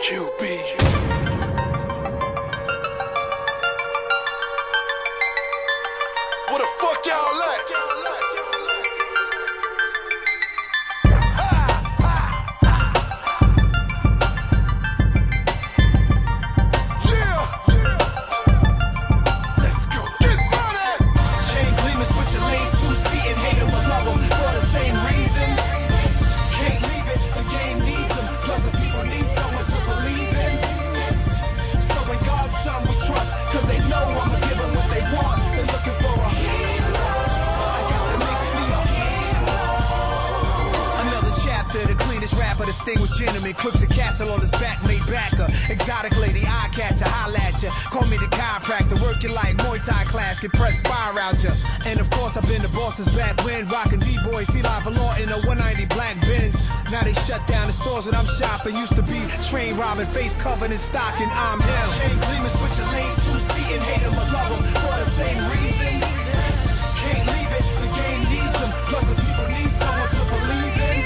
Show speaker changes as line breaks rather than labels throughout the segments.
QB. What the fuck y'all at? Let's go. This money.
Chain gleaming, switching lanes, two seating, hate him or love him for the same reason. Can't leave it, the game needs him. Plus, the people need someone to believe in. So, in God's son, we trust, cause they know I'ma give them what they want. They're looking for a I guess that makes me a Another chapter, the cleanest rapper, distinguished gentleman. Crooks a castle on his back, made backer. Exotic lady, eye catcher, holla at ya. Call me the chiropractor, working like Muay Thai class, can press fire out ya. And of course, I've been the boss since back when. Rockin' D-Boy, Feli Valor in a 190 black Benz. Now they shut down the stores that I'm shopping. Used to be train robbing, face covered in stock, and I'm him. Chain gleaming, switching lanes, two seating, hate him or love him for the same reason. Can't leave it, the game needs him. Plus, the people need someone to believe in.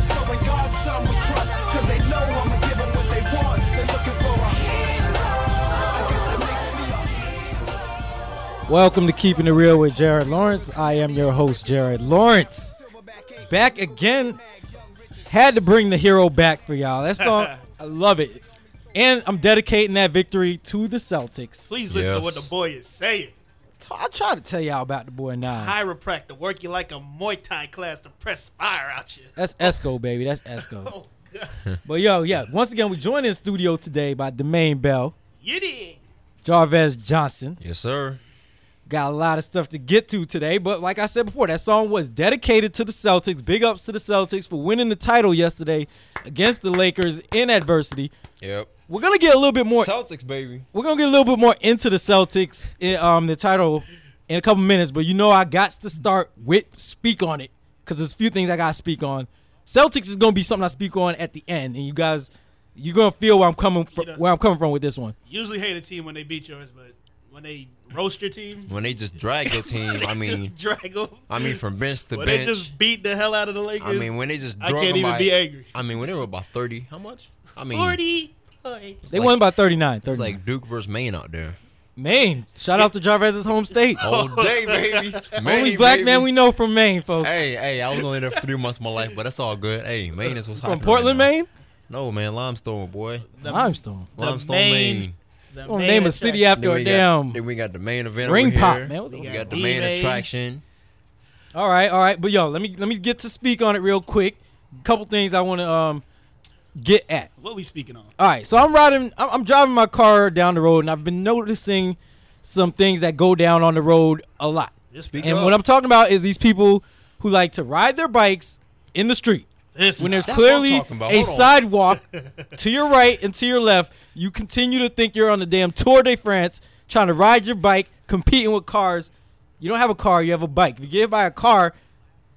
So, in God's son, we trust, cause they know I'ma give them what they want. They're looking for a I guess that makes me a
Welcome to Keeping It Real with Jared Lawrence. I am your host, Jared Lawrence. Back again. Had to bring the hero back for y'all. That song, I love it. And I'm dedicating that victory to the Celtics.
Please listen to what the boy is saying.
I try to tell y'all about the boy now.
Chiropractor, work you like a Muay Thai class to press fire out you.
That's Esco, baby. That's Esco.
Oh, God.
But yo, yeah. Once again, we joined in studio today by Demain Bell,
You did.
Jarvez Johnson.
Yes, sir.
Got a lot of stuff to get to today, but like I said before, that song was dedicated to the Celtics. Big ups to the Celtics for winning the title yesterday against the Lakers in adversity.
Yep.
We're gonna get a little bit more.
Celtics, baby.
We're gonna get a little bit more into the Celtics, in, um, the title in a couple minutes. But you know, I got to start with speak on it because there's a few things I gotta speak on. Celtics is gonna be something I speak on at the end, and you guys, you're gonna feel where I'm coming from.
know-
Where I'm coming from with this one.
Usually hate a team when they beat yours, but when they roast your team,
When they just drag your team, I mean,
just drag them.
I mean from bench to
when
bench.
they just beat the hell out of the Lakers.
I mean, when they just
I
drug
can't
them
even
by-
be angry.
I mean, when they were about thirty, how much? I mean,
40.
They won by 39. 39.
It's like Duke versus Maine out there.
Maine. Shout out to Jarvez's home state.
All day, baby. Maine,
Only black
baby.
man we know from Maine, folks.
Hey, hey, I was only there for three months of my life, but that's all good. Hey, Maine is what's
from
happening.
Portland,
right now.
Maine.
No, man, limestone, boy.
Limestone.
Limestone,
Maine.
Maine.
The
Gonna
main
name a
attraction.
city after
Then
a
we got-
damn
Then we got the main event.
ring
over
pop,
here.
man. What the-
We
Yeah,
got the main
D-Main.
attraction.
All right, all right, but yo, let me let me get to speak on it real quick. Couple things I want to um get at.
What we speaking on?
All right, so I'm riding, I'm, I'm driving my car down the road, and I've been noticing some things that go down on the road a lot.
This
Speak
And
up.
what I'm talking about is these people who like to ride their bikes in the street
This
when
one.
there's
That's what I'm
clearly
talking about.
a
Hold on.
sidewalk to your right and to your left. You continue to think you're on the damn Tour de France, trying to ride your bike, competing with cars. You don't have a car, you have a bike. If you get hit by a car,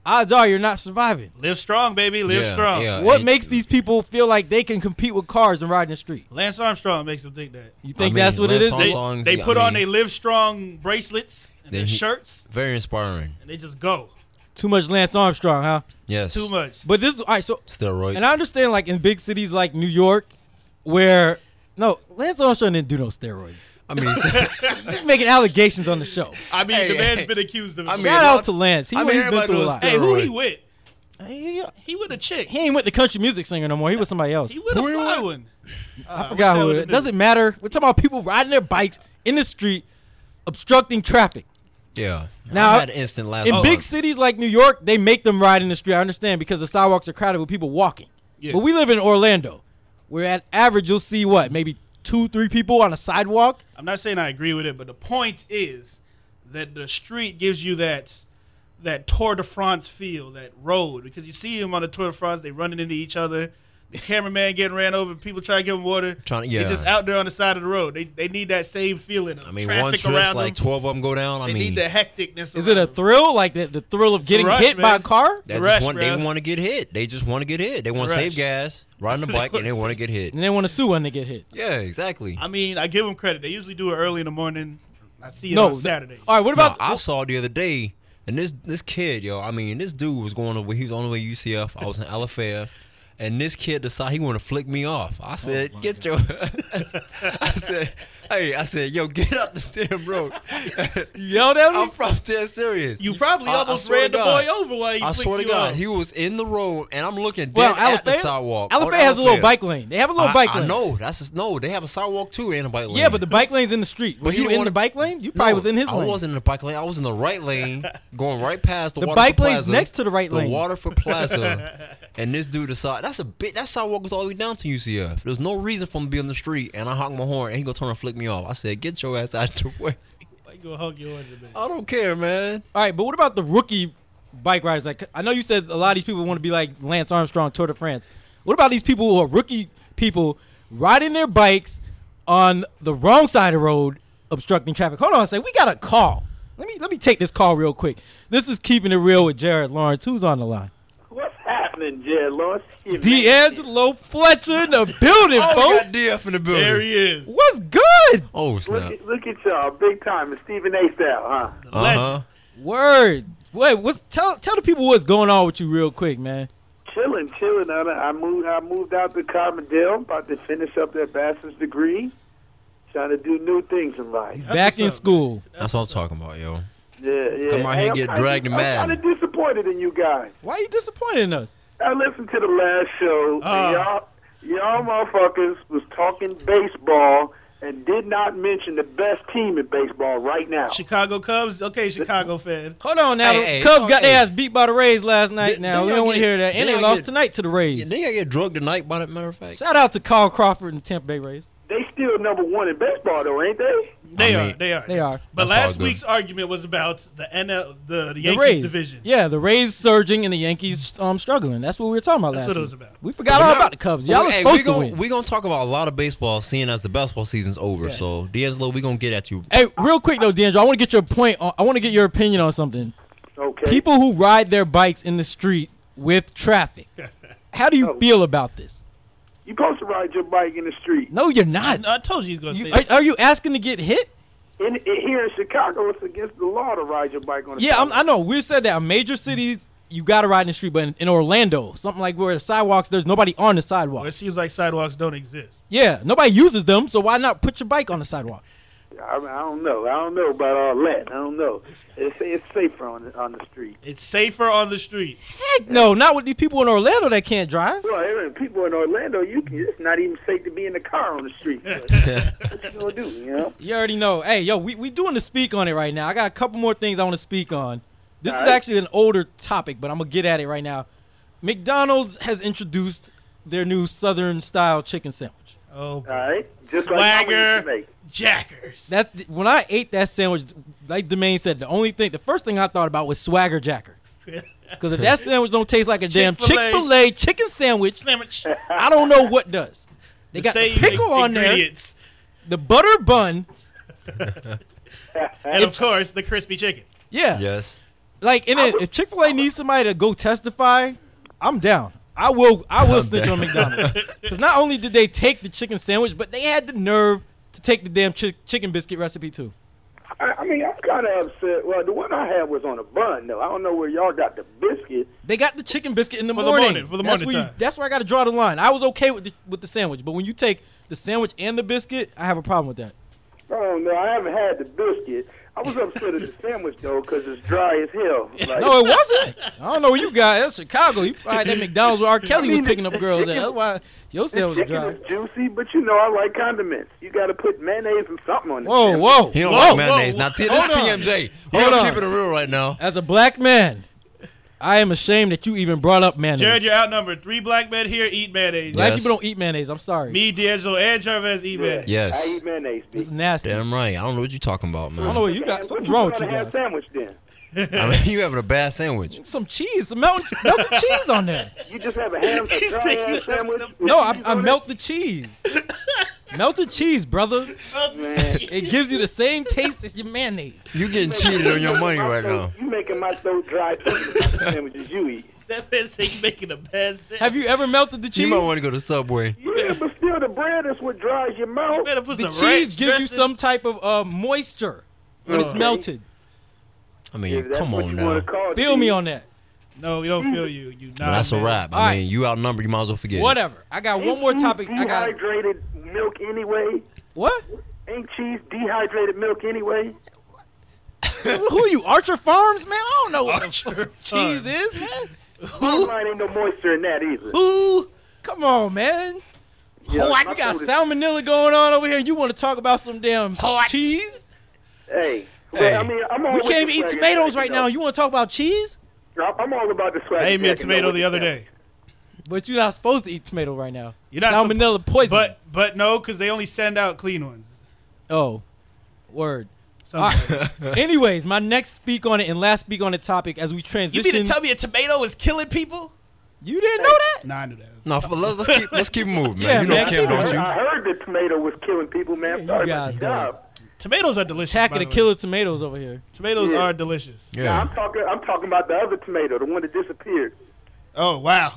odds are you're not surviving.
live strong, baby. Live
Yeah,
strong.
yeah.
What
and-
makes these people feel like they can compete with cars and ride in the street?
Lance Armstrong makes them think that.
You think
mean,
that's what it is?
Lance
They,
They-
songs,
they
I
put on
mean-
their live strong bracelets and
Then
their
he-
shirts,
Very inspiring.
and they just go.
Too much Lance Armstrong, huh?
Yes.
Too much.
But this, all right, so,
Steroids.
and I understand, like, in big cities like New York, where, no, Lance Armstrong didn't do no steroids.
I mean.
He's making allegations on the show.
I mean,
Hey,
the man's
hey.
been accused of.
I mean,
Shout
a
out
lot-
to Lance. He,
I mean,
he's been
everybody
through a
knows
lot.
Steve
hey, who he
Steroids.
with?
He,
He with a chick.
he ain't with the country music singer no more. He was somebody else.
He with a fly one. Uh,
I forgot who
what it
it is.
is.
Doesn't matter. We're talking about people riding their bikes in the street, obstructing traffic.
Yeah.
Now-
I had an instant last
In
month.
big cities like New York, they make them ride in the street. I understand because the sidewalks are crowded with people walking.
Yeah.
But we live in Orlando, where at average you'll see what maybe two, three people on a sidewalk.
I'm not saying I agree with it, but the point is that the street gives you that that Tour de France feel, that road, because you see them on the Tour de France, they running into each other. The cameraman getting ran over, people try to give them water.
Tryna-
They
yeah.
just out there on the side of the road. They they need that same feeling. Of
I mean,
traffic
one
around
trip's like
them.
twelve of them go down. I
They
mean,
need the hecticness.
Is it a
around them.
thrill like the, the thrill of getting
rush,
hit by a
man.
car?
they just
rush,
want
bruh.
they want to get hit. They just want to get hit. They want to
rush.
save gas, ride the bike, and they want to get hit.
And they want to sue when they get hit.
Yeah, exactly.
I mean, I give them credit. They usually do it early in the morning. I see it
no,
on Saturday.
All right, what
No,
about
I saw the other day, and this this kid, yo, I mean, this dude was going away. He was on the way to UCF. I was in LFA, And this kid decided he want to flick me off.
Oh
I said, "Get your." I said, "Hey, I said, yo, get out the steering bro.
Yelled at
I'm
him.
from dead serious.
You probably
I- I
almost
swear
ran
to
the
God.
boy over while you
I swear to God,
off.
he was in the road, and I'm looking dead
Well,
at the
Alafay-
sidewalk.
Alafay
on
has a little
Alafaya.
bike lane. They have a little
I,
bike lane.
I know. That's just, no. They have a sidewalk too and a bike lane.
Yeah, but the bike lane's in the street. Were
But he
you
didn't
in
wanna-
the bike lane? You probably
No,
was in his
I
lane.
wasn't in the bike lane. I was in the right lane, going right past the,
The
Waterford
bike lane's
Plaza,
next to the right lane.
The Waterford Plaza, and this dude decided that's a bit. That sidewalk was all the way down to UCF. There's no reason for him to be on the street, and I honked my horn, and he gonna turn and flick me off. I said, "Get your ass out the way."
Why you gonna hug your under, man?
I don't care, man.
All right, but what about the rookie bike riders? Like, I know you said a lot of these people want to be like Lance Armstrong, Tour de France. What about these people who are rookie people riding their bikes on the wrong side of the road, obstructing traffic? Hold on a second. We got a call. Let me let me take this call real quick. This is keeping it real with Jared Lawrence. Who's on the line?
What's happening, Jed Lawrence? You man.
D'Angelo Fletcher in the building,
Oh, we got
folks.
DF in the building.
There he is.
What's good?
Oh
Look
snap!
at, look at y'all, big time. It's Stephen A. style, huh?
Uh-huh.
Word. Wait, what's tell tell the people what's going on with you real quick, man.
Chilling, chilling. I, I moved. I moved out to Carbondale. About to finish up that bachelor's degree. Trying to do new things in life.
Back
what's
in
up,
school.
That's what I'm talking about, yo.
Yeah, yeah.
Come out here and get
I'm
dragged and
kinda,
mad.
I'm kind of disappointed in you guys.
Why are you disappointing us?
I listened to the last show. and
Ah.
y'all, y'all motherfuckers was talking baseball and did not mention the best team in baseball right now.
Chicago Cubs. Okay, Chicago fan.
Hold on now.
Hey,
the
hey,
Cubs
it's
got their
okay.
ass beat by the Rays last night.
They-
now
they
we don't
don't
want to
get-
hear that, and
they
they,
don't
lost
get-
tonight to the Rays.
Yeah, They gotta get drugged tonight. By the matter of fact,
Shout out to Carl Crawford and the Tampa Bay Rays.
They still number one in baseball, though, ain't they?
They
I
are.
mean,
They are.
they are.
That's
But
all
last
good.
week's argument was about the NL, the, the
The
Yankees
Rays
division.
Yeah, the Rays surging and the Yankees um struggling. That's what we were talking about
That's
last.
what it was
week.
about.
We forgot all about the Cubs. Y'all
we,
are
hey,
supposed
we
to
gonna,
win.
We're going to talk about a lot of baseball, seeing as the basketball season's over. So, D'Angelo, we're going to get at you.
Hey, real quick though, D'Angelo, I want to get your point. On, I want to get your opinion on something.
Okay.
People who ride their bikes in the street with traffic. How do you feel about this?
You supposed to ride your bike in the street.
No, you're
I,
not.
I told you he's gonna say
You-
that.
are, are you asking to get hit?
In, in here in Chicago, it's against the law to ride your bike on the
Yeah, I'm, I
sidewalk.
know. We said that in major cities, you got to ride in the street, but in, in Orlando, something like where the sidewalks, there's nobody on the
Well,
sidewalk.
it seems like sidewalks don't exist.
Yeah, nobody uses them, so why not put your bike on the sidewalk?
I, I don't know. I don't know about all that. I don't know. It's, it's safer on the, on the street.
It's safer on the street.
Heck no, not with these people in Orlando that can't drive.
Well, there are people in Orlando, you can, it's not even safe to be in the car on the street. what you gonna do? You know?
You already know. Hey, yo, we, we doing the speak on it right now. I got a couple more things I want to speak on. This is
Alright.
actually an older topic, but I'm going to get at it right now. McDonald's has introduced their new Southern style chicken sandwich.
Oh, boy.
All right, just like I used to
swagger
make.
jackers.
That when I ate that sandwich, like Domain said, the only thing, the first thing I thought about was Swagger Jacker. Because if that sandwich don't taste like a damn Chick
Chick-fil-A.
Fil A chicken sandwich,
Sandwich.
I don't know what does. They got the
Same
pickle on there,
ingredients.
the butter bun.
and of course the crispy chicken.
Yeah,
Yes.
like and then if Chick Fil A needs somebody to go testify, I'm down. I will. I will snitch on McDonald's because not only did they take the chicken sandwich, but they had the nerve to take the damn chick chicken biscuit recipe too.
I, I mean, I'm kind of upset. Well, the one I had was on a bun, though. I don't know where y'all got the biscuit.
They got the chicken biscuit in the
For the
morning.
morning, for the
that's
morning
where you-
time.
that's where I got to draw the line. I was okay with the, with the sandwich, but when you take the sandwich and the biscuit, I have a problem with that.
I don't know. I haven't had the biscuit. I was upset at the sandwich though, 'cause it's dry as hell. Like,
No, it wasn't. I don't know what you got. That's Chicago. You probably that McDonald's where R. Kelly was
mean,
picking up
the
girls at.
chicken-
That's why your
the
sandwich was
chicken
dry.
is juicy, but you know I like condiments. You got to put mayonnaise and something on it.
Whoa, whoa.
He don't
whoa.
like mayonnaise.
whoa,
Now, t-
hold
this
on.
TMJ. We're
Hold
going
on.
to keep it real right now.
As a black man, I am ashamed that you even brought up mayonnaise.
Jared, you're outnumbered. Three black men here eat mayonnaise.
black
Yes.
people don't eat mayonnaise. I'm sorry.
Me, D'Angelo, and Chavez eat
Yeah,
mayonnaise.
Yes.
I eat mayonnaise. B.
It's nasty.
Damn right. I don't know what you're talking about,
I don't know
man.
what you got.
Man,
Something's
what
wrong with
gonna
you
have
guys.
sandwich then.
I mean, you having a bad sandwich.
Some cheese, some melted, melted cheese on there.
You just have a ham a
He said
dry
you have
ass sandwich.
no-
No, I, I melt the cheese. melt the cheese, brother. It gives you the same taste as your mayonnaise.
You getting cheated on your money
My
right now.
throat- You making my throat dry thinking about the sandwiches you eat.
That man say you making a bad sandwich.
Have you ever melted the
You
cheese?
might want to go to Subway.
Yeah, but still the bread is what dries your mouth.
better put
the
some
cheese
ranch
gives you
dressing.
some type of uh, moisture when it's
Okay.
melted.
I
If
mean,
that's
come
what Oh. you
on
wanna
now.
call it,
Feel me
cheese.
on that.
No, Oh, we
Mm.
don't feel you. You not.
But that's a
man.
wrap. I
All right.
mean, you outnumbered. You might as well forget. it.
Whatever. I got one more
Ain't
topic.
cheese
I got
dehydrated milk anyway.
what?
Ain't cheese dehydrated milk anyway?
Who are you? Archer Farms, man. I don't know what the
Archer
fuck
Farms.
cheese is, man.
Mine ain't no moisture in that either.
Ooh, come on, man.
Yeah,
oh, I
my
got
food is-
salmonella going on over here. and You want to talk about some damn cheese?
Hey, well,
Hey.
I mean, I'm all
We
with the
can't even eat
swag
tomatoes
attack,
right
you
now.
know.
You want to talk about cheese?
I'm all about the swag.
I ate me a
attack, you know,
tomato
with
the other
snap.
day.
But you're not supposed to eat tomato right now.
You're not supp-
salmonella poison.
But but no, because they only send out clean ones.
oh, word.
Something like that.
Anyways, my next speak on it and last speak on the topic as we transition.
me a tomato is killing people?
You didn't know that?
Nah, I knew that.
No, f- let's, let's keep let's keep moving, man.
Yeah,
you know
man,
Kim,
keep
don't
moving.
you?
I heard the tomato was killing people, man.
you
Sorry
guys
about the job.
Tomatoes are delicious.
Pack
by
of the
the way.
killer tomatoes over here.
Tomatoes
Yeah.
are delicious.
Now,
Yeah.
I'm talking. I'm talking about the other tomato, the one that disappeared.
Oh wow.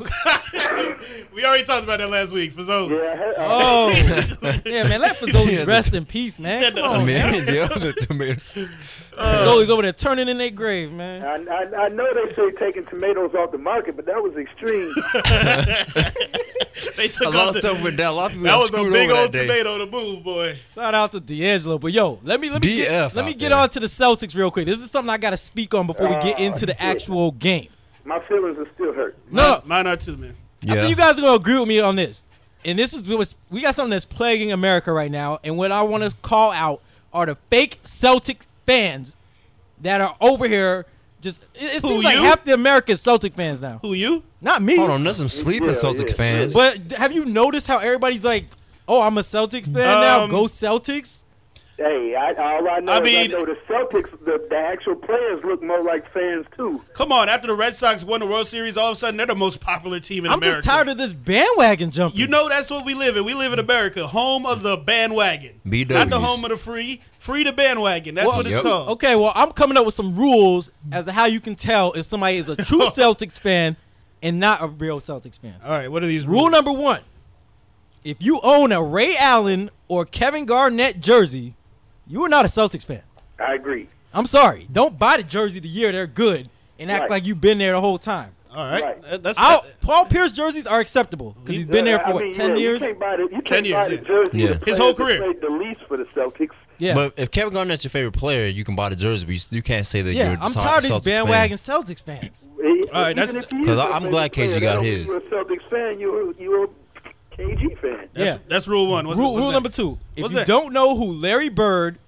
we already talked about that last week. Fazoli.
Yeah, I heard- uh, I
Oh, yeah, man. Let Fazoli's
Yeah, the-
rest in peace, man.
said
Come
the-
on, man.
Man, the other tomato.
Fazoli's over there turning in their grave, man.
I, I, I know they say taking tomatoes off the market, but that was extreme.
They took
A
off
lot of
the-
stuff went down. A lot of people
That
got
was a
screwed
big
over
old
that day.
tomato to move, boy.
Shout out to D'Angelo. But yo, let me let me
DF
get, let me
out
get
there.
on to the Celtics real quick. This is something I gotta speak on before we
Oh,
get into the actual game.
My feelings are still hurt.
No,
Mine- mine are too, man.
Yeah.
I think you guys are gonna agree with me on this. And this is what's- we got something that's plaguing America right now. And what I want to call out are the fake Celtic fans that are over here. Just it, it
Who,
seems like
you?
half the America is Celtic fans now.
Who you?
Not me.
Hold on, there's some sleeping
Yeah,
Celtics
yeah.
fans.
But th- have you noticed how everybody's like, "Oh, I'm a Celtics fan now.
Um,
Go Celtics."
Hey, I, all I know
I
is
mean-
I know the Celtics, the, the actual players look more like fans too.
Come on, after the Red Sox won the World Series, all of a sudden they're the most popular team in
I'm
America.
just tired of this bandwagon jumping.
You know that's what we live in. We live in America, home of the bandwagon. Not the
BWs.
home of the free. Free the bandwagon. That's
Well,
what it's
Yep.
called.
Okay, well, I'm coming up with some rules as to how you can tell if somebody is a true Celtics fan and not a real Celtics fan.
All right, what are these
Rule
rules?
number one if you own a Ray Allen or Kevin Garnett jersey, you are not a Celtics fan.
I agree.
I'm sorry. Don't buy the jersey the year they're good and act
Right.
like you've been there the whole time.
All right.
Right.
That- That's
I'll, Paul Pierce jerseys are acceptable because he's been there
I
for what,
mean,
10
yeah,
years?
You can't buy the, you
10
can't buy
years,
the
yeah.
jersey.
Yeah.
The
His
players
whole
that
career.
played the least for the Celtics.
Yeah.
But if Kevin Garnett's your favorite player, you can buy the jersey, but you, you can't say that
yeah,
you're a
I'm
Cel-
tired of
Celtics
these bandwagon Celtics fans.
All right, that's-
because
'cause I- I'm glad KG got his.
You're a Celtics fan. You're you're a KG fan.
That's,
yeah.
that's rule one. What's,
rule
what's
rule
next?
number two. If
What's
you
next?
don't know who Larry Bird,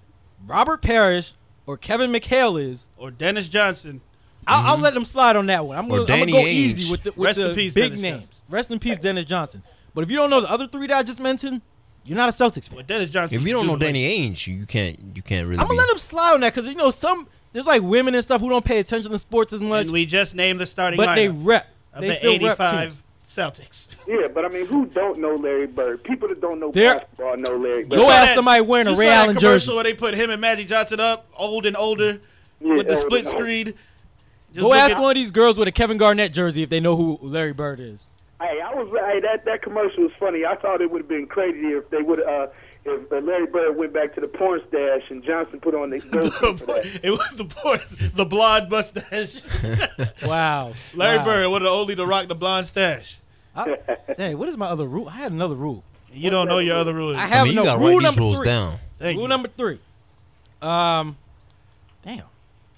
Robert Parrish, or Kevin McHale is,
Or Dennis Johnson.
I'll, I'll let them slide on that one. I'm
Mm-hmm. Or
gonna, I'm
Danny
gonna go
Ainge.
easy with the, with
Rest in
the
peace,
big
Dennis
names.
Johnson.
Rest in peace, Dennis Johnson. But if you don't know the other three that I just mentioned, you're not a Celtics fan.
Well, Dennis Johnson.
fan. If you don't know
dude, like-
Danny Ainge, you can't you can't really.
I'm gonna
be-
let them slide on that because you know some there's like women and stuff who don't pay attention to sports as much,
And we just named the starting
but they
lineup
rep.
of
They
the
still rep
85
teams.
Celtics.
Yeah, but I mean, who don't know Larry Bird? People that don't know
There-
basketball know Larry Bird.
Go
saw
ask
that-
somebody wearing a
you
Ray
saw that
Allen
commercial
jersey.
where they put him and Magic Johnson up, old and older,
Yeah,
with the
old
split
and older.
screen. Just
Go
look
ask
at-
one of these girls with a Kevin Garnett jersey if they know who Larry Bird is.
Hey, I was hey, that that commercial was funny. I thought it would have been crazy if they would uh if uh, Larry Bird went back to the porn stash and Johnson put on the jersey for that.
it was the boy, the blonde mustache.
Wow,
Larry
Wow.
Bird, one of the only to rock the blonde stash.
I, hey, what is my other rule? I had another rule.
You don't know your other rules.
I
I
have
mean, you
no
gotta
rule
write these
number
rules
three.
down.
Thank
rule
you.
number three. Um, damn.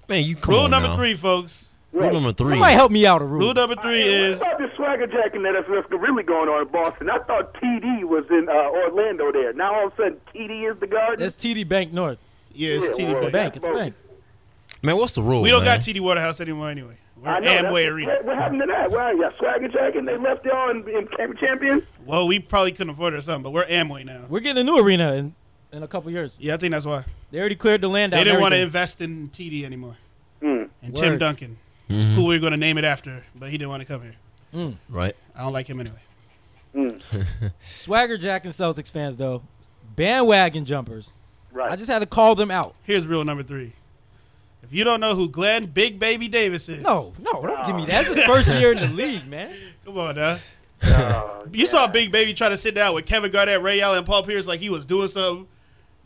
Man, you come
Rule
on
number
now.
three, folks.
Rule number three.
Somebody help me out a rule.
Rule number three
Hey,
is
what about the swagger jack and that that's that's really going on in Boston? I thought TD was in uh, Orlando there. Now all of a sudden TD is the garden.
That's TD Bank North.
yeah, it's
Yeah,
TD.
well,
Bank.
Bank. It's a bank.
Man, what's the rule?
We don't
man?
got TD Waterhouse anymore anyway. We're
I know, that's-
Amway Arena.
What, what happened to that? Why yeah, swagger jack and they left y'all in, in camp champions?
Well, we probably couldn't afford it or something, but we're Amway now.
We're getting a new arena in, in a couple years.
Yeah, I think that's why
They already cleared the land out.
they didn't want to
everything.
invest in TD anymore.
Hmm.
And Tim
Word. Mm-hmm.
Duncan, who we are going to name it after, but he didn't want to come here.
mm.
right.
I don't like him anyway.
Swagger Jack and Celtics fans though, bandwagon jumpers.
Right.
I just had to call them out.
Here's rule number three. If you don't know who Glenn Big Baby Davis is,
No, no, don't give me that. That's his first year in the league, man.
Come on now.
Oh,
you saw Big Baby try to sit down with Kevin Garnett, Ray Allen, and Paul Pierce like he was doing something.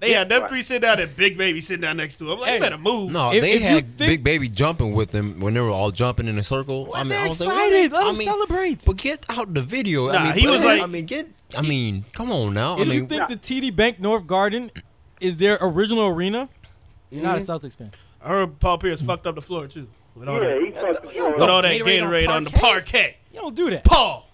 They had them three sitting down and Big Baby sitting down next to him. I'm like,
Hey.
you better move.
No,
If-
Oh, they
if you
had
think-
Big Baby jumping with them when they were all jumping in a circle. I mean,
they're
I was like,
excited.
what?
Let
I
them
mean,
celebrate.
But get out the video.
Nah,
I mean,
he
put
was
it-
like-
I mean, get. I mean, come on now. I
Uh, If you
mean,
think the TD Bank North Garden is their original arena, you're not a Celtics fan.
Mm-hmm. I heard Paul Pierce fucked up the floor too with all
Yeah,
that
he fucked the
with
floor
all
up.
that
Gatorade on
Gatorade on the parquet.
You don't do that.
Paul,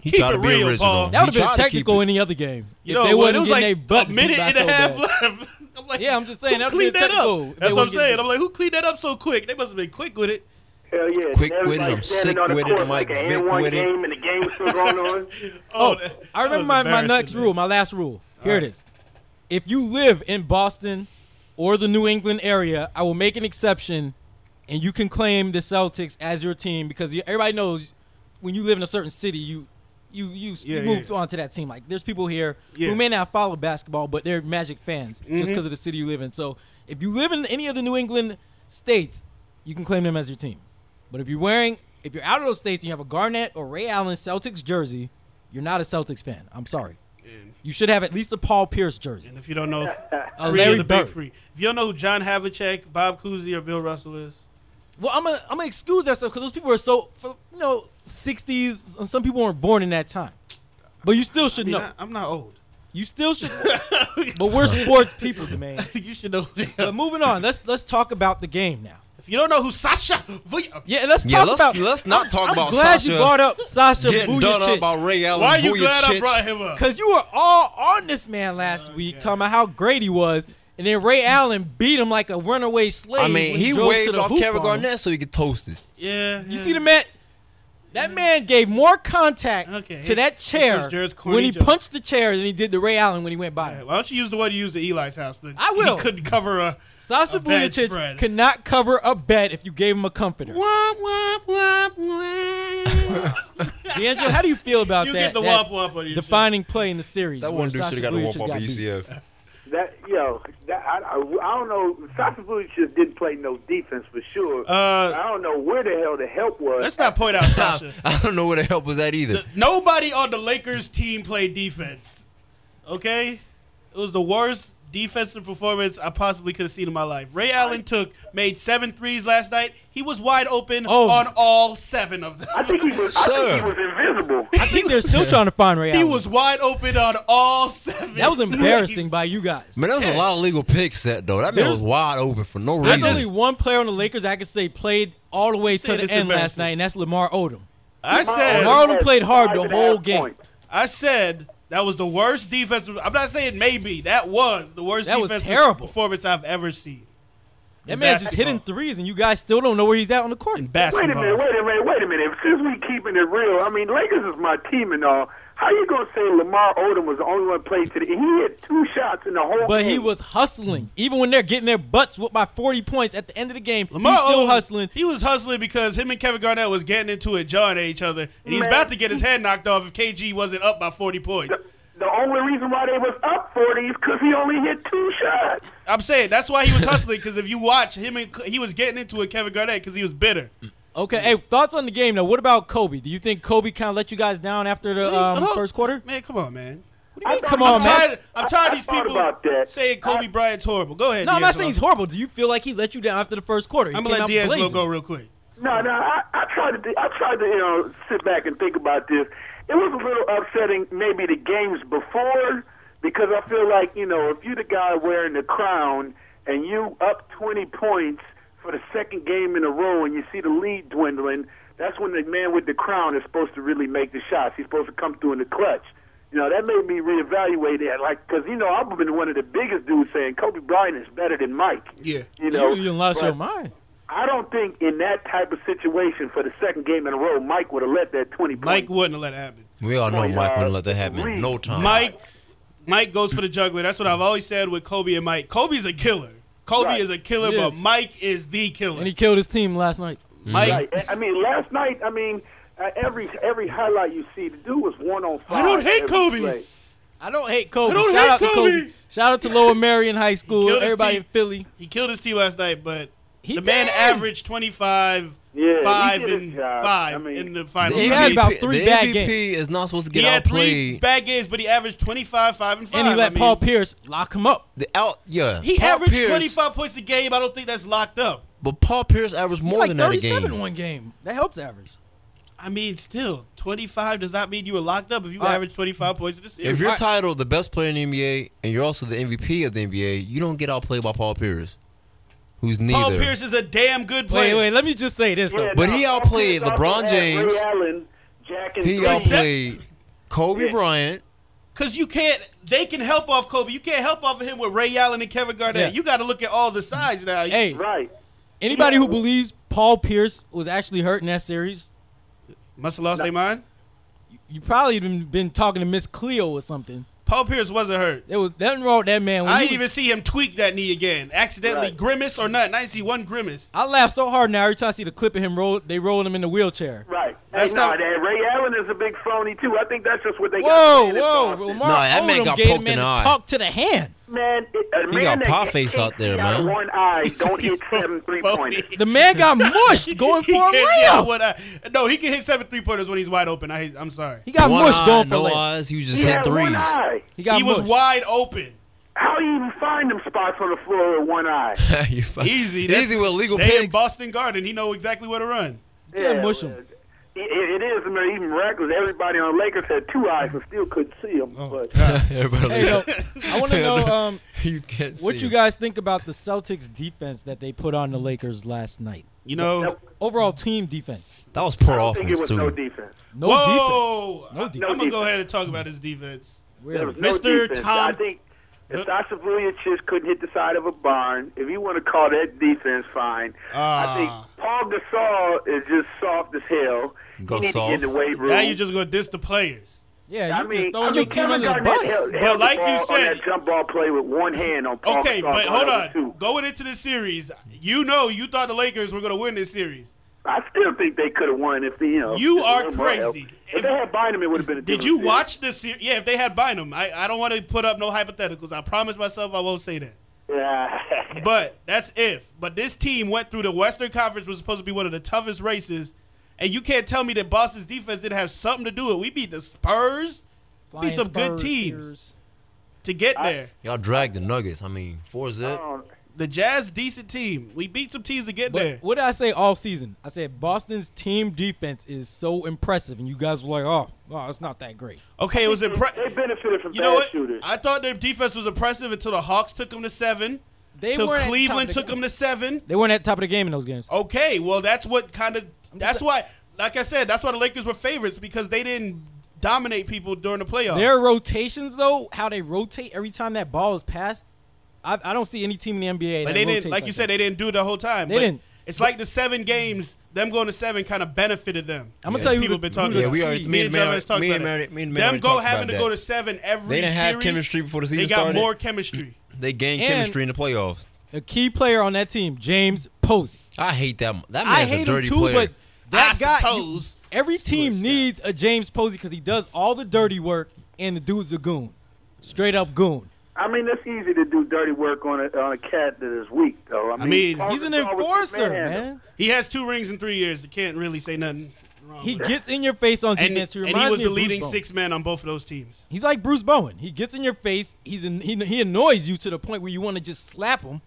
he
keep
tried to
it
be
real,
original.
Paul.
That
He
would have
tried to keep
been technical
it-
any other game.
you
if
know
they
what?
wasn't
It was
getting
like
their butts
a
beat
minute
by
and a
so
half
bad.
left. I'm like,
Yeah, I'm just saying,
who
that would've
cleaned
been
that
technical if
up. That's
they
what I'm
wouldn't get
saying.
beat.
I'm like, who cleaned that up so quick? They must have been quick with it.
Hell yeah.
Quick
Everybody
with it, I'm
standing
sick
on the
with it,
court
I'm
like
like,
an
Vic
N1
with it.
game and the game's still going on.
Oh,
I remember my, my next rule, my last rule. Here it is. If you live in Boston or the New England area, I will make an exception and you can claim the Celtics as your team because you- everybody knows when you live in a certain city, you you you, s-
Yeah,
you
yeah,
moved on to that team. Like there's people here
Yeah. Mm-hmm.
who may not follow basketball, but they're Magic fans just because of the city you live in. So if you live in any of the New England states, you can claim them as your team. But if you're wearing, if you're out of those states and you have a Garnett or Ray Allen Celtics jersey, you're not a Celtics fan. I'm sorry. You should have at least a Paul Pierce jersey.
And if you don't know,
A
three
Larry
of the big
Bird.
three. If you don't know who John Havlicek, Bob Cousy, or Bill Russell is,
Well, I'm gonna I'm gonna excuse that stuff because those people are so for, you know 60s. and Some people weren't born in that time, but you still should
I mean,
know.
I, I'm not old.
You still should. but we're sports people, man.
you should know. who they
But
are.
moving on, let's let's talk about the game now.
if you don't know who Sasha, Vuj-
Yeah, let's
Yeah,
talk
let's-
about.
let's not
I'm-
talk about
I'm glad you
Sasha
brought up Sasha
Getting done up by
Vujacic
Ray Allen.
why are you glad I
Vujicic.
brought him up?
because you were all on this man last week talking about how great he was, and then Ray Allen beat him like a runaway slave.
I mean,
when
he
drove to
waved
the
off
hoop
Kevin
on him.
Garnett so he could toast it.
Yeah,
You see the man? That man gave more contact
Okay.
to that chair
Here's Jared's corny
when he
joke.
punched the chair than he did to Ray Allen when he went by. him.
Why don't you use the one you used at Eli's house? The,
I will.
He couldn't cover a.
Sasha
a bad
Vujacic
spread.
could not cover a bet if you gave him a comforter.
Womp, womp, womp, womp.
D'Angelo, how do you feel about
You
that?
get the
that
womp womp on your shit.
defining play in the series.
That
where
one dude
Sasha
should have got a
Vujacic
whoop off
got
of
beat?
UCF.
That yo, that, I, I, I don't know. Sasha Vujic just didn't play no defense for sure.
Uh,
I don't know where the hell the help was.
Let's not point out Sasha.
I don't know where the help was at either.
Nobody on the Lakers team played defense. Okay? It was the worst defensive performance I possibly could have seen in my life. Ray Allen took made seven threes last night. He was wide open
Oh.
on all seven of them.
I think he was. I think
Sir.
he was invisible.
I think they're still trying to find Ray
He
Allen.
was wide open on all seven.
that was embarrassing
threes.
by you guys.
Man, that was a lot of legal picks set though. That man
There's-
was wide open for no
There's
reason.
only one player on the Lakers I could say played all the way to
Say
the
this
end last
embarrassing.
night, and that's Lamar Odom.
I said
Lamar Odom played hard the
Five and a
whole
half
game.
points.
I said that was the worst defensive I'm not saying maybe. That was the worst
That was
defensive
terrible.
performance I've ever seen.
That man's just hitting threes, and you guys still don't know where he's at on the court.
in
Wait
basketball.
a minute. Wait a minute. Wait a minute. Since we keeping it real, I mean, Lakers is my team and all. How you gonna say Lamar Odom was the only one played today? He hit two shots in the whole.
But
game.
he was hustling, even when they're getting their butts whooped by 40 points at the end of the game.
Lamar
he's still
Odom,
hustling.
He was hustling because him and Kevin Garnett was getting into it, jawing at each other, and he was
Man.
about to get his head knocked off if KG wasn't up by 40 points.
The only reason why they was up forty is because he only hit two shots.
I'm saying that's why he was hustling because if you watch him, and he was getting into it, Kevin Garnett, because he was bitter.
Okay, hey, thoughts on the game though? What about Kobe? Do you think Kobe kind of let you guys down after the um,
Hold-
first quarter?
man, come on, man.
What do you mean?
I-
Come
I-
on,
I'm
man.
tired. I'm tired
I- I
of these
thought
people
about that.
saying Kobe Bryant's horrible. Go ahead.
No, I'm not
D'Angelo.
saying he's horrible. Do you feel like he let you down after the first quarter? He
I'm
came
gonna let
out
D'Angelo
blazing.
go real quick.
No, no, I, I tried to, I tried to, you know, sit back and think about this. It was a little upsetting, maybe the games before, because I feel like, you know, if you're the guy wearing the crown and you up 20 points for the second game in a row, and you see the lead dwindling, that's when the man with the crown is supposed to really make the shots. He's supposed to come through in the clutch. You know, that made me reevaluate that, like, because you know, I've been one of the biggest dudes saying Kobe Bryant is better than Mike.
Yeah.
You know,
You, you done lost
but-
your mind.
I don't think in that type of situation for the second game in a row, Mike would have let that twenty.
Mike
point.
wouldn't have let it happen.
we all know
Wait,
Mike
uh,
wouldn't let that happen. in
Reed.
No time.
Mike, Mike goes for the juggler. That's what I've always said with Kobe and Mike. Kobe's a killer. Kobe
Right.
is a killer,
He
but
is.
Mike is the killer.
And he killed his team last night.
Mike,
Right. I- I mean, last night. I mean, uh, every every highlight you see, the dude was one on five.
don't hate
every
Kobe.
play.
I don't hate Kobe.
I don't
Shout
hate
out to
Kobe.
Shout out to Lower Marion High School,
killed his
everybody
team.
in Philly.
he killed his team last night, but
He He
the man
did.
averaged 25,
Yeah, he
5,
did his
and
job.
5
I mean-
in the
The
final.
He had
MVP
game.
about three
the
bad
MVP is not supposed to
He
get
had three
outplayed.
bad games, but he averaged 25, 5, and 5.
and he let
I mean,
Paul Pierce lock him up.
the out, yeah.
He
Paul
averaged
Pierce-
25 points a game. I don't think that's locked up.
but Paul Pierce averaged more
like
than that a
37
game.
one game. That helps average.
I mean, still, 25 does not mean you were locked up if you
right.
averaged 25 points in the series.
If you're
Right.
titled the best player in the NBA and you're also the MVP of the NBA, you don't get outplayed by Paul Pierce, who's neither.
Paul Pierce is a damn good
Wait,
player.
wait, let me just say this though.
Yeah,
But
no,
he
Paul
outplayed
Pierce also
LeBron
had
James.
Ray Allen, Jack and
he
Kobe.
outplayed Kobe
Yeah.
Bryant.
Because you can't, they can help off Kobe. You can't help off of him with Ray Allen and Kevin Garnett.
Yeah.
You got to look at all the sides now.
Hey,
Right.
anybody who believes Paul Pierce was actually hurt in that series,
Must have lost their mind.
you probably even been talking to Miss Cleo or something.
Paul Pierce wasn't hurt.
There was nothing wrong with that man. When
I
he
didn't
was-
even see him tweak that knee again. Accidentally
Right.
grimace or nothing. I didn't see one grimace.
I laugh so hard now every time I see the clip of him roll. They rolling him in the wheelchair.
Right.
That's
hey, nah,
not-
that Ray Allen is a big phony too. I think that's just what they
Whoa,
got.
whoa! Lamar
Nah, that man
Odom
got
gave the
poked
man
in the
to
eye.
talk to the hand.
man, a man
got
that
pie
can't
face
see
out there,
out of
man.
One eye, don't hit seven three pointers.
Phony.
The man got mushed going
He
for a
can't hit
layup.
what I- no, he can hit seven three pointers when he's wide open. I, I'm sorry.
He got
One
mushed
eye,
going for a
no
layup.
eyes. He was just
He had
hitting
one
threes.
eye.
He got
he
mushed.
was wide open.
How do you even find them spots on the floor with one eye?
You fuck-
Easy. That's-
easy with legal
They in
picks.
Boston Garden. He know exactly where to run.
Yeah, mush 'em.
well, It, it is. I mean, even reckless. Everybody on Lakers had two eyes and still couldn't see them. but
Everybody
Hey, yo,
like,
I want to know um,
you can't
what
see
you
him.
guys think about the Celtics defense that they put on the Lakers last night.
You know.
Nope.
Overall team defense.
That was poor
I think it
offense
was
too.
no defense.
No
Whoa!
defense. No
I'm
defense.
gonna go ahead and talk about his defense.
There
Really.
was no
Mr.
defense.
Tom-
I think if Sasha just couldn't hit the side of a barn, if you want to call that defense, fine. I think
Ah.
Paul Gasol is just soft as hell.
Go
he needs to
soft.
get in the weight room.
Now you're just gonna diss the players.
Yeah, you
I mean,
just throwing
I mean,
your team
Kevin
under the
Garnett
bus.
held- held
But
the
like you
ball
said-
on that jump ball play with one hand on Paul
Okay, but
Gasol going
hold
over
on.
two.
Going into this series, you know you thought the Lakers were gonna win this series.
I still think they could have won if they, you know.
You
if
are
they were help.
crazy.
If they had Bynum, it would have been a
Did
different
you
series.
watch this series? Yeah, if they had Bynum, I, I don't want to put up no hypotheticals. I promise myself I won't say that.
Yeah.
But that's if. But this team went through the Western Conference was supposed to be one of the toughest races, and you can't tell me that Boston's defense didn't have something to do with it. We beat the Spurs
Flying
some good
Spurs,
teams.
Spurs.
to get there.
Y'all dragged the Nuggets. I mean, four is it?
Um,
The Jazz decent team. We beat some teams to get
But
there.
what did I say all season? I said Boston's team defense is so impressive, and you guys were like, "Oh, oh, it's not that great."
Okay, it was
they
impressive.
benefited from
You
bad
know what?
shooters.
I thought their defense was impressive until the Hawks took them to seven.
They
till
weren't at the top
Cleveland
of the
took
game.
them to seven.
They weren't at the top of the game in those games.
Okay, well that's what kind of that's why like I said, that's why the Lakers were favorites because they didn't dominate people during the playoffs.
Their rotations, though, how they rotate every time that ball is passed, I, I don't see any team in the NBA.
but
that
they
rotates
didn't like you said,
that.
they didn't do it the whole time.
They
but
didn't.
It's like the seven games, them going to seven kind of benefited them.
I'm gonna tell you who
people
the-
been
who
talking
the
about.
Yeah, we already-
me and Mary-
Jarvis talked
me and
about it.
Mary- me and Mary
Them
already
go
talked
having
about
to go
that.
to seven every
They didn't have
series.
chemistry before the
They
season
got
started.
more chemistry.
They gained
And-
chemistry in the playoffs.
a key player on that team, James Posey.
I hate
Um,
that. That man's
I
a
hate him
dirty
too,
player.
but that
I
guy. you-
suppose
every team needs a James Posey because he does all the dirty work, and the dude's a goon, straight up goon.
I mean, it's easy to do dirty work on a on a cat that is weak, though. I mean,
mean,
Paul
He's an
Gasol was just
enforcer,
manhandled.
man.
He has two rings in three years. You can't really say nothing wrong.
He
with it.
gets in your face on
and,
defense.
and
reminds
he was
me
the
of Bruce
leading
Bowen.
six man on both of those teams.
He's like Bruce Bowen. He gets in your face. He's in, he he annoys you to the point where you want to just slap him.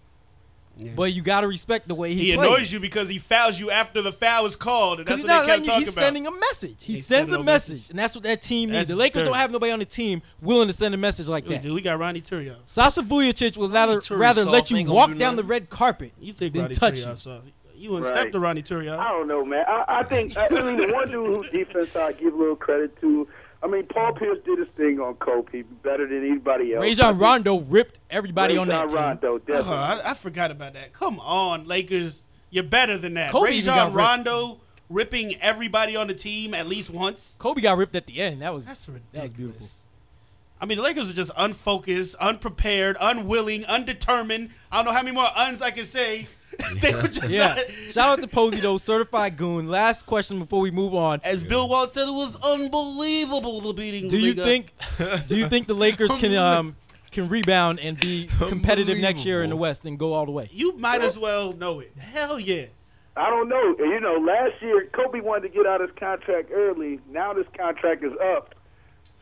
But you gotta respect the way he,
He, annoys you because he fouls you after the foul is called, and that's
because he's
what
not
they kept
letting you.
talking
He's
about.
sending a message. He
He's
sends
sending
a
a
message,
message.
and that's what that team needs.
That's
The Lakers
dirty.
don't have nobody on the team willing to send a message like
Dude,
that.
we got Ronnie Turio.
Sasha Vujacic would rather
Turi
rather
soft
let you
ain't gonna
walk
do
down the
nothing.
red carpet
You think
than
Ronnie
touch
Turio?
you.
So you wouldn't
Right.
step to Ronnie
I
Turio.
don't know, man. I, I think I I mean one dude who defense I give a little credit to. I mean, Paul Pierce did his thing on Kobe He better than anybody else. I
Rajon
think
Rondo ripped everybody on
Rajon
that team.
Rondo,
Uh,
definitely.
I, I forgot about that. Come on, Lakers, you're better than that.
Kobe even
Rajon
got ripped.
Rondo ripping everybody on the team at least once.
Kobe got ripped at the end. That was
That's
that was beautiful.
ridiculous. I mean, the Lakers are just unfocused, unprepared, unwilling, undetermined. I don't know how many more uns I can say. they were just
Yeah.
not-
Shout out to Posey though, certified goon. Last question before we move on.
As Bill Walsh said, it was unbelievable the beating.
Do you
they got.
think? Do you think the Lakers can um can rebound and be competitive next year in the
Unbelievable.
West and go all the way.
You might as well know it. Hell yeah.
I don't know. You know, last year Kobe wanted to get out his contract early. Now this contract is up.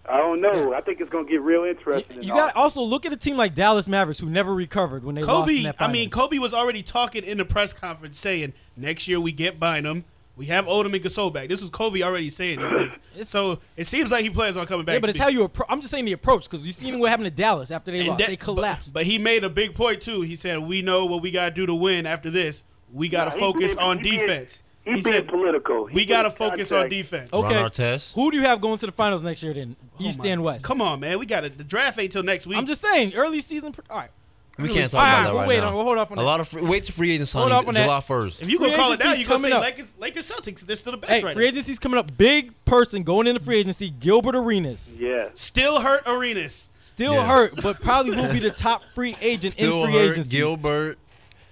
I don't know. I think it's going to get real interesting. in
You got to
August.
also look at a team like Dallas Mavericks who never recovered when they lost in
Kobe,
that
I mean,
finals.
Kobe was already talking in the press conference saying, next year we get Bynum. We have Odom and Gasol back. This was Kobe already saying these things. So it seems like he plans on coming back.
Yeah, but it's
to
how you approach. I'm just saying the approach because you seen what happened to Dallas after they
And
lost.
that-
they
but-
collapsed.
But, he made a big point too. He said, "We know what we got to do to win. After this, we got to
Nah, he
focus
being-
on
he being-
defense."
he being political. He
we got to
being
focus on
contract.
defense.
Ron
okay.
Artest.
Who do you have going to the finals next year then? East
my-
and West.
Come on, man. We got to the draft ain't till next week.
I'm just saying, early season. Pr- all right.
We can't talk
All right,
about that
we'll
right
wait
now.
on- we'll hold off on
a
that.
lot of free, wait to free agency signing
up on that.
July first.
if you gonna
free
call it now,
agency's
you gonna
coming
say
up.
Lakers, Lakers Celtics. This to the best
Hey,
right
free
now.
agency's coming up. Big person going into free agency, Gilbert Arenas.
Yeah.
Still hurt Arenas.
Still
Yeah.
hurt, but probably will be the top free agent
Still
in free
hurt,
agency.
Gilbert.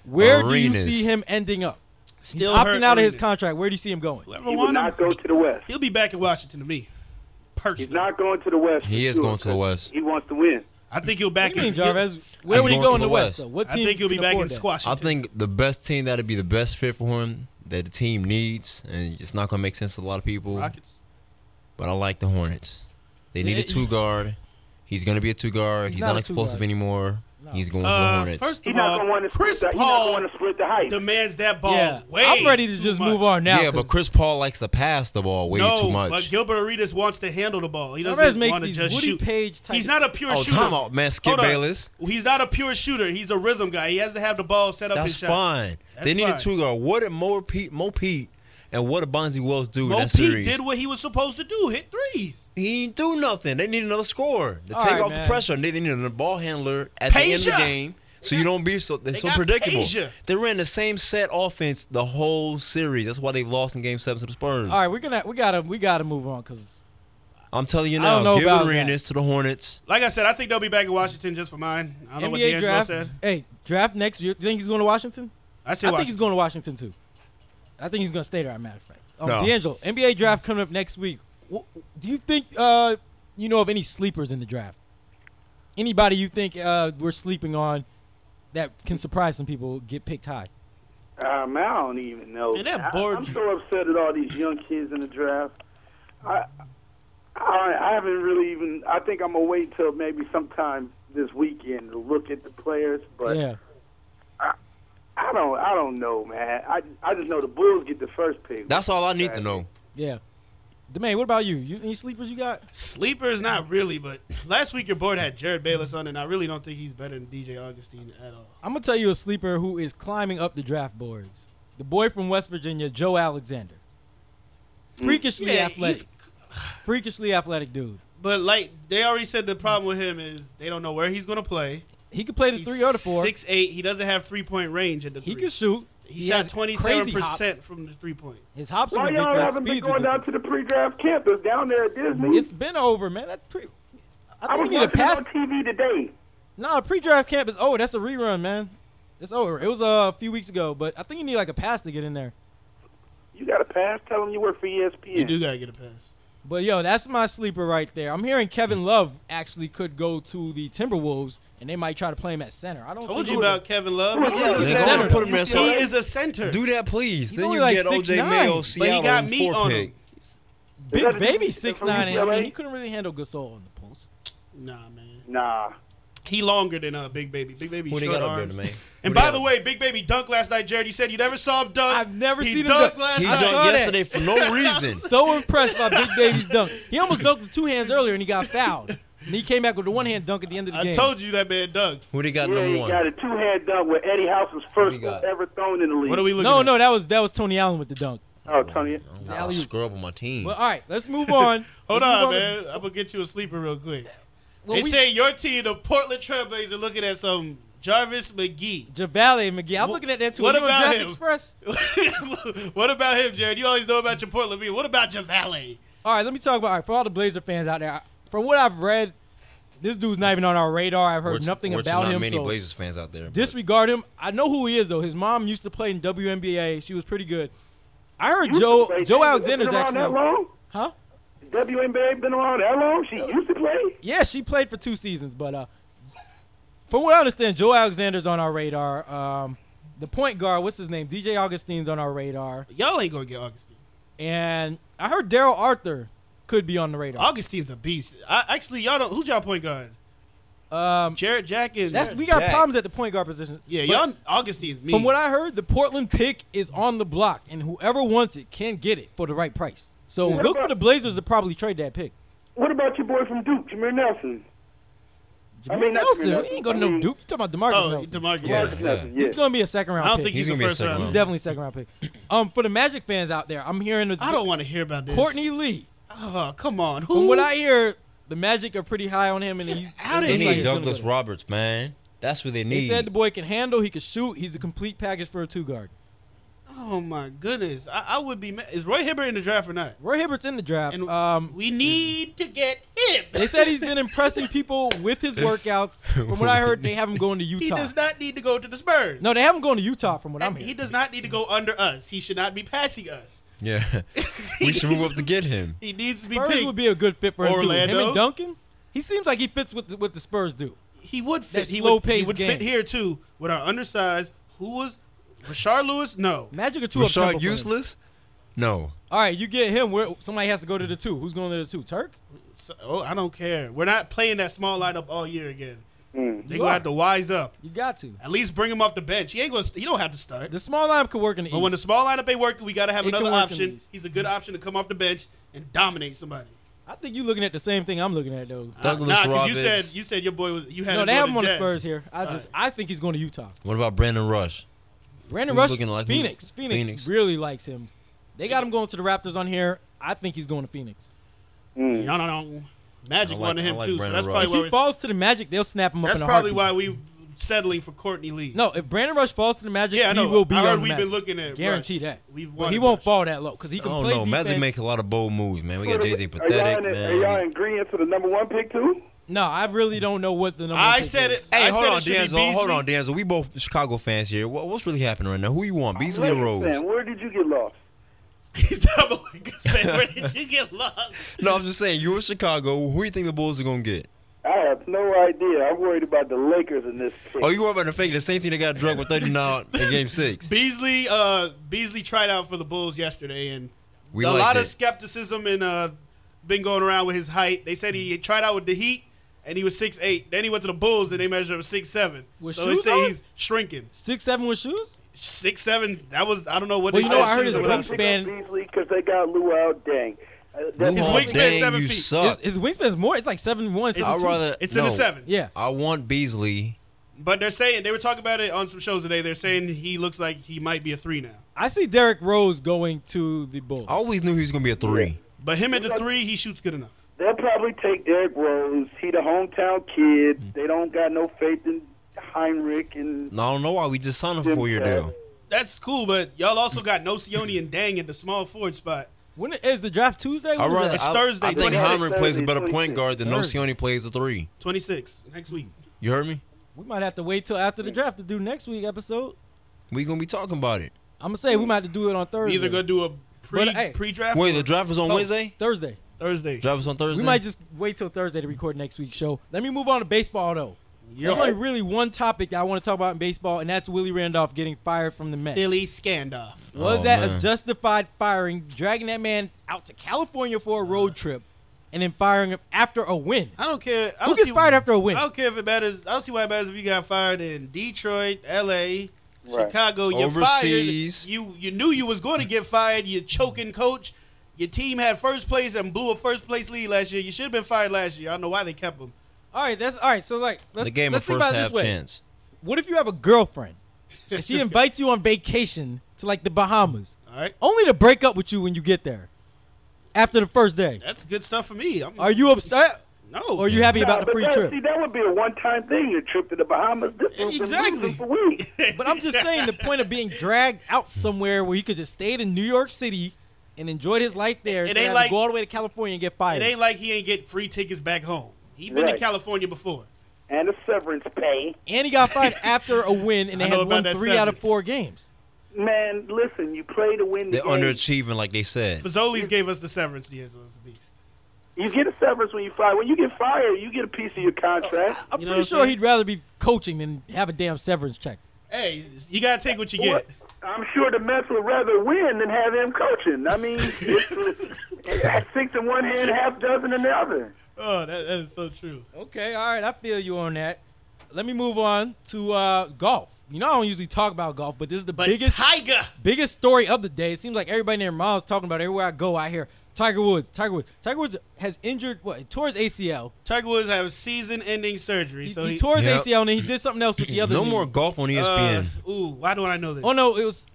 Where do you
Arenas.
see him ending up?
Still
He's opting
hurt
out of his
Arenas.
contract. Where do you see him going?
Whoever
He will
want him,
not go to the West.
he'll be back in Washington to me. Personally,
He's not going to the West.
He
for
is
sure,
going to the
'cause
West.
He wants to win.
I think he'll
What
back
do you mean,
in.
Jarvis? Where
He's
would he
going
go
to
in the
the
West?
West.
though? What
I
team
think he'll be
can
back in
afford that?
squash.
I think the best team that'd be the best fit for him that the team needs, and it's not gonna make sense to a lot of people.
Rockets.
But I like the Hornets. They need a
Yeah,
two guard. He's gonna be a two guard. He's,
not
not,
a two-guard.
explosive anymore. He's going to the
Uh,
Hornets.
first
He's
of
not going to
all,
want to
Chris
split the, He's not
Paul
going to split the height.
demands that ball
Yeah,
way.
I'm ready to
too
just
much.
move on now.
yeah, but
'cause
Chris Paul likes to pass the ball way
no,
Oh, too much.
but Gilbert Arenas wants to handle the ball. He
Alvarez
doesn't
makes
want to
these
just
Woody
shoot.
Page type-
He's not a pure
Oh,
shooter.
time out, man. Skip
Hold on.
Bayless.
He's not a pure shooter. He's a rhythm guy. He has to have the ball set up
That's
his shot.
fine.
That's
they need
fine.
a two guard. What did Mo Pete, Mo Pete, and what did Bonzi Wells do? in
Mo
that
Pete
series?
did what he was supposed to do: hit threes.
He didn't do nothing. They need another scorer to
All
take
right,
off
man.
the pressure. They need a ball handler at the end of the
Peja.
game, so you don't be so so
got
predictable.
Peja.
They ran the same set offense the whole series. That's why they lost in Game Seven to the Spurs.
All right, we're gonna we gotta we gotta move on because
I'm telling you
I don't
now,
know
give
about
Arenas to the Hornets.
Like I said, I think they'll be back in Washington just for mine. I don't know what
NBA
D'Angelo
draft.
said.
Hey, draft next year. You think he's going to Washington?
I say
I think he's
Washington.
going to Washington too. I think he's going to stay there. As a matter of fact, um,
No.
D'Angelo, NBA draft coming up next week. Wh- Do you think uh, you know of any sleepers in the draft? Anybody you think uh, we're sleeping on that can surprise some people get picked high?
Um, I don't even know.
Man, that
I-
bored
I'm
you.
so upset at all these young kids in the draft. I, I, I haven't really even. I think I'm gonna wait till maybe sometime this weekend to look at the players. But
yeah,
I don't. I don't know, man. I, I just know the Bulls get the first pick.
That's all I need to know.
yeah. Demain, what about you? You any sleepers you got?
Sleepers, not really. But last week your board had Jared Bayless on, and I really don't think he's better than DJ Augustine at all.
I'm gonna tell you a sleeper who is climbing up the draft boards. The boy from West Virginia, Joe Alexander. Freakishly
Yeah,
athletic.
he's-
Freakishly athletic dude.
But like they already said, the problem with him is they don't know where he's going to play.
He could play the
He's
three or the four.
Six eight. He doesn't have three point range at the
he
three.
can shoot.
He,
has
shot twenty
crazy
seven
hops.
percent from the three point.
His hops are
Why y'all
ridiculous.
haven't been
Speeds
going down
ridiculous.
to the pre-draft campus down there at Disney?
It's been over, man. That's pre. I
I
think
was
we need a
watching it
pass.
on TV today.
Nah, pre-draft camp is over. That's a rerun, man. It's over. It was uh, a few weeks ago, but I think you need like a pass to get in there.
You got a pass? Tell them you work for ESPN.
You do gotta get a pass.
But yo, that's my sleeper right there. I'm hearing Kevin Love actually could go to the Timberwolves, and they might try to play him at center. I don't
Told
think
you about Kevin Love. He
They're
is a
gonna
center.
put him there, so-
he is a center.
Do that, please.
He's
then
only
you
like
get OJ
6'9",
Mayo,
but he
Seattle,
got
and
meat
four
on him.
pick.
Is
Big
that
baby
dude from
six nine. And, I mean,
UCLA?
he couldn't really handle Gasol on the post.
Nah, man.
Nah.
He longer than uh, Big Baby. Big Baby
Who they
short
got up there,
arms.
man? Who
And
they got
by the
up
way, Big Baby dunked last night. Jared, you said you never saw him dunk.
I've never
he
seen him
dunked
dunk.
last
He
I
night.
saw
jumped
that.
yesterday for no reason.
So impressed by Big Baby's dunk. He almost dunked with two hands earlier, and he got fouled. And he came back with the one hand dunk at the end of the
I
game.
told you that man dunked.
Who they got
Yeah,
number
he
one?
got a two-hand dunk with Eddie House's first
we got?
ever thrown in the league.
What are we looking
no,
at?
no, that was that was Tony Allen with the dunk.
Oh, Tony.
I'm gonna
Alley-oop.
scrub on my team.
But all right, let's move on.
Hold
Let's move
on,
to-
man. I'm gonna get you a sleeper real quick.
Well,
they
we-
say your team, the Portland Trailblazers, are looking at some Jarvis McGee.
Javale McGee. I'm
Wh-
looking at that too.
what
He on
about
Draft
him?
Express?
what about him, Jared? You always know about your Portland people. What about Javale?
All right, let me talk about all right, for all the Blazer fans out there. I- From what I've read, this dude's not even on our radar. I've heard
Which-
nothing
which
about
not
him.
many
so
Blazers fans out there. but-
disregard him. I know who he is though. His mom used to play in WNBA. She was pretty good. I heard
Used to
Joe
play.
Joe
Been
Alexander's
around that
actually
long?
huh?
WNBA been around that long? She used to play?
Yeah, she played for two seasons, but uh, from what I understand, Joe Alexander's on our radar. Um, the point guard, what's his name? DJ Augustine's on our radar.
Y'all ain't gonna get Augustine.
And I heard Daryl Arthur could be on the radar.
Augustine's a beast. I, actually, y'all don't. Who's y'all point guard?
Um,
Jared Jack is.
that's we got
Jack.
problems at the point guard position.
yeah,
But
y'all. Augustine's me.
From what I heard, the Portland pick is on the block, and whoever wants it can get it for the right price. So
What
look for
about-
the Blazers to probably trade that pick.
What about your boy from Duke, Jameer Nelson? I
Jameer
mean, not
Nelson,
Jameer
he ain't going to
Nelson. I
no
mean-
Duke. You talking about Demarcus
oh,
Nelson?
DeMarcus.
Yeah.
Marcus Nelson, yeah.
He's going to be a second round.
I don't
pick.
think
He's
he's,
gonna be
a
a
first
second
round.
round.
He's definitely second round pick. Um, for the Magic fans out there, I'm hearing the
I don't want to hear about this.
Courtney Lee.
Oh, come on. Who?
From what I hear, the Magic are pretty high on him, and he,
out of
They
here.
it looks like
need
he's gonna
Douglas
go.
Roberts, man. That's what they need.
They said the boy can handle, he can shoot, he's a complete package for a two guard.
Oh my goodness. I, I would be. Mad. Is Roy Hibbert in the draft or not?
Roy Hibbert's in the draft.
And
um,
we need to get him.
They said he's been impressing people with his workouts. From what I heard, they have him going to
he
Utah.
does not need to go to the Spurs.
No, they have him going to Utah. From what I'm
And he
hearing,
does not need to go under us. He should not be passing us.
yeah, we should move up to get him.
He needs to be
Spurs
picked.
would be a good fit for him too. Him
Orlando.
and Duncan. He seems like he fits with the, what the Spurs do.
he would fit.
That
he
slow
would, he
pace
would
game.
fit here too with our undersized. Who was Rashard Lewis? No.
Magic or two up tempo
Rashard
for him.
useless? No.
All right, you get him. Where somebody has to go to the two. Who's going to the two? Turk.
So, oh, I don't care. We're not playing that small lineup all year again. They
You
gonna
are.
have to wise up.
You got to.
At least bring him off the bench. He ain't gonna. St- he don't have to start.
The small line could work in the
but when the
East.
small lineup ain't working, we gotta have
It can
another
work in the
option.
East.
He's a good option to come off the bench and dominate somebody.
I think you're looking at the same thing I'm looking at though.
Douglas
nah, 'cause you
Roberts.
said you said your boy was you had.
No,
him
they
going
have
to
him on the
Jazz.
Spurs here. I just, I think he's going to Utah.
What about Brandon Rush?
Brandon
Who's
Rush,
looking like who?
Phoenix. Phoenix.
Phoenix.
really likes him. They got him going to the Raptors on here. I think he's going to Phoenix.
No, no, no. Magic
I like-
wanted
I
him
like
too, so
Brandon
that's
Roy.
probably
If
why
If he
we're-
falls to the Magic, they'll snap him up
that's
in a
probably
heartbeat.
why we settling for Courtney Lee.
No, if Brandon Rush falls to the Magic,
Yeah, I know.
he will be
I
on
heard
the
we've
Magic.
been looking at
Guarantee
Rush.
that.
We've
but he
wanted
won't
Rush.
fall that low because he
I
can
don't
play
know.
defense.
Magic makes a lot of bold moves, man. We
Are
got Jay Z
y'all
pathetic,
in- Are y'all
man.
agreeing to the number one pick too?
No, I really don't know what the number.
I
one pick
said
is.
it.
Hey,
I
hold
said
on,
it should be
D'Angelo. Hold
Beasley.
on, D'Angelo. We both Chicago fans here. What, what's really happening right now? Who you want, Beasley or
Listen,
Rose?
where did you get lost?
He's a Lakers fan. Where did you get lost?
No, I'm just saying. You were Chicago. Who you think the Bulls are gonna get?
I have no idea. I'm worried about the Lakers in this. Pick.
Oh, you were about to fake the same team that got drugged with 39 in Game Six.
Beasley, uh, Beasley tried out for the Bulls yesterday, and
We
a
liked
lot of
it.
skepticism and uh, been going around with his height. They said he tried out with the Heat, and he was six eight. Then he went to the Bulls, and they measured him six seven.
With
so they
shoes
say
on?
he's shrinking.
Six seven with shoes.
Six seven. That was I don't know what.
Well,
they
you know,
said,
I heard his
shoes or whatever.
wingspan-
because they got Luau Dang. Uh, that's-
Come
His
on,
wingspan
dang,
seven
you
feet.
suck.
His, his wingspan's more. It's like seven one. seven
I'd
two.
rather.
It's in the
no.
seven.
Yeah.
I want Beasley.
But they're saying they were talking about it on some shows today. They're saying he looks like he might be a three now.
I see Derrick Rose going to the Bulls.
I always knew he was gonna be a three.
But him at the three, he shoots good enough.
They'll probably take Derrick Rose. He the hometown kid.
Hmm.
They don't got no faith in Heinrich and
No, I don't know why we just signed him for a
Jim
four-year
Cat.
deal.
That's cool, but y'all also got Nocioni and Dang at the small forward spot.
when it- is the draft Tuesday?
I
When is
rather,
that?
It's
I,
Thursday,
I think
26.
Hyman plays a better
Thursday,
point guard than
Thursday.
Nocioni plays a three.
26 next week.
You heard me?
we might have to wait till after the draft to do next week episode.
We gonna be talking about it.
I'm gonna say we might have to do it on
We
Thursday.
either gonna do a pre
But, hey.
pre draft
Wait, the draft is on Wednesday.
Thursday.
Thursday.
Draft is on Thursday.
We might just wait till Thursday to record next week's show. Let me move on to baseball though.
You're
There's only really one topic that I want to talk about in baseball, and that's Willie Randolph getting fired from the Mets.
silly Scandoff.
Was
Oh,
that a
man.
justified firing, dragging that man out to California for a road trip, and then firing him after a win?
I don't care. I
Who
don't
gets
see-
fired after a win?
I don't care if it matters. I don't see why it matters if you got fired in Detroit, L.A., Chicago. You're
Overseas.
fired. You you knew you was going to get fired. You choking coach. Your team had first place and blew a first place lead last year. You should have been fired last year. I don't know why they kept him.
All right, that's all right. So like, let's
the game
let's
of
think
first
about it this
half
way.
chance.
What if you have a girlfriend and she invites you on vacation to like the Bahamas,
All right,
only to break up with you when you get there after the first day?
that's good stuff for me. I'm,
Are you upset?
no?
Or are you happy about the
But
free
that-
trip?
See, that would be a one-time thing. A trip to the Bahamas. This was the
Exactly.
reason for weeks.
But I'm just saying the point of being dragged out somewhere where he could just stayed in New York City and enjoyed his life there.
It
instead of
ain't
having to
like-
go all the way to California and get fired.
It ain't like he ain't get free tickets back home. He been to
Right.
California before.
and a severance pay.
and he got fired after a win, and
I
they
know
had
about
won
that
three out of
severance.
four games.
Man, listen, you play to win the
They're
game.
underachieving, like they said.
Fazoli's gave us the severance. D'Angelo's a beast.
You get a severance when you fire. When you get fired, you get a piece of your contract.
I'm
You know what
pretty
I'm
sure
saying?
he'd rather be coaching than have a damn severance check.
Hey, you gotta take what you
Well,
get.
I'm sure the Mets would rather win than have him coaching. I mean, six in one hand, half dozen in the other.
Oh, that, that is so true.
Okay, all right, I feel you on that. Let me move on to uh, golf. You know, I don't usually talk about golf, but this is the
But
biggest
Tiger,
biggest story of the day. It seems like everybody and their mom's talking about it. everywhere I go. I hear Tiger Woods, Tiger Woods, Tiger Woods has injured what? He tore his ACL.
Tiger Woods have season-ending surgery,
He,
so
he
he,
tore his
Yep.
ACL and then he did something else with the other.
No
knee.
more golf on E
Uh,
ESPN.
ooh, why do I know this?
Oh no, it was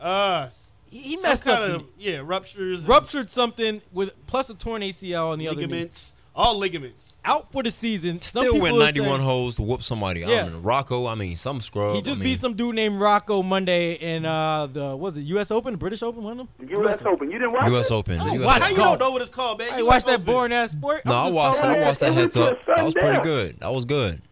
Uh,
he, he
some
messed up,
kind of yeah ruptures, and
ruptured something with plus a torn ACL on the other knee.
ligaments, all ligaments.
Out for the season. Some
Still
people
went
are
91
saying-
holes to whoop somebody. I
Yeah.
don't know. Rocco, I mean, some scrub.
He just
I mean,
beat some dude named Rocco Monday in uh, the what was it U.S. Open, British Open, one of them.
U.S. Open. You didn't watch
U.S.
it?
Open.
Oh,
The US
wow.
How
Open.
you
Golf.
don't know what it's called, man?
I
You
watched
must
that
know
boring ass sport.
No, I
I'm just
watched
telling
that. I
you.
watched that
It
heads
was
up.
just
That was pretty
sundown.
good. That was good.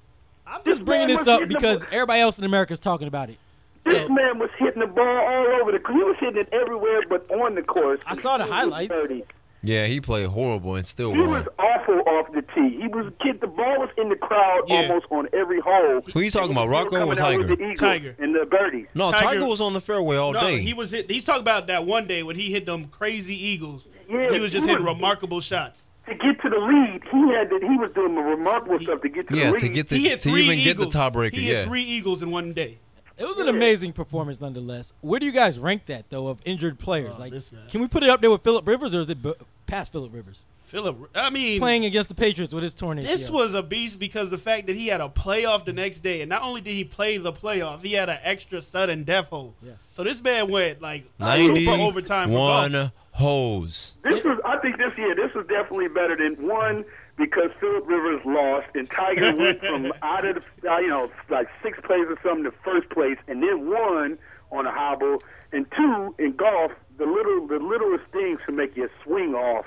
I'm
Just bringing this up because everybody else in America is talking about it.
This man was hitting the ball all over the course. He was hitting it everywhere but on the course.
I saw the
He was
highlights.
dirty.
Yeah, he played horrible and still
He was
won.
awful off the tee. He was kid. The ball was in the crowd
Yeah.
almost on every hole.
Who you talking
And he
about,
was
Rocco or
coming out with
Tiger?
the eagles
Tiger.
and the birdies.
No,
Tiger-
Tiger, was on the fairway all
No,
day.
he was hit. He's talking about that one day when he hit them crazy eagles.
Yeah,
he was just
he
hitting
was-
remarkable shots.
To get to the lead, he had to, he was doing remarkable stuff to get to
yeah,
the lead.
to get the,
He hit
to
three
even get the
eagles.
tiebreaker.
He
yeah,
hit three eagles in one day.
It was an amazing performance, nonetheless. Where do you guys rank that though of injured players? like,
Oh, this guy.
can we put it up there with Philip Rivers, or is it b- past Philip Rivers
Philip, I mean,
playing against the Patriots with his torn ACL?
this was a beast because the fact that he had a playoff the next day, and not only did he play the playoff, he had an extra sudden death hole.
Yeah.
So this man went like super overtime for golf.
Ninety-one holes.
This was, I think, this year. This was definitely better than one because Philip Rivers lost and Tiger went from out of the, uh, you know, like sixth place or something to first place, and then won on a hobble. And two in golf, the little, the littlest things can make your swing off,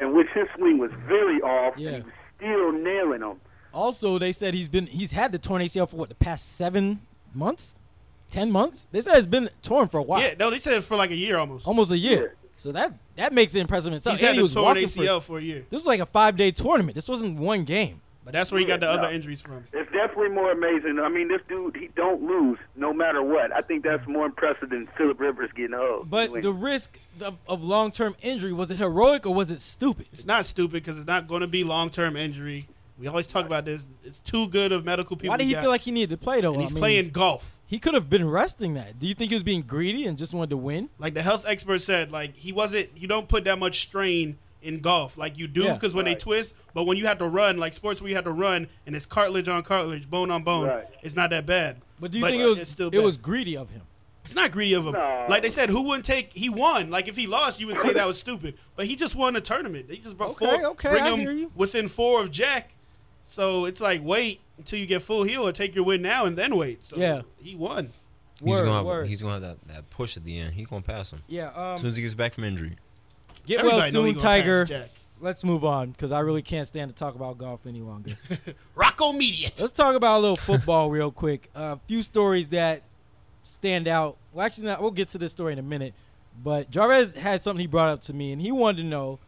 and which his swing was very off,
Yeah.
and he was still nailing them.
also, they said he's been he's had the torn ACL for what the past seven months, ten months. They said it's been torn for a while,
Yeah, no, they said for like a year almost.
almost a year. So that that makes it impressive. in itself.
He's
and
had
he
a
was
torn
walking for-
ACL for a year,
This was like a five day tournament. This wasn't one game.
but that's where he got the
Yeah,
other
no.
injuries from.
It's definitely more amazing. I mean, this dude, he don't lose no matter what. I think that's more impressive than Philip Rivers getting old.
But the risk of, of long term injury was it heroic or was it stupid?
It's not stupid because it's not going to be long term injury. We always talk about this. It's too good of medical people.
Why did
we
he
got,
feel like he needed to play though?
and he's
I mean,
playing golf?
He could have been resting that. Do you think he was being greedy and just wanted to win?
Like the health expert said, like he wasn't. You don't put that much strain in golf, like you do,
Yeah.
because when they twist. But when you have to run, like sports where you have to run, and it's cartilage on cartilage, bone on bone,
Right.
it's not that bad.
But do you think it
it's
was
still
it
bad.
was greedy of him?
It's not greedy of him.
No.
Like they said, who wouldn't take? He won. Like if he lost, you would say that was stupid. But he just won a tournament. They just brought
Okay,
four.
okay,
bring
I
him
hear you.
within four of Jack. So it's like wait until you get full heel or take your win now and then wait. So
Yeah.
he won.
he's
Word,
gonna have,
word.
he's gonna have that, that push at the end. He's gonna pass him
Yeah.
as soon
Um,
as he gets back from injury.
get
Everybody
well
know he
soon,
gonna
Tiger.
pass Jack.
Let's move on because I really can't stand to talk about golf any longer.
Rocco Media.
Let's talk about a little football real quick. A few stories that stand out. Well, actually, not, we'll get to this story in a minute. But Jarvis had something he brought up to me, and he wanted to know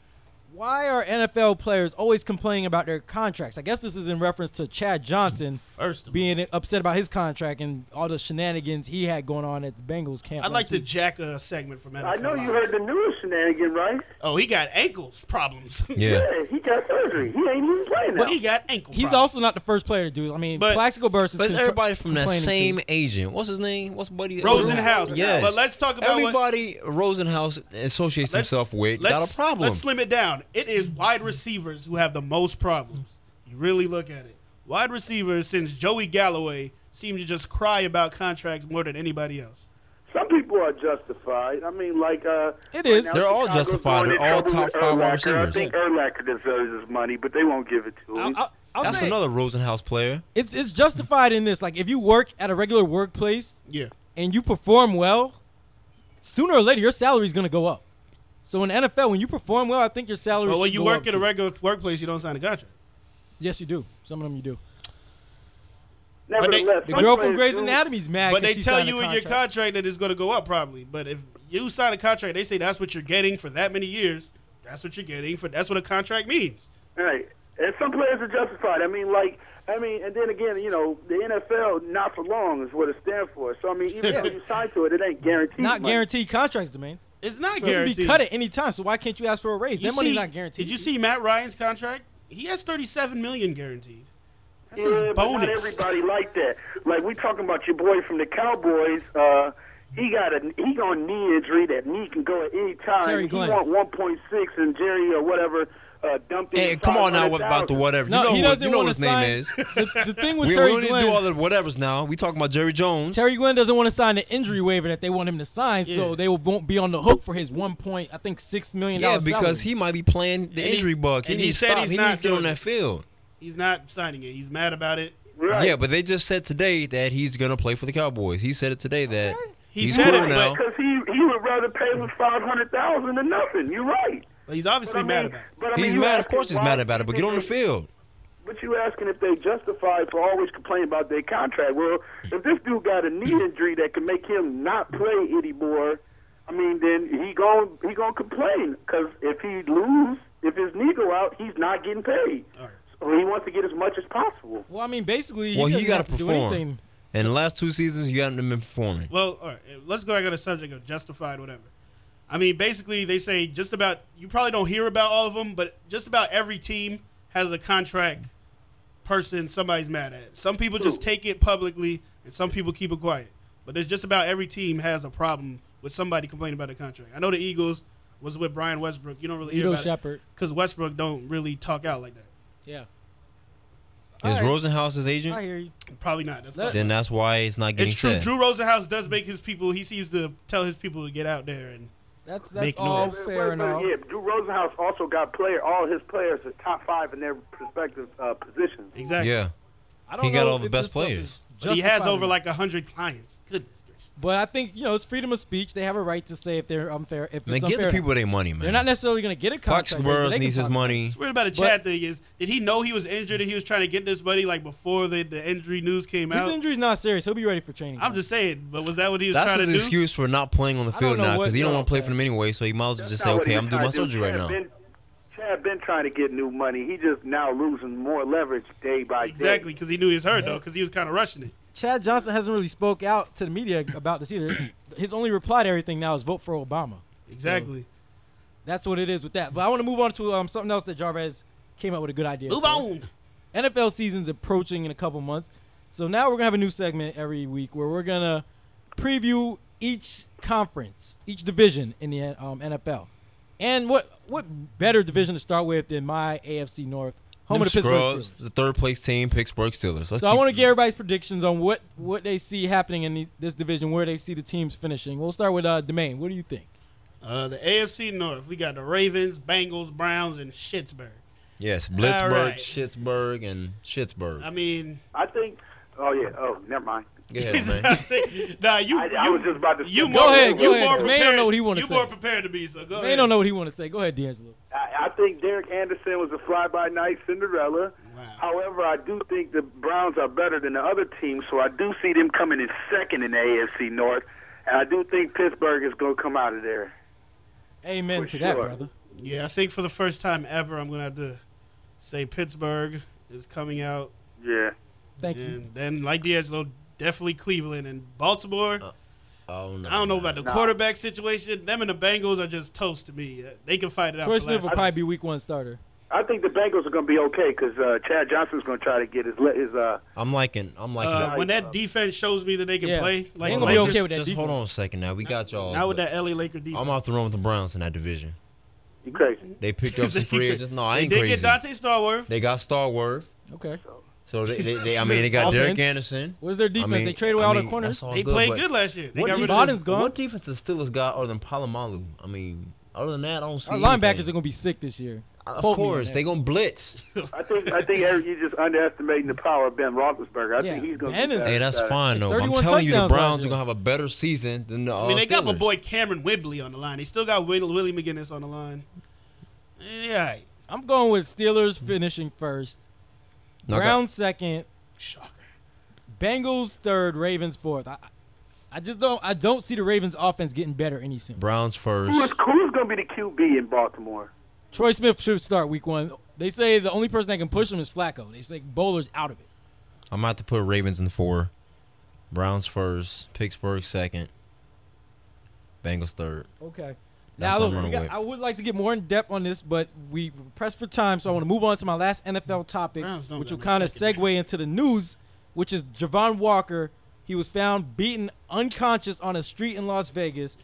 why are NFL players always complaining about their contracts? I guess this is in reference to Chad Johnson
First of
being upset about his contract and all the shenanigans he had going on at the Bengals camp.
I'd like
last
to
week.
jack a segment from NFL.
I know you
Live.
heard the newest shenanigan, right?
Oh, he got ankles problems.
Yeah.
Yeah, he got surgery. He ain't even playing now.
but he got ankle.
He's
problems.
also not the first player to do. it. I mean,
But-
Plaxico Burst is
But it's
contr-
everybody from that
complaining to-
same agent. What's his name? What's buddy?
Rosenhaus.
Yes.
But let's talk about what-
everybody Rosenhaus associates
Let's-
himself with. Got a
let's-
problem.
Let's slim it down. It is wide receivers who have the most problems. You really look at it. Wide receivers, since Joey Galloway, seem to just cry about contracts more than anybody else.
Some people are justified. I mean, like uh,
It is.
now
They're all
Chicago's
justified.
going in
They're all
trouble
top
with
five wide
Urlacher. I
receivers.
think Erlacher deserves his money, but they won't give it to
I'll,
him.
I'll- I'll
That's
say it.
another Rosenhaus player.
It's it's justified in this. Like if you work at a regular workplace,
Yeah.
and you perform well, sooner or later your salary's going to go up. So in NFL, when you perform well, I think your salary.
But when
should
you
go
work
up
at a
too.
regular workplace, you don't sign a contract.
yes, you do. Some of them you do.
they-
Nevertheless,
The
some
girl from
players
Grey's
do-
Anatomy's mad.
But
'cause
they
she
tell
signed a
you in your
contract.
contract that it's going to go up probably. But if you sign a contract, they say that's what you're getting for that many years. That's what you're getting for. That's what a contract means.
Right. And some players are justified. I mean, like, I mean, and then again, you know, the NFL, not for long, is what it stands for. So, I mean, even if you sign to it, it ain't guaranteed.
Not
money.
guaranteed contracts, man.
It's not
It can
guaranteed.
be cut at any time, so why can't you ask for a raise?
You
that money's
see-
not guaranteed.
Did you see Matt Ryan's contract? He has thirty-seven million guaranteed. That's
Yeah,
his
but not
bonus.
everybody like that. Like we talking about your boy from the Cowboys. Uh, he got a he got a knee injury. That knee can go at any time.
Terry
he
Glenn.
want one point six, and Jerry or whatever uh, dumped in.
Hey, come on now about the
500,000.
whatever.
No,
you know,
he
what-
doesn't
you know
want
what
to
his
sign.
name is.
The, the thing with
We, we
Terry
don't need to
Glenn,
do all the whatevers now. We talking about Jerry Jones.
Terry Glenn doesn't want to sign the injury waiver that they want him to sign, so
Yeah.
they will- won't be on the hook for his one point, I think six million
yeah,
dollars.
because he might be playing the
And he-
injury bug. He
and
needs
he
to
said
stop.
he's
he
not
needs to get on
doing
that field.
He's not signing it. He's mad about it.
Right.
Yeah, but they just said today that he's gonna play for the Cowboys. He said it today that
He
he's
said
cool
it,
now.
but-
Because he he would rather pay with five hundred thousand than nothing. You're right.
But he's obviously
But I
mad
mean-
about it.
but I mean,
he's
you
mad. Of
asking
course, he's
why
mad about it. But get on the
people-
field.
But you asking if they justified for always complaining about their contract. Well, if this dude got a knee injury that can make him not play anymore, I mean, then he gon' he gonna complain because if he lose, if his knee go out, he's not getting paid.
All right.
So he wants to get as much as possible.
well, I mean, basically,
Well,
he,
he
got to do
perform.
anything.
And the last two seasons, you haven't been performing.
Well, all right. Let's go back on the subject of justified, whatever. I mean, basically, they say just about you probably don't hear about all of them, but just about every team has a contract person somebody's mad at. Some people just take it publicly, and some people keep it quiet. But there's just about every team has a problem with somebody complaining about the contract. I know the Eagles was with Brian Westbrook. You don't really hear
Vito
about
Shepherd.
because Westbrook don't really talk out like that.
Yeah,
Is
Alright.
Rosenhaus his
I
agent?
hear you.
Probably not. That's
Let-
probably-
Then that's why he's not getting
it's true.
set.
Drew Rosenhaus does make his people. He seems to tell his people to get out there and.
That's that's
Make
all
noise.
fair and all.
Yeah, Drew Rosenhaus also got player. All his players are top five in their respective uh, positions.
Exactly.
Yeah,
I don't
He got
know
all the
if
best
this stuff
players.
is
But he has
justified or
over
not.
like a hundred clients. Goodness gracious.
But I think you know it's freedom of speech. They have a right to say if they're unfair. If it's
man,
unfair,
give the people their money, man.
they're not necessarily going to get a
Fox
contract. but
Spurs
they can
needs his
talk-
money.
What's weird about the Chad thing is, did he know he was injured and he was trying to get this money like before the, the injury news came
His
out?
injury's not serious. He'll be ready for training.
I'm
camp.
just saying, but was that what he was
That's
trying
his
to do?
excuse for not playing on the
don't
field
know
now because
what's
he don't
up,
want to play
man.
for them anyway. So he might as well just
That's
say,
not what
"Okay,
he
I'm doing my
tried to do.
surgery right
Chad
now."
Been, Chad been trying to get new money. He just now losing more leverage day by day.
Exactly, because he knew he was hurt though, because he was kind of rushing it.
Chad Johnson hasn't really spoke out to the media about this either. His only reply to everything now is vote for Obama.
Exactly.
That's what it is with that. But I want to move on to um, something else that Jarvis came up with a good idea.
Move
for.
on.
NFL season's approaching in a couple months. So now we're going to have a new segment every week where we're going to preview each conference, each division in the um, NFL. And what what better division to start with than my AFC North, home
Them
of the Pittsburgh
scrubs,
Steelers.
the third place team, Pittsburgh Steelers. Let's
So I
keep-
want to get everybody's predictions on what, what they see happening in the, this division, where they see the teams finishing. We'll start with uh, Domain. What do you think?
Uh, the AFC North, we got the Ravens, Bengals, Browns, and Shittsburg.
yes, Blitzburg,
Alright.
Schittsburg, and Schittsburg.
Uh,
I mean,
I think. Oh yeah. Oh, never mind.
Go ahead, man.
nah, you.
I-
you
I was just about to-
You
Go
more,
ahead, go
you
ahead.
More
Man don't
prepared,
know what he wanna
You
say.
more prepared to be, so go
They
ahead.
don't know what he want to say. Go ahead, D'Angelo.
I, I think Derek Anderson was a fly-by-night Cinderella.
Wow.
However, I do think the Browns are better than the other teams, so I do see them coming in second in the AFC North, and I do think Pittsburgh is going to come out of there.
Amen
For
to that,
sure.
brother.
Yeah, I think for the first time ever, I'm gonna have to say Pittsburgh is coming out,
Yeah.
Thank you.
and then like D'Angelo, definitely Cleveland and Baltimore.
Oh, no,
I don't know
man.
about the quarterback situation. Them and the Bengals are just toast to me. They can fight it out.
Troy
for
Smith will
last
probably be
place.
week one starter.
I think the Bengals are going to be okay because uh, Chad Johnson's going to try to get his le- his uh.
I'm liking. I'm liking.
Uh, when that defense shows me that they can
Yeah.
play, like,
Ain't
I'm
gonna
like
be
just-
okay with that
Just hold
defense.
on a second. Now we got y'all.
now with
but
that LA Laker defense.
I'm off the run with the Browns in that division.
You crazy?
They picked up some free agents. No, I ain't
they
crazy.
did get Dante Starworth.
They got Starworth.
Okay.
So they, they, they I mean, they got
Offense.
Derek Anderson.
Where's their
I
defense?
mean-
they trade away all
I
their
mean,
corners.
that's all
They played
but
good last year. They
what,
got rid of
defense,
Boden's gone.
what defense the Steelers got other than Palomalu? I mean, other than that, I don't see.
Our linebackers are
anything.
gonna be sick this year.
Of
Quote me on
course,
that.
they gonna blitz.
I think I think Eric, you're just underestimating the power of Ben Roethlisberger. I
Yeah,
think he's going
Ben
to.
is-
hey, that's fine though. I'm
31
telling you, the
touchdowns last
Browns are
year.
gonna have a better season than the. Uh,
I mean, they got my
Steelers.
boy Cameron Wibley on the line. They still got Will, Willie McGinnis on the line. Yeah, all right.
I'm going with Steelers finishing first,
No, I got-
Browns second,
shocker.
Bengals third, Ravens fourth. I, I just don't. I don't see the Ravens offense getting better any soon.
Browns
Who's,
first.
who's going to be the QB in Baltimore?
Troy Smith should start week one. They say the only person that can push him is Flacco. They say Bowler's out of it.
I'm about to put Ravens in four, Browns first, Pittsburgh second, Bengals third.
Okay.
That's what
Now, look,
I'm
we
running
got,
with.
I would like to get more in depth on this, but we pressed for time, so I want to move on to my last NFL topic,
Browns don't
which
got
will
no
kind of
secondary.
segue into the news, which is Javon Walker. He was found beaten unconscious on a street in Las Vegas,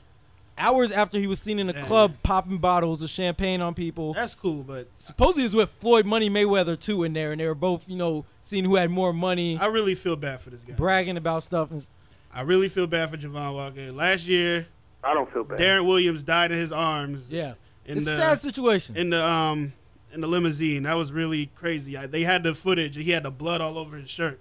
hours after he was seen in a
Yeah.
club popping bottles of champagne on people.
That's cool, but
Supposedly, he was with Floyd Money Mayweather too in there, and they were both, you know, seeing who had more money,
I really feel bad for this guy.
bragging about stuff. And
I really feel bad for Javon Walker. Last year,
I don't feel bad.
Darren Williams died in his arms.
yeah,
In
it's a
the-
sad situation.
in the um in the limousine. That was really crazy. I, they had the footage. and He had the blood all over his shirt.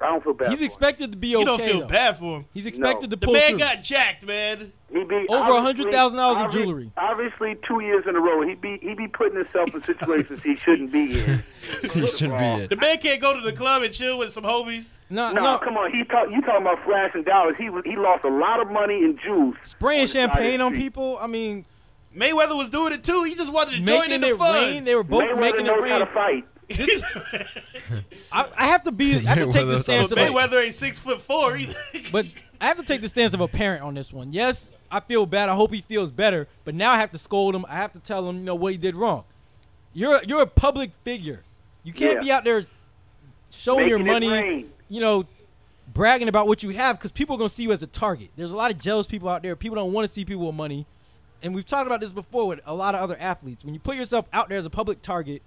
I don't feel bad.
He's
for him.
expected to be okay.
You don't feel
though.
bad for him.
He's expected to
No.
The
pull
man
through.
got jacked, man.
He be
Over
obviously-
$100,000 in
obvi-
jewelry.
Obviously, two years in a row, he be he be putting himself in situations he shouldn't be in.
He should be
The
it.
man can't go to the club and chill with some homies.
No,
No,
no,
come on. He talk, you talking about flashing dollars? He was he lost a lot of money in jewels.
spraying
on the side of
champagne
the
on
street.
people. I mean,
Mayweather was doing it too. He just wanted to join in
making
the
it
fun.
rain. They were both
Mayweather
making it
knows how
rain.
to fight.
I, I have to be. I have to take the
Mayweather's
stance
but
of
all-
a,
Mayweather ain't six foot four either.
but I have to take the stance of a parent on this one. Yes, I feel bad. I hope he feels better. But now I have to scold him. I have to tell him, you know, what he did wrong. You're a- you're a public figure. You can't
Yeah.
be out there showing your
Making it
money.
rain.
You know. Bragging about what you have because people are gonna see you as a target. There's a lot of jealous people out there. People don't want to see people with money, and we've talked about this before with a lot of other athletes. When you put yourself out there as a public target,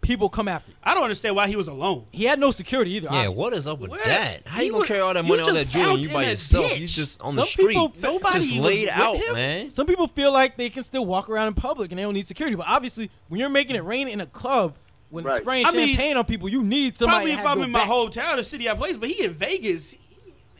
people come after you.
I don't understand why he was alone.
He had no security either.
Yeah,
obviously.
what is up with
What?
that? How
He
you gonna
was-
carry all that
you
money on
just
that jewelry?
found
You
in
by
that
yourself?
ditch.
You just on the
Some
street.
people- nobody
just
was
laid
with
out,
him.
man.
Some people feel like they can still walk around in public and they don't need security, but obviously, when you're making it rain in a club, when
Right.
spraying
I mean,
champagne on people, you need somebody.
Probably if
to have
I'm
your
in my
back.
hometown, the city I place, but he in Vegas. He,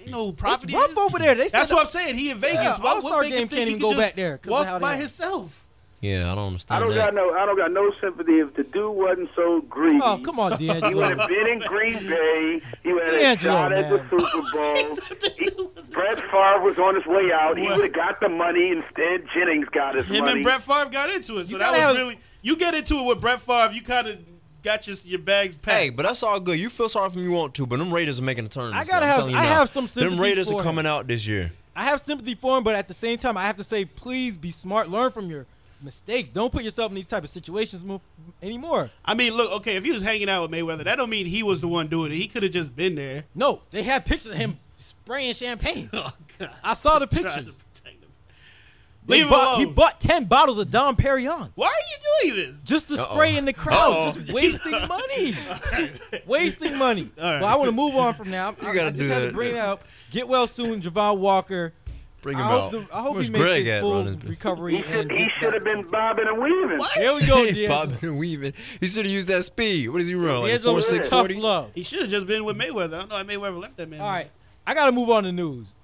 ain't no property.
rough
is.
over there. They
That's
said-
what I'm saying. He in Vegas.
Yeah,
Why-
All-Star
what make him
game
think
can't
he
even
could
go
just
back there 'cause of how
Walk
they
by
are.
himself.
Yeah, I don't
I
understand
don't
that.
got no I don't got no sympathy if the dude wasn't so greedy.
Oh, come on,
He would
D'Angelo.
have been in Green Bay. He would have had a
D'Angelo,
shot at the
man.
Super Bowl.
The dude was-
Brett Favre was on his way out. He
What?
would have got the money. Instead, Jennings got his
Him
money.
and Brett Favre got into it, so
You
that was
gotta have-
really. You get into it with Brett Favre, you kind of got your your bags packed.
Hey, but that's all good. You feel sorry for me, you want to, but them Raiders are making a turn.
I
this
gotta
year. I'm
have-
telling you
I
now.
have some sympathy
Them Raiders
for
are
him.
coming out this year.
I have sympathy for him, but at the same time, I have to say, please be smart. Learn from your mistakes. Don't put yourself in these type of situations mo- anymore.
I mean, look, okay, if he was hanging out with Mayweather, that don't mean he was the one doing it. He could have just been there.
No, they had pictures of him spraying champagne.
Oh God!
I saw the
Trying to
pictures.
protect him.
They
Leave him
bought- He
alone.
bought ten bottles of Dom Perignon.
Why are you doing this?
just to
Uh-oh.
spray in the crowd,
Uh-oh.
just wasting money, wasting money.
right.
But I want to move on from now. I,
gotta
I just
do
had to
that.
bring up get well soon, Javon Walker.
Bring
I
him
hope,
out.
the, I hope
Where's
he makes
Greg
his
at
full
running?
recovery.
he should,
and
he
gets
should have
back.
been bobbing and weaving.
Here we go,
Hey,
D'Angelo.
Bobby Weaving. He should have used that speed. What is he running? Like
D'Angelo,
four,
was
six,
tough
forty.
love.
He should have just been with Mayweather. I don't know. why Mayweather left that man.
All right, I gotta move on to news.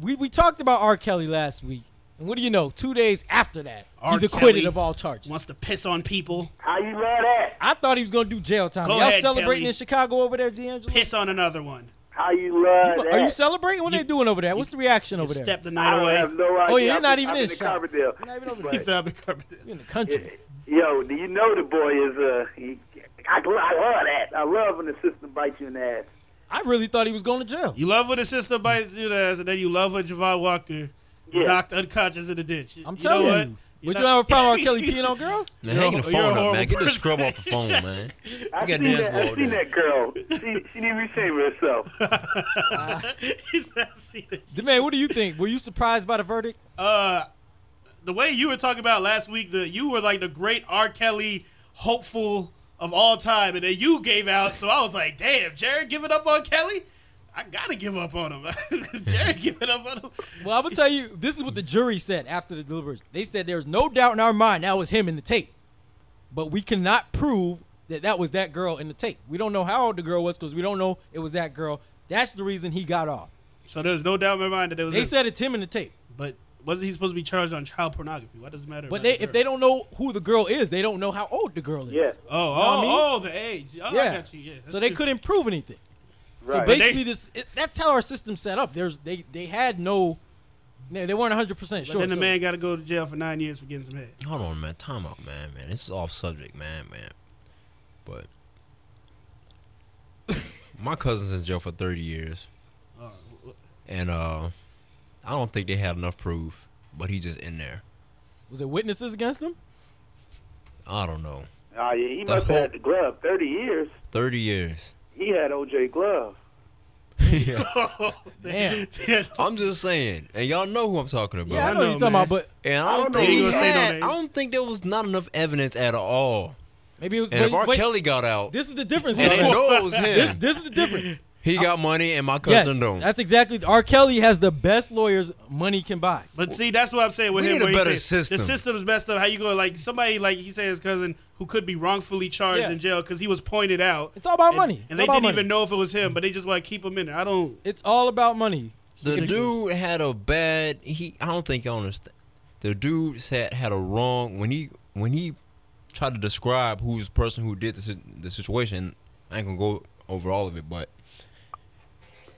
We we talked about R. Kelly last week, and what do you know? Two days after that,
R.
he's acquitted
Kelly
of all charges.
Wants to piss on people,
How you love that?
I thought he was gonna do jail time.
Go
Um, Y'all
ahead,
celebrating
Kelly.
in Chicago over there, D'Angelo?
piss on another one,
How you love that?
Are you celebrating? What are they doing over there? What's the reaction over there?
step the
I
night
don't
away.
have no idea.
Oh, yeah, you're
I've
not
been-
even
I've
in
been
Chicago.
Carbondale.
You're not even over
But-
there.
He's out of Carbondale.
You're in the country.
Yo, do you know the boy is uh he, I, I love that. I love when the system bites you in the ass.
I really thought he was going to jail.
You love when the sister bites you in the ass, and then you love when Javon Walker
Yeah.
was knocked unconscious in the ditch.
I'm
you
telling
know what?
you.
You're
Would you
not-
have a problem with R. Kelly peeing on girls?
Man,
You're a-
hanging the
you're a
phone up,
horrible
man. Get the
person.
scrub off the phone, man. You
I
got
seen
D'Angelo
that, I
over
seen
there.
that girl. She, she didn't be ashamed of herself.
He's not seen it.
The man, what do you think? Were you surprised by the verdict?
uh, the way you were talking about last week, the you were like the great R. Kelly hopeful of all time, and then you gave out. So I was like, damn, Jared giving up on Kelly. I gotta give up on him. Jared giving up on him.
Well, I'm gonna tell you, this is what the jury said after the deliberation. They said there's no doubt in our mind that was him in the tape, but we cannot prove that that was that girl in the tape. We don't know how old the girl was because we don't know it was that girl. That's the reason he got off.
So there's no doubt in my mind that it was.
They
him.
said it's him in the tape,
but wasn't he supposed to be charged on child pornography? Why does it matter?
but
about
they
the
if
girl?
they don't know who the girl is, they don't know how old the girl is.
Yeah,
Oh, oh,
I mean?
oh, the age. Oh, I
yeah.
got you. Yeah. that's
so they
true.
couldn't prove anything.
right.
they-
basically this it, that's how our system set up there's they they had no they, they weren't 100%
But
sure
then the
so-
man got to go to jail for nine years for getting some head.
Hold on, man. Time out, man. Man, this is off subject, man. Man, But my cousin's in jail for 30 years. And uh, I don't think they had enough proof, but he just in there.
Was it witnesses against him?
I don't know.
Ah, yeah, he must have
whole-
had the glove. Thirty years.
30 years.
He had OJ glove.
Damn.
I'm just saying, and y'all know who I'm talking about.
Yeah, I
know,
know, what you're talking
man.
about, but
And I don't
I don't
think
know
he
who you
gonna say
had,
no
I
name.
don't think there was not enough evidence at all.
maybe it was.
And if
wait,
R.
wait,
Kelly got out,
this is the difference.
and they
though.
know it was
this,
him,
this is the difference. Uh,
he got money, and my
Yes,
cousin don't.
that's exactly. R. Kelly has the best lawyers money can buy.
But see, that's what I'm saying with
We
him.
need a
where he
better
said,
system.
The system's messed up. How you go like somebody like he said his cousin who could be wrongfully charged
Yeah.
in jail because he was pointed out.
It's all about
and,
money. It's
and they
all about
didn't
money.
even know if it was him, but they just want to keep him in there. I don't.
It's all about money.
The dude had a bad. He. I don't think y'all understand. The dude had had a wrong when he when he tried to describe who's the person who did the si- the situation. I ain't gonna go over all of it, but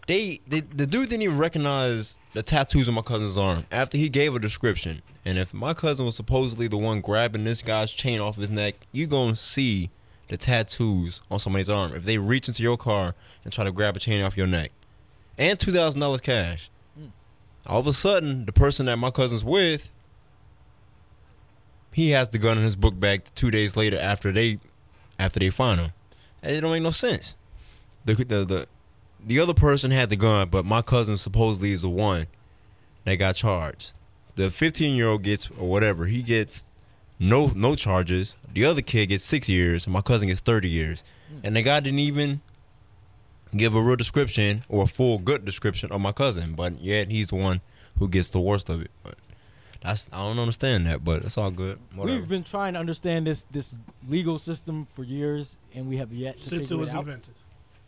they, they the dude didn't even recognize the tattoos on my cousin's arm after he gave a description. And if my cousin was supposedly the one grabbing this guy's chain off his neck, you gonna see the tattoos on somebody's arm if they reach into your car and try to grab a chain off your neck and two thousand dollars cash. All of a sudden, the person that my cousin's with, he has the gun in his book bag two days later after they, after they find him. And it don't make no sense. The the the, the other person had the gun, but my cousin supposedly is the one that got charged. The fifteen year old gets or whatever he gets. No, no charges. The other kid gets six years, and my cousin gets thirty years. And the guy didn't even give a real description or a full good description of my cousin, but yet he's the one who gets the worst of it. But that's I don't understand that, but it's all good. Whatever.
We've been trying to understand this this legal system for years, and we have yet to
Since it
figure it,
was
out.
invented.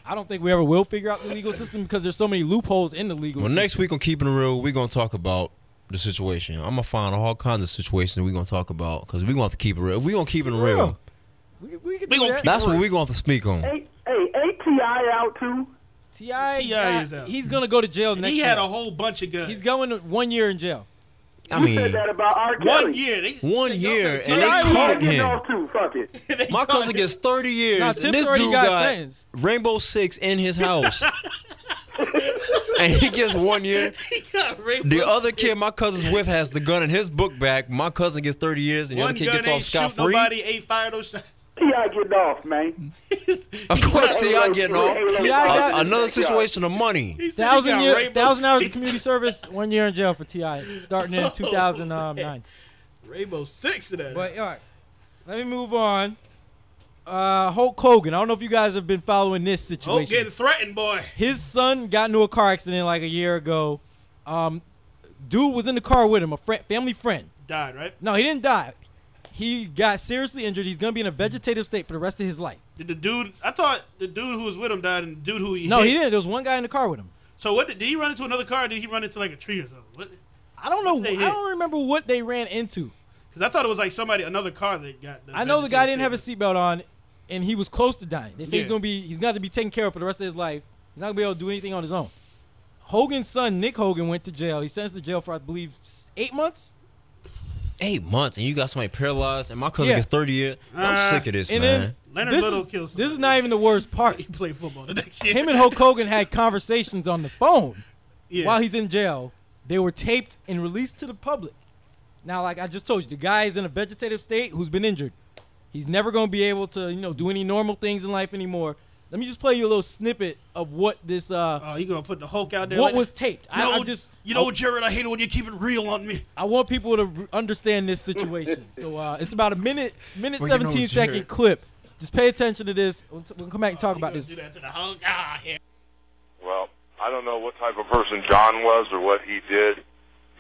I don't think we ever will figure out the legal system because there's so many loopholes in the legal
well,
system.
next week on Keeping It Real, we're gonna talk about the situation. I'm gonna find all kinds of situations we're gonna talk about because we're gonna have to keep it real. If we gonna keep it real,
Real. we, we could
We
do
gonna
that.
keep-
that's what we're gonna have to speak on.
Hey, hey, ATI out too.
Ti
T.I. is
got-
out.
He's gonna go to jail next.
he had a
year.
whole bunch of guns.
He's going to one year in jail.
I
You said
mean,
that about R. Kelly.
one year. They,
one year and they
T.I.
Yeah,
was
caught
getting
him.
off too. Fuck it.
they
My
caught
cousin
him.
gets 30 years.
Nah, Tibbs
and this
already
dude
got
got,
sentenced.
Rainbow Six in his house. and he gets one year.
He got raped.
The other kid my cousin's with has the gun in his book bag. My cousin gets 30 years and the
One
other kid
gun
gets off
ain't
scot
shoot
free.
nobody. Ain't fire no shots.
T.I. getting off, man.
Of course,
Hey,
T.I.
look,
getting
hey,
off.
look,
T.I. got-
A- Another situation of money.
He said he
Thousand
got
year,
Rainbow
thousand hours of
Six. Oh,
community service, one year in jail for Ti, starting in 2009.
Rainbow Six of that.
But all right, let me move on. Uh, Hulk Hogan. I don't know if you guys have been following this
Oh,
situation.
getting threatened, boy.
His son got into a car accident like a year ago. Um, dude was in the car with him, a friend, family friend.
Died, right?
No, he didn't die. He got seriously injured. He's gonna be in a vegetative state for the rest of his life.
Did the dude? I thought the dude who was with him died, and the dude who he
No,
hit.
he didn't. There was one guy in the car with him.
So what did, did he run into another car? Or did he run into like a tree or something? What?
I don't know.
What
I
they hit?
don't remember what they ran into.
Because I thought it was like somebody another car that got. done.
I know the guy didn't have a seatbelt on, and he was close to dying. They say he's
Yeah.
gonna be he's gonna have to be taken care of for the rest of his life. He's not gonna be able to do anything on his own. Hogan's son Nick Hogan went to jail. He's sentenced to jail for I believe s- eight months.
Eight months and you got somebody paralyzed and my cousin
Yeah.
gets 30 years.
Uh,
I'm sick of this,
And
man.
then
Leonard
this
Little
is,
killed
This is
somebody.
not even the worst part.
He played football the next year.
Him and Hulk Hogan had conversations on the phone
yeah.
while he's in jail. They were taped and released to the public. Now, like I just told you, the guy is in a vegetative state who's been injured. He's never going to be able to, you know, do any normal things in life anymore. Let me just play you a little snippet of what this, uh,
Oh, you gonna put the Hulk out there?
what
like
was
that?
taped.
You know,
I, I just,
you know, Jared, I hate it when you keep it real on me.
I want people to r- understand this situation. so uh, it's about a minute, minute
Well, you know,
seventeen second
Jared-
clip. Just pay attention to this. We'll, t- we'll come back and talk
You
about
gonna
this.
Do that to the Hulk? Ah, yeah.
Well, I don't know what type of person John was or what he did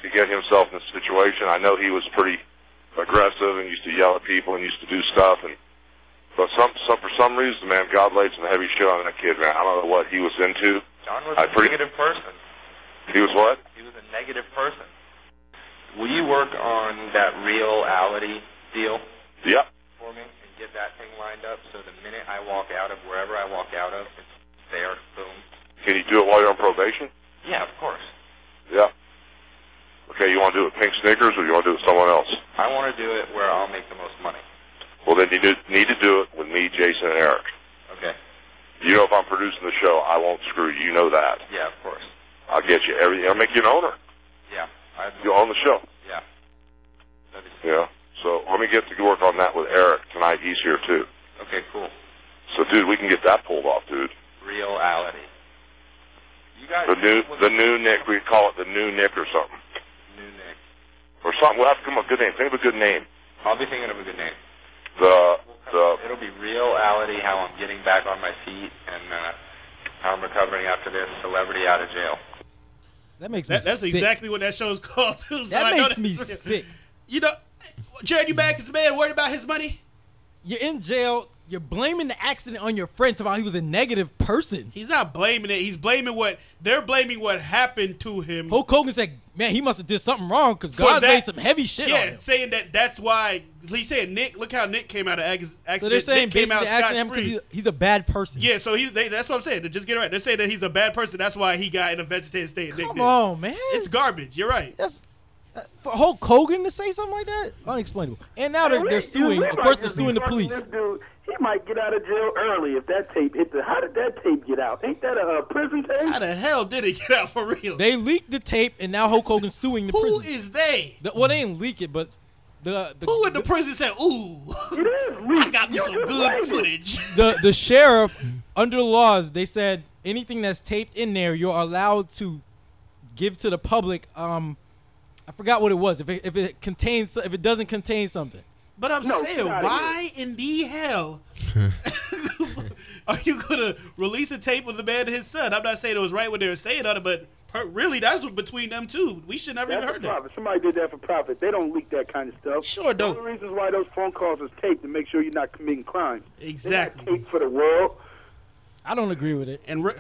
to get himself in this situation. I know he was pretty aggressive and used to yell at people and used to do stuff and but some, some for some reason, man, God laid some heavy shit on that kid, man. I don't know what he was into.
John was
I
a
pretty-
negative person.
He was what?
He was a negative person. Will you work on that reality deal
Yep.
for me and get that thing lined up so the minute I walk out of wherever I walk out of, it's there, boom?
Can you do it while you're on probation?
Yeah, of course.
Yeah. Okay, you want to do it with Pink Snickers or you want to do it with someone else?
I want to do it where I'll make the most money.
Well, then you do, need to do it with me, Jason, and Eric. know if I'm producing the show, I won't screw you. You know that.
Yeah, of course.
I'll get you everything. I'll make you an owner.
Yeah. I,
You own the show.
yeah. That'd be-
Yeah. So let me get to work on that with Eric tonight. He's here too.
Okay, cool.
So dude, we can get that pulled off, dude.
Reality. You guys.
The new
what's
the new Nick. We call it the new Nick or something.
new name?
Or something. We'll have to come up with a good name. Think of a good name.
I'll be thinking of a good name.
The the
It'll be reality how I'm getting back on my feet and uh, how I'm recovering after this celebrity out of jail.
That makes me
That, that's
sick.
exactly what that show's called too. So I
That
know
makes me
that's real.
sick.
You know, Jared, you back? Is the man worried about his money?
You're in jail. You're blaming the accident on your friend. About he was a negative person.
He's not blaming it. He's blaming what they're blaming what happened to him.
Hulk Hogan said, "Man, he must have did something wrong because
For
God
that-
laid some heavy shit on
yeah,
him."
saying that that's why he said Nick. Look how Nick came out of ag- accident.
So they're saying
Nick came
basically
out
the accident
scot
happened because
free.
he's, he's a bad person.
Yeah, so he they, that's what I'm saying. To just get it right. They're saying that he's a bad person. That's why he got in a vegetative state. Nick
Come
did.
on, man.
It's garbage. You're right.
That's uh, for Hulk Hogan to say something like that, unexplainable. And now they're,
We-
they're suing.
we
Of
might
course, they're
just
suing the
be fucking
police.
This dude, he might get out of jail early if that tape hit the. How did that tape get out? Ain't that a uh, prison tape?
How the hell did it get out for real?
They leaked the tape, and now Hulk Hogan's suing the
Who
prison.
is they?
The- well, they didn't leak it, but the the
Who in the prison said, "Ooh,
It is
I
leaked.
got me
You
some
just
good
played it.
footage"?
the, the sheriff under the laws they said anything that's taped in there you're allowed to give to the public. Um, I forgot what it was. If it, if it contains if it doesn't contain something,
But I'm
No,
saying,
get outta
why in the hell are you gonna release a tape of the man and his son? I'm not saying it was right what they were saying on it, but per- really, that's what between them two. We should never
That's
even
for
heard that.
profit. Somebody did that for profit. They don't leak that kind of stuff.
Sure don't.
The only reasons why those phone calls is taped to make sure you're not committing crimes. They're not
Exactly.
taped for the world.
I don't agree with it.
And Ra-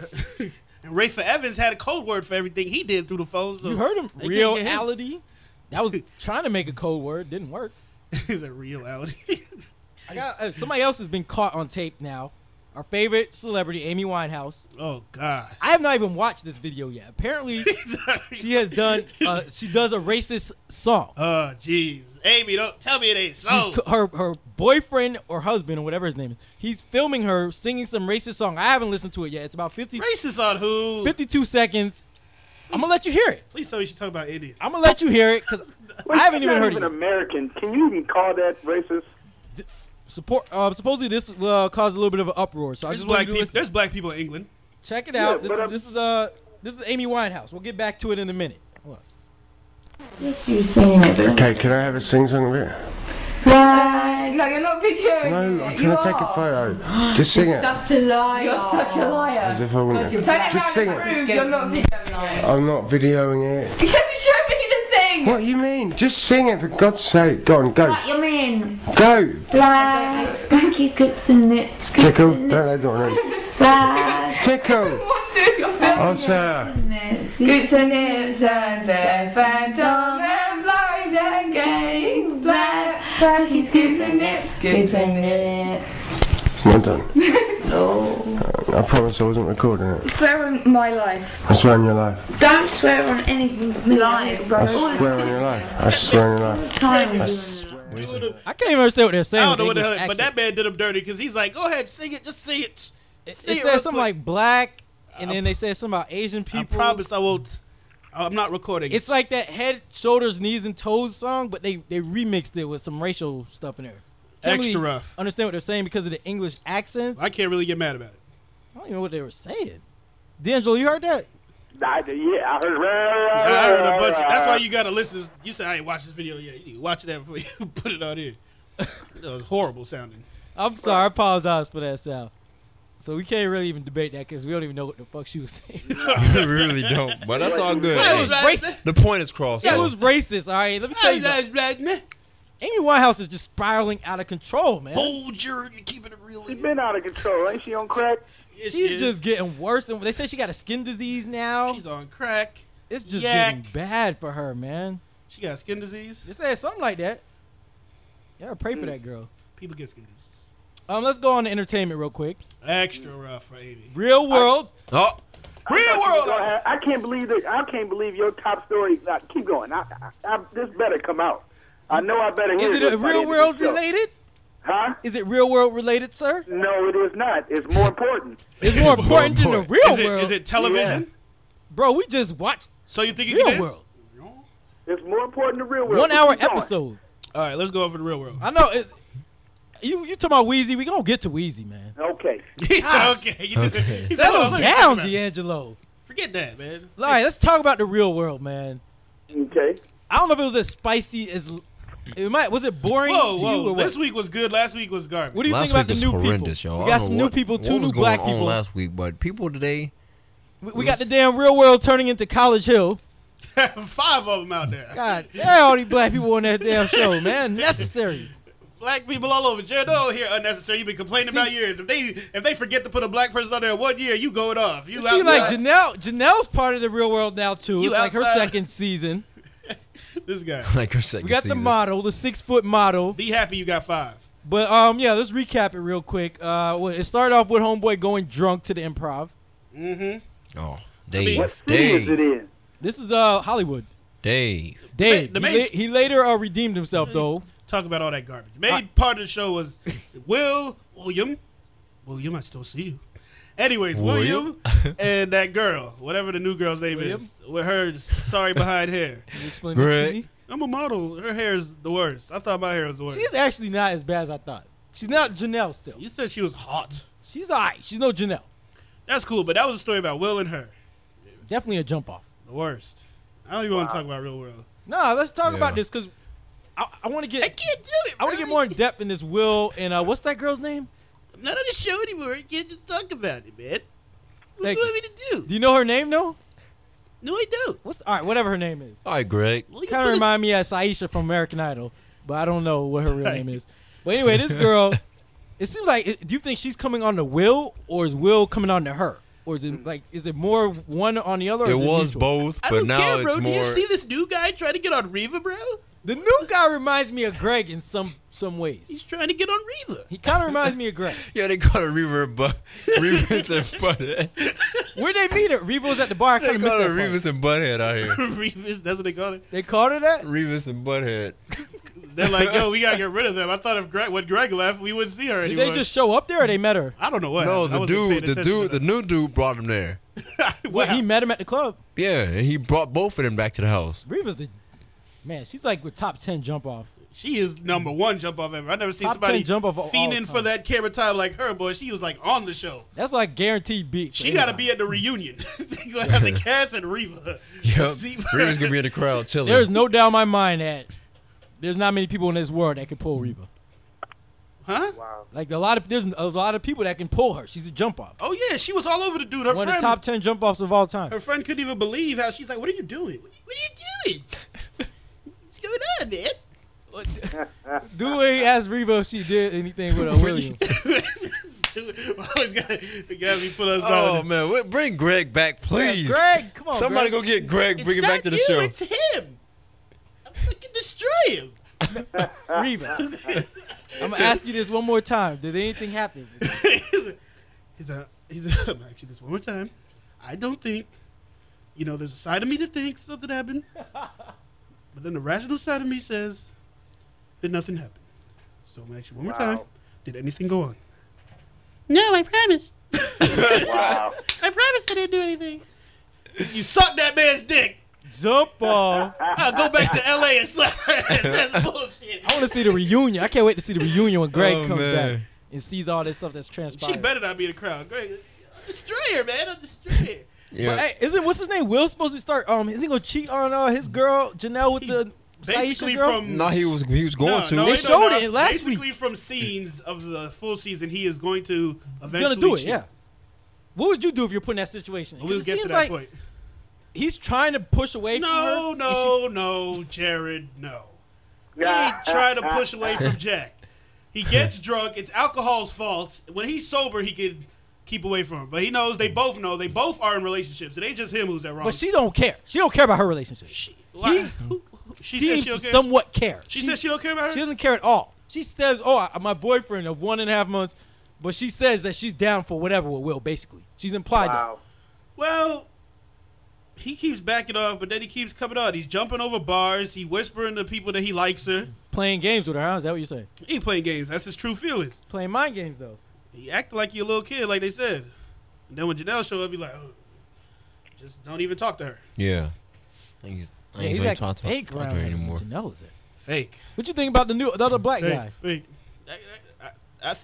and Rafa Evans had a code word for everything he did through the phone. So
You heard him.
they couldn't get him.
Reality. That was trying to make a code word, didn't work.
Is it reality?
I got uh, somebody else has been caught on tape now. Our favorite celebrity, Amy Winehouse.
oh God.
I have not even watched this video yet. Apparently, she has done. Uh, she does a racist song.
Oh jeez, Amy, don't tell me it ain't so.
She's co- her her boyfriend or husband or whatever his name is. He's filming her singing some racist song. I haven't listened to it yet. It's about 50,
Racist on who?
52 seconds. I'm gonna let you hear it.
Please tell me she talking about Indians.
I'm gonna let you hear it because I
Wait,
haven't
she's
even
not
heard it.
even
yet.
American. Can you even call that racist?
Support. Uh, supposedly this uh, caused a little bit of an uproar. So I
There's
just
black
want to
people. There's black people in England.
check it
Yeah,
out. This
but
is
I'm-
this is uh this is Amy Winehouse. We'll get back to it in a minute. Hold on.
Okay, can I have a sing song of it?
Why? No, you're not videoing.
No,
it.
I'm
you
trying to take a
are.
photo. Just sing it.
Such a liar. You're such a
As
liar.
if I wouldn't.
Turn it around
Just sing
and
it.
prove you're not videoing it.
I'm not videoing it.
Because you showed me the thing.
What do you mean? Just sing it for God's sake. Go on, go.
What you mean?
Go!
Lies. Pinky clips and nips.
Tickle. Don't let that on it.
Lies.
Tickle!
What's this? You're filming
Oh,
it.
sir.
Goods and nips and deaf and dumb and blind and gay. Black. Pinky scoops and nips. Goods and nips.
It's not done. No. I promise I wasn't recording it.
Swear on my life.
I swear on your life.
Don't swear on anything live, bro. All
I
the
swear on your life. I swear on your life.
time.
What do you say?
I can't even understand what they're saying.
I don't know what the
with
hell,
English
but that
accent.
man did him dirty because he's like, "Go ahead, sing it, just sing it." Sing
it
real
says something
quick."
like black, and then they said something about Asian people.
"I promise I won't." I'm not recording.
It's like that head, shoulders, knees, and toes song, but they they remixed it with some racial stuff in there.
Extra
really
rough.
Understand what they're saying because of the English accents?
I can't really get mad about it.
I don't even know what they were saying. D'Angelo, you heard that?
I, yeah, I heard.
I heard a bunch. Of, that's why you gotta listen. You said I ain't watched this video yet. You need to watch that before you put it on here. That was horrible sounding.
I'm sorry. I apologize for that, Sal. So we can't really even debate that because we don't even know what the fuck she was saying.
You really don't, but that's all good.
That was
Hey,
racist.
the point is crossed.
It
though.
was racist. All right, let me tell you.
That
Though,
was racist.
Amy Winehouse is just spiraling out of control, man.
Oh, Jared, you're keeping it real.
She's been out of control. Ain't she on crack?
Yes,
She's
yes.
just getting worse, and they said she got a skin disease now.
She's on crack.
it's just
yak.
getting bad for her, man.
She got skin disease.
They said something like that. Yeah, pray
Mm.
for that
Mm.
girl.
People get skin disease.
Um, let's go on to entertainment real quick.
Extra rough for Amy.
Real world.
Oh,
Real world.
Go ahead. I can't believe that. I can't believe your top story. Nah, keep going. I, I, I, this better come out. I know I better hear
is it a
this by the
real
end of
world
the show.
related?
Huh?
Is it real world related, sir?
No, it is not. It's more important.
It's more important than the real
Is it-
world.
is it television?
Yeah.
Bro, we just watched
So you think you
real
can dance?
world.
It's more important than real world.
One
What
hour
you doing?
episode.
All right, let's go over the real world.
I know. It, you you talking about Wheezy? We gonna get to Wheezy, man.
Okay.
He said, okay. You did-
Okay.
he said, "Hold on,
Settle
let me think
Ah. down,
about it."
D'Angelo.
Forget that, man.
All right, let's talk about the real world, man.
Okay.
I don't know if it was as spicy as it might. Was it boring
Whoa,
to you?
whoa.
Or what?
This week was good. Last week was garbage.
what do you
last
think about
week
the
was
new
horrendous,
people?
y'all.
We
I
got
don't
some
know
new
what-
people,
what
two
was
new
going
black
on
people.
last week, but people today,
we we got the
was-
damn real world turning into College Hill.
Five of them out there.
God, damn, all these black people on that damn show, man. Necessary.
Black people all over. Jared, don't hear unnecessary. You've been complaining about years. If they if they forget to put a black person on there one year, you go it off. You
See,
outside.
like Janelle, Janelle's part of the real world now too.
You
It's like her
outside.
second season.
this guy.
like her second
We got the
season.
model, the six foot model.
Be happy you got five.
But um, yeah, let's recap it real quick. Uh, well, it started off with homeboy going drunk to the improv.
Mm-hmm.
Oh,
What
Dave,
city is it
Dave,
in?
This is uh Hollywood.
Dave.
Dave.
the Mm-hmm.
he,
main-
la- he later uh, redeemed himself though.
Talk about all that garbage. Main part of the show was Will William. William, I still see you. Anyways, William, and that girl, whatever the new girl's name
William?
is, with her sorry behind hair.
Can you Explain this to
Greg.
me.
I'm a model. Her hair is the worst. I thought my hair was the worst.
She's actually not as bad as I thought. She's not Janelle still.
you said she was hot.
She's alright. She's no Janelle.
That's cool, but that was a story about Will and her.
Definitely a jump off.
The worst. I don't even want to talk about real world.
Nah, let's talk
Yeah.
about this because I, I want to get I,
do it.
want to get more in depth in this Will and uh, what's that girl's name?
I'm not on the show anymore. You can't just talk about it, man. What
Thank
do you
you.
want me to
Do
do?
you know her name though?
No, I don't.
What's all right? Whatever her name is.
All right, Greg.
Well, you
kind
put
of
us-
remind me of Saisha from American Idol, but I don't know what her real name is. But anyway, this girl, it seems like. Do you think she's coming on to Will, or is Will coming on to her, or is it like is it more one on the other? Or
It
is
was
mutual?
both,
Hmm. I
but
don't
now
care,
it's
bro.
more.
Do you see this new guy trying to get on Reva, bro?
The new guy reminds me of Greg in some some ways.
He's trying to get on Reva.
He kind of reminds me of Greg.
Yeah, they call it Reavis, but Reavis and Butthead.
Where'd they meet her? Revo was at the bar. I kind
They
of
call
missed
it
that part.
Reavis and Butthead out here.
Revis, that's what they call it.
They called her that.
Reavis and Butthead.
They're like, yo, we gotta get rid of them. I thought if Greg, when Greg left, we wouldn't see her
Did
anymore.
they just show up there, or they met her?
I don't know what.
No,
happened. I
the
wasn't paying
dude, the
attention
dude,
to
the new dude brought him there.
that.
What,
Wow.
he met him at the club.
Yeah, and he brought both of them back to the house.
Reva's the man. She's like with top ten jump off.
She is number one jump off ever. I never seen
Top
somebody
10 jump off of all
fiending for
time.
that camera time like her, boy. She was like on the show.
That's like guaranteed beat. for
She got to
anybody.
be at the reunion. They gonna have the cast and Reva.
Yep.
See-
Reavis gonna be in the crowd chilling.
There's no doubt in my mind that there's not many people in this world that can pull Reba.
huh?
Like a lot of there's a lot of people that can pull her. She's a jump off.
Oh yeah, she was all over the dude. Her
One of
friend,
the top ten jump offs of all time.
her friend couldn't even believe how she's like, "What are you doing? What are you, what are you doing? What's going on, man?"
Dude ain't asked Reba if she did anything with a William.
Dude, always got the guy we put us
Oh
down.
man, wait, bring Greg back, please.
Greg, come on.
Somebody
Greg.
go get Greg.
It's
bring him
not
back to the
you,
show.
It's him. I fucking destroy him.
go Reba. I'm gonna ask you this one more time. Did anything happen?
he's a, he's a, I'm actually this one more time. I don't think, you know, there's a side of me that thinks something happened, but then the rational side of me says that nothing happened. So I'm actually one more time. Did anything go on? No, I promise.
Wow.
I promise I didn't do anything. You sucked that man's dick.
Jump off. I
I'll go back to LA and slap her ass. That's bullshit.
want to see the reunion. I can't wait to see the reunion when Greg
Oh,
comes
man.
back and sees all this stuff that's transpired.
She better not be in the crowd. Great. I'll destroy her, man. I'll destroy her.
Yeah.
But hey, isn't what's his name? Will supposed to start? Um, isn't he gonna cheat on uh, his girl Janelle with
He
the
Basically
Saisha girl?
from
no, he was he was going
No,
to.
no,
They
it don't- no,
showed it last
Basically, from scenes of the full season, he is going to
He's
eventually
gonna do it.
cheat.
Yeah. What would you do if you're put in that situation? 'Cause
We'll
it
get to
seems
that
like
point.
He's trying to push away
No,
from her. and she-
no, no, Jared, no. He
Yeah.
tried to
uh,
push away from Jack. He gets drunk. It's alcohol's fault. When he's sober, he can keep away from her. But he knows they both know they both are in relationships. It ain't just him who's at wrong.
but she don't care. She don't care about her relationship. She,
she, why- she said
seems
she don't
to
care.
somewhat care.
she, said she don't care about her.
she doesn't care at all. She says, "Oh, I, my boyfriend of one and a half months," but she says that she's down for whatever with Will. Basically, she's implied
Wow.
well, he keeps backing off, but then he keeps coming out. He's jumping over bars. He whispering to people that he likes her.
Playing games with her, huh? Is that what you're saying?
He playing games. That's his true feelings.
Playing mind games though.
He acted like he a little kid, like they said. And then when Janelle showed up, he like, "Oh, just don't even talk to her.
Yeah. I think he's, I
Yeah,
ain't
he's
really
like
trying to talk,
fake
talk to
around
her
him.
anymore.
Janelle is it?
Fake.
What you think about the new the other black
fake,
guy?
Fake. I, I, I,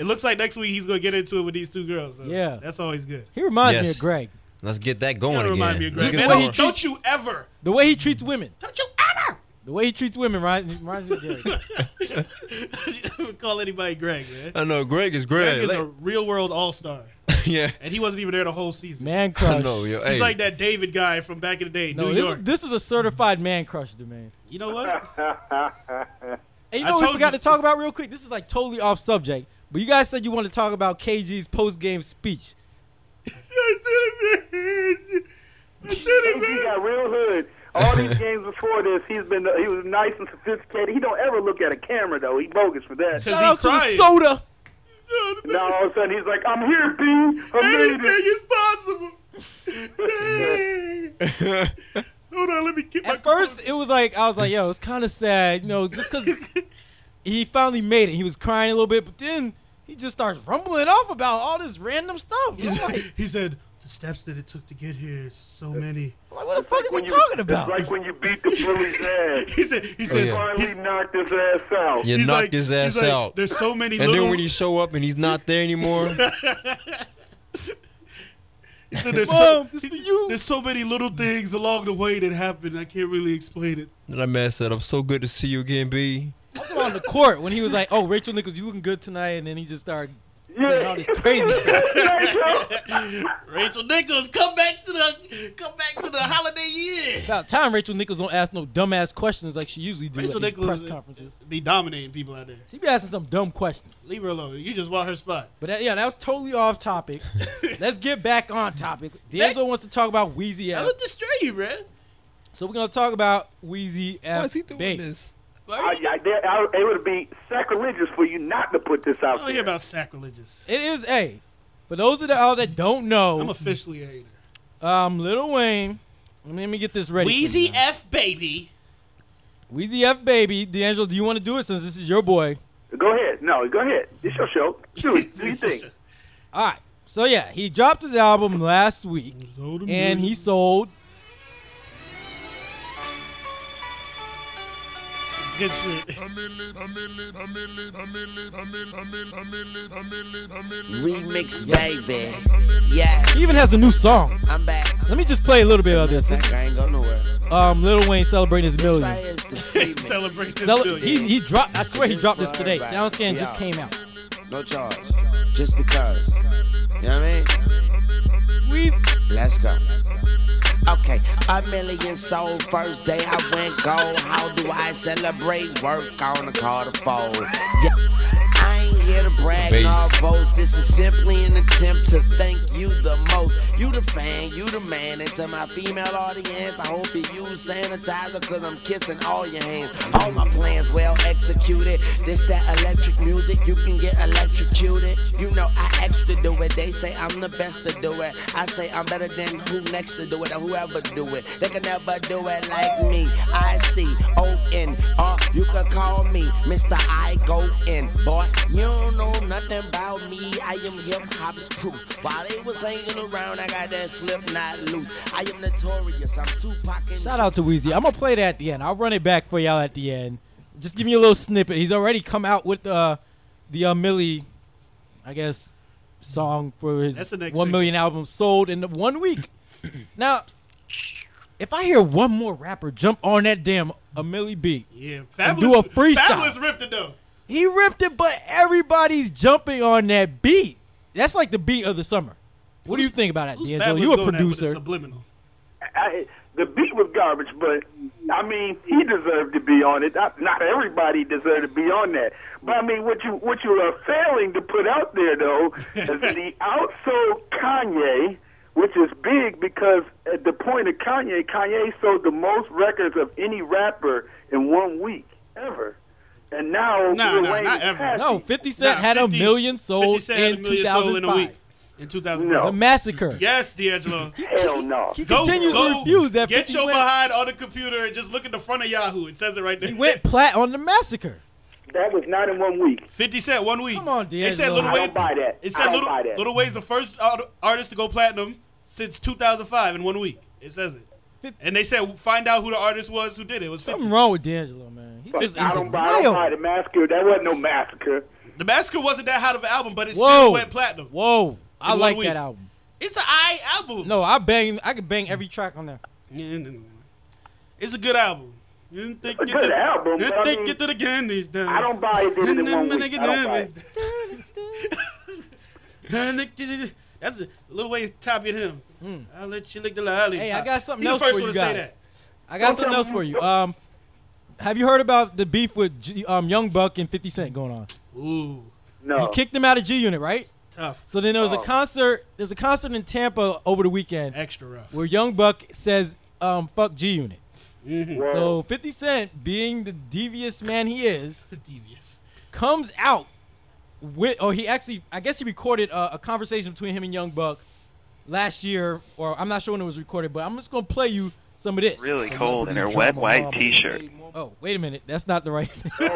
it looks like next week he's gonna get into it with these two girls. so
Yeah.
that's always good.
He reminds me
Yes.
of Greg.
Let's get that
You
going
gotta
again.
remind me of
Let's
Greg.
get
Man,
some
don't,
more.
don't you ever,
The way he treats women.
don't you
The way he treats women reminds, reminds me of Greg.
ever call anybody Greg, man.
I know Greg is Uh, Greg.
Greg is
Like-
a real world all star,
yeah.
and he wasn't even there the whole season.
Man crush.
I know, yo.
He's
hey.
like that David guy from back in the day,
No,
New
this,
York.
Is, this is a certified man crush, dude, man.
you know what?
And you
I
know what we
told
forgot
you-
to talk about real quick? This is like totally off subject. But you guys said you want to talk about KG's post game speech.
He got real hood. All these games before this, he's been he was nice and sophisticated. He don't ever look at a camera though. He bogus for that.
Because
Shout
he
out to the
cried.
soda.
Now all of a sudden he's like, "I'm here, B. I made
Anything
it."
is possible. Hey. Hold on, let me get my
At first, it was like I was like, "Yo, it's kind of sad," you know, just because he finally made it. He was crying a little bit, but then he just starts rumbling off about all this random stuff.
He
I'm
said-
like,
he said the steps that it took to get here is so many.
I'm like, what the fuck is he
When you-
talking about?
It's like when you beat the bully's ass.
He said he said
yeah.
he's,
Finally knocked his ass out.
You
Oh, he's
knocked
like,
his
he's
ass
like,
out.
There's so many
And
little
then when you show up and he's not there anymore,
he said, there's,
Mom,
so,
this for you.
there's so many little things along the way that happened. I can't really explain it.
then I man said, I'm so good to see you again, B.
on the court when he was like, "Oh, Rachel Nichols, you looking good tonight," and then he just started saying all
Yeah.
this crazy stuff.
Rachel Nichols, come back to the come back to the holiday year.
About time Rachel Nichols don't ask no dumbass questions like she usually do
Rachel
at these
Nichols
press
is-
conferences.
Be dominating people out there.
She be asking some dumb questions.
Leave her alone. You just want her spot.
But that, yeah, that was totally off topic. Let's get back on topic. D'Angelo wants to talk about Wheezy
I
F.
would destroy you, man.
So we're gonna talk about Wheezy F.
Why is he doing
Baby.
this?
Why
I,
are you
I, they- I, it would be sacrilegious for you not to put this
I
out
don't hear
there.
about sacrilegious.
It is a. For those of the all that don't
I'm
know,
officially a hater.
um, Lil Wayne. Let me, let me get this ready. for you
Wheezy
now.
F baby.
Wheezy F, baby. D'Angelo, do you want to do it since this is your boy?
Go ahead. No, go ahead. It's your show. Do it. Do you think?
All right. So yeah, he dropped his album last week,
Sold a million.
and he sold.
Good shit.
Remix, baby. Yeah,
He even has a new song.
I'm back.
Let me just play a little bit of this. This
Back, I ain't go nowhere.
is, um, Lil Wayne celebrating his
This
million.
right here is the free mix.
Celebrate this
Cele-
million.
he, he dropped. I swear he dropped this today.
Right.
SoundScan just
Yeah.
came out.
No charge. Just because. You know what I mean?
Wheezy.
Let's go. Okay, a million sold. First day I went gold. How do I celebrate? Work on the car to fold. Yeah. I ain't here to brag
Bass.
nor boast. This is simply an attempt to thank you the most. You the fan, you the man. And to my female audience, I hope you use sanitizer because I'm kissing all your hands. All my plans well executed. This, that electric music, you can get electrocuted. You know I extra do it. They say I'm the best to do it. I say I'm better than who next to do it or whoever do it. They can never do it like me. I see O N R. You can call me Mr. I go in. Boy, you don't know nothing about me. I am hip hop's proof. While they was hanging around, I got that slip not loose. I am notorious. I'm Tupac and
Shout out to Wheezy. I'm gonna play that at the end. I'll run it back for y'all at the end. Just give me a little snippet. He's already come out with uh, the uh, Millie, I guess, song for his
That's the next
one million album sold in one week. now, if I hear one more rapper jump on that damn a Millie beat,
Yeah,
And
fabulous.
do a freestyle.
Fabulous ripped it though.
he ripped it, but everybody's jumping on that beat. That's like the beat of the summer. What do you think about that,
Who's
D'Angelo?
Fabulous
You a
going at with the
producer?
Subliminal.
I, the beat was garbage, but I mean, he deserved to be on it. Not, not everybody deserved to be on that. But I mean, what you what you are failing to put out there though is that he outsold Kanye, which is big because at the point of Kanye, Kanye sold the most records of any rapper in one week ever. And now
Nah,
Lil
nah,
Wayne
not
is
ever.
past
No,
it.
50 Cent
Nah,
had a
50
million
50
sold
Cent had
in
a million sold in a
2005.
week. in 2004.
The massacre.
Yes, D'Angelo.
Hell no.
He continues to refuse that
Get
50
your
West.
behind on the computer and just look at the front of Yahoo. It says it right there.
He went plat on the massacre.
That was not in one week.
50 Cent, one week. Come on, D'Angelo. It said
D'Angelo.
Little
I
Wayne.
don't buy that.
It
I
said
don't
Little,
buy that.
Little Wayne's the first art- artist to go platinum since 2005 in one week. It says it. And they said find out who the artist was who did it. It was 50.
Something wrong with D'Angelo, man. He
Fuck,
just,
I don't buy, I don't buy the massacre. That wasn't no massacre.
The Massacre wasn't that hot of an album, but it
Whoa.
still went platinum.
Whoa, I
one
like
week.
that album.
It's an I album.
No, I bang. I could bang every track on there.
It's a good album. You didn't think
A
you
good
did,
album,
You
but I
didn't think
mean,
you did again these days.
I don't buy it. Did it in one week. I don't buy it.
That's a little way of copying him. I'll let you lick the lolly.
Hmm. Hey, I got something
He the
else
first
for
one
you
to say
guys.
that.
I got something else for you. Um, have you heard about the beef with G, um Young Buck and Fifty Cent going on?
Ooh,
No.
He kicked them out of G Unit, right?
tough.
So then there was
Oh.
a concert. There's a concert in Tampa over the weekend
Extra rough.
where Young Buck says, um, "Fuck G Unit."
Mm-hmm.
Word.
So Fifty Cent, being the devious man he is,
Devious.
comes out with or he actually I guess he recorded a, a conversation between him and Young Buck last year or I'm not sure when it was recorded, but I'm just gonna play you some of this.
Really cold in her wet
Um,
white T-shirt.
Oh, wait a minute, that's not the right.
The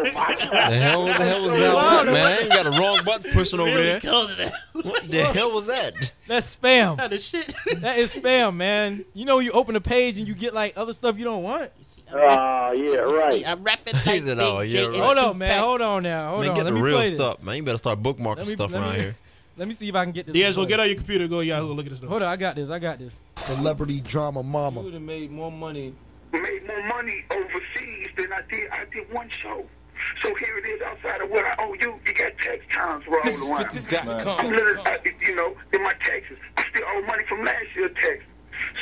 hell, what the hell was that,
Wow,
one,
that
man? You got a wrong button pushing over there.
Killed it.
What the hell was that?
that's spam.
Kind of shit.
That is spam, man. You know, you open a page and you get like other stuff you don't want.
Ah, yeah, right.
I'm rapping
He said, "Oh, yeah, right."
Hold on, man. Hold on now. Hold
man,
on.
get
let
the
me
real
play this.
stuff, man. You better start bookmarking
Let me-
stuff
let
around
me-
here.
Let me see if I can get this.
D'Angelo,
recorded.
get on your computer. Go Yahoo. Look at this. Though.
Hold on, I got this. I got this.
Celebrity drama mama.
would have made more money.
made more money overseas than I did. I did one show. So here it is outside of what I owe you. You got tax times rolling
This is
around.
50.com.
I'm literally, I, you know, in my taxes. I still owe money from last year's tax.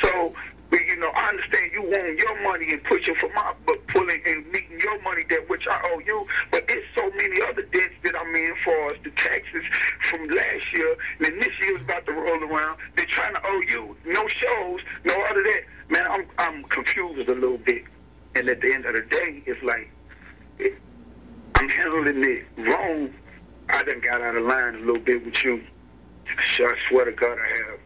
So, but, you know, I understand you want your money and pushing for my, but pulling and meeting your money that which I owe you. But it's so many other debts that I'm in for as the taxes from last year. And then this year's about to roll around. They're trying to owe you no shows, no other that. Man, I'm I'm confused a little bit. And at the end of the day, it's like it, I'm handling it wrong. I done got out of line a little bit with you. Sure, I swear to God, I have.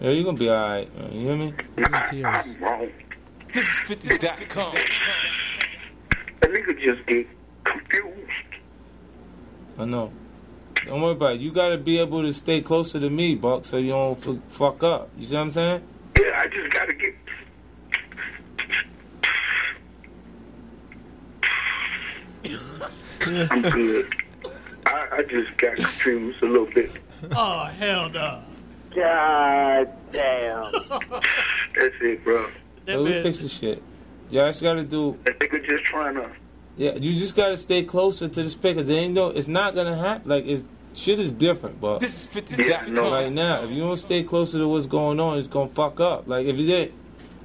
Yeah, you're gonna be alright, man. You hear me?
I'm wrong.
This is 50.com.
A nigga just get confused.
I know. Don't worry about it. You gotta be able to stay closer to me, Buck, so you don't f- fuck up. You see what I'm saying?
Yeah, I just gotta get. I'm good. I, I just got confused a little bit.
Oh hell no.
God damn.
That's it, bro.
That
Let me
man.
fix this shit. You just gotta do.
That nigga just trying to.
Yeah, you just gotta stay closer to this pick, cause they ain't no. It's not gonna happen. Like it's shit is different, Buck.
This is
Yeah,
50.com.
no.
right now. If you don't stay closer to what's going on, it's gonna fuck up. Like if you did,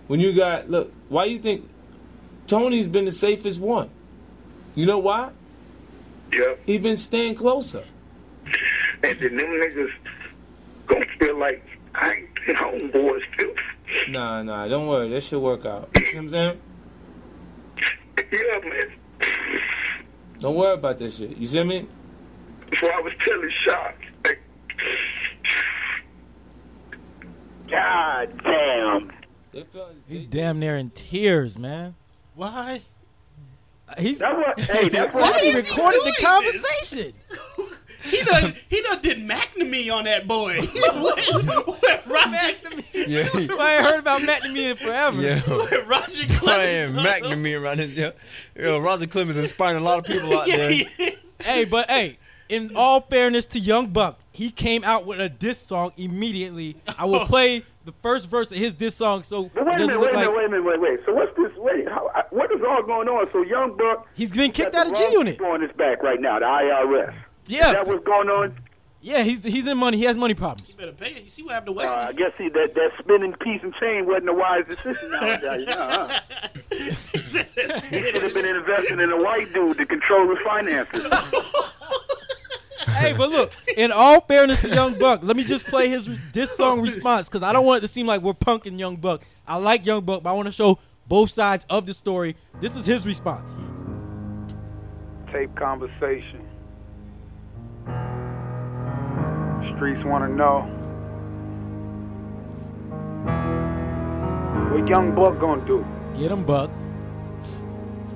when you got look, why you think Tony's been the safest one? You know why?
Yep.
He been staying closer.
And then them niggas gonna feel like I ain't been home, boys. Still.
Nah, nah, don't worry, that should work out. You see what I'm saying?
Yeah, man.
Don't worry about this shit. You see what I mean?
So I was telling Shock, like,
God damn.
They feeling-
He damn near in tears, man.
Why?
He,
That's what. Hey, that's what.
why he
is he
recorded the
doing this?
conversation.
He done he done did Mac to me on that boy. what, what, Roger,
Yeah, he-
I ain't heard about Matt and me in forever.
yeah.
what, Roger
playing
Clemens.
Mac to me around this. Yeah, Yo, Roger Clemens inspiring a lot of people out
Yeah,
there.
he is.
hey, but hey, in all fairness to Young Buck, he came out with a diss song immediately. I will play the first verse of his diss song, so it
But wait a
doesn't
minute,
look
wait a
like
minute, wait a minute, wait, wait. So what's this? Wait, how, I- what is all going on? So Young Buck
he's been kicked
got
out
the
of G
wrong
Unit.
people on his back right now, the IRS. Is
Yeah,
that what's going on?
yeah, he's he's in money. He has money problems.
Better pay it. You see what happened to
Uh,
Wesley?
I guess see that that spinning piece and chain wasn't a wise decision nowadays. Uh-huh. He should have been investing in a white dude to control his finances.
hey, but look, in all fairness to Young Buck, let me just play his diss song response because I don't want it to seem like we're punking Young Buck. I like Young Buck, but I want to show both sides of the story. This is his response.
tape conversation. streets want to know. What young buck gonna do?
Get him, Buck.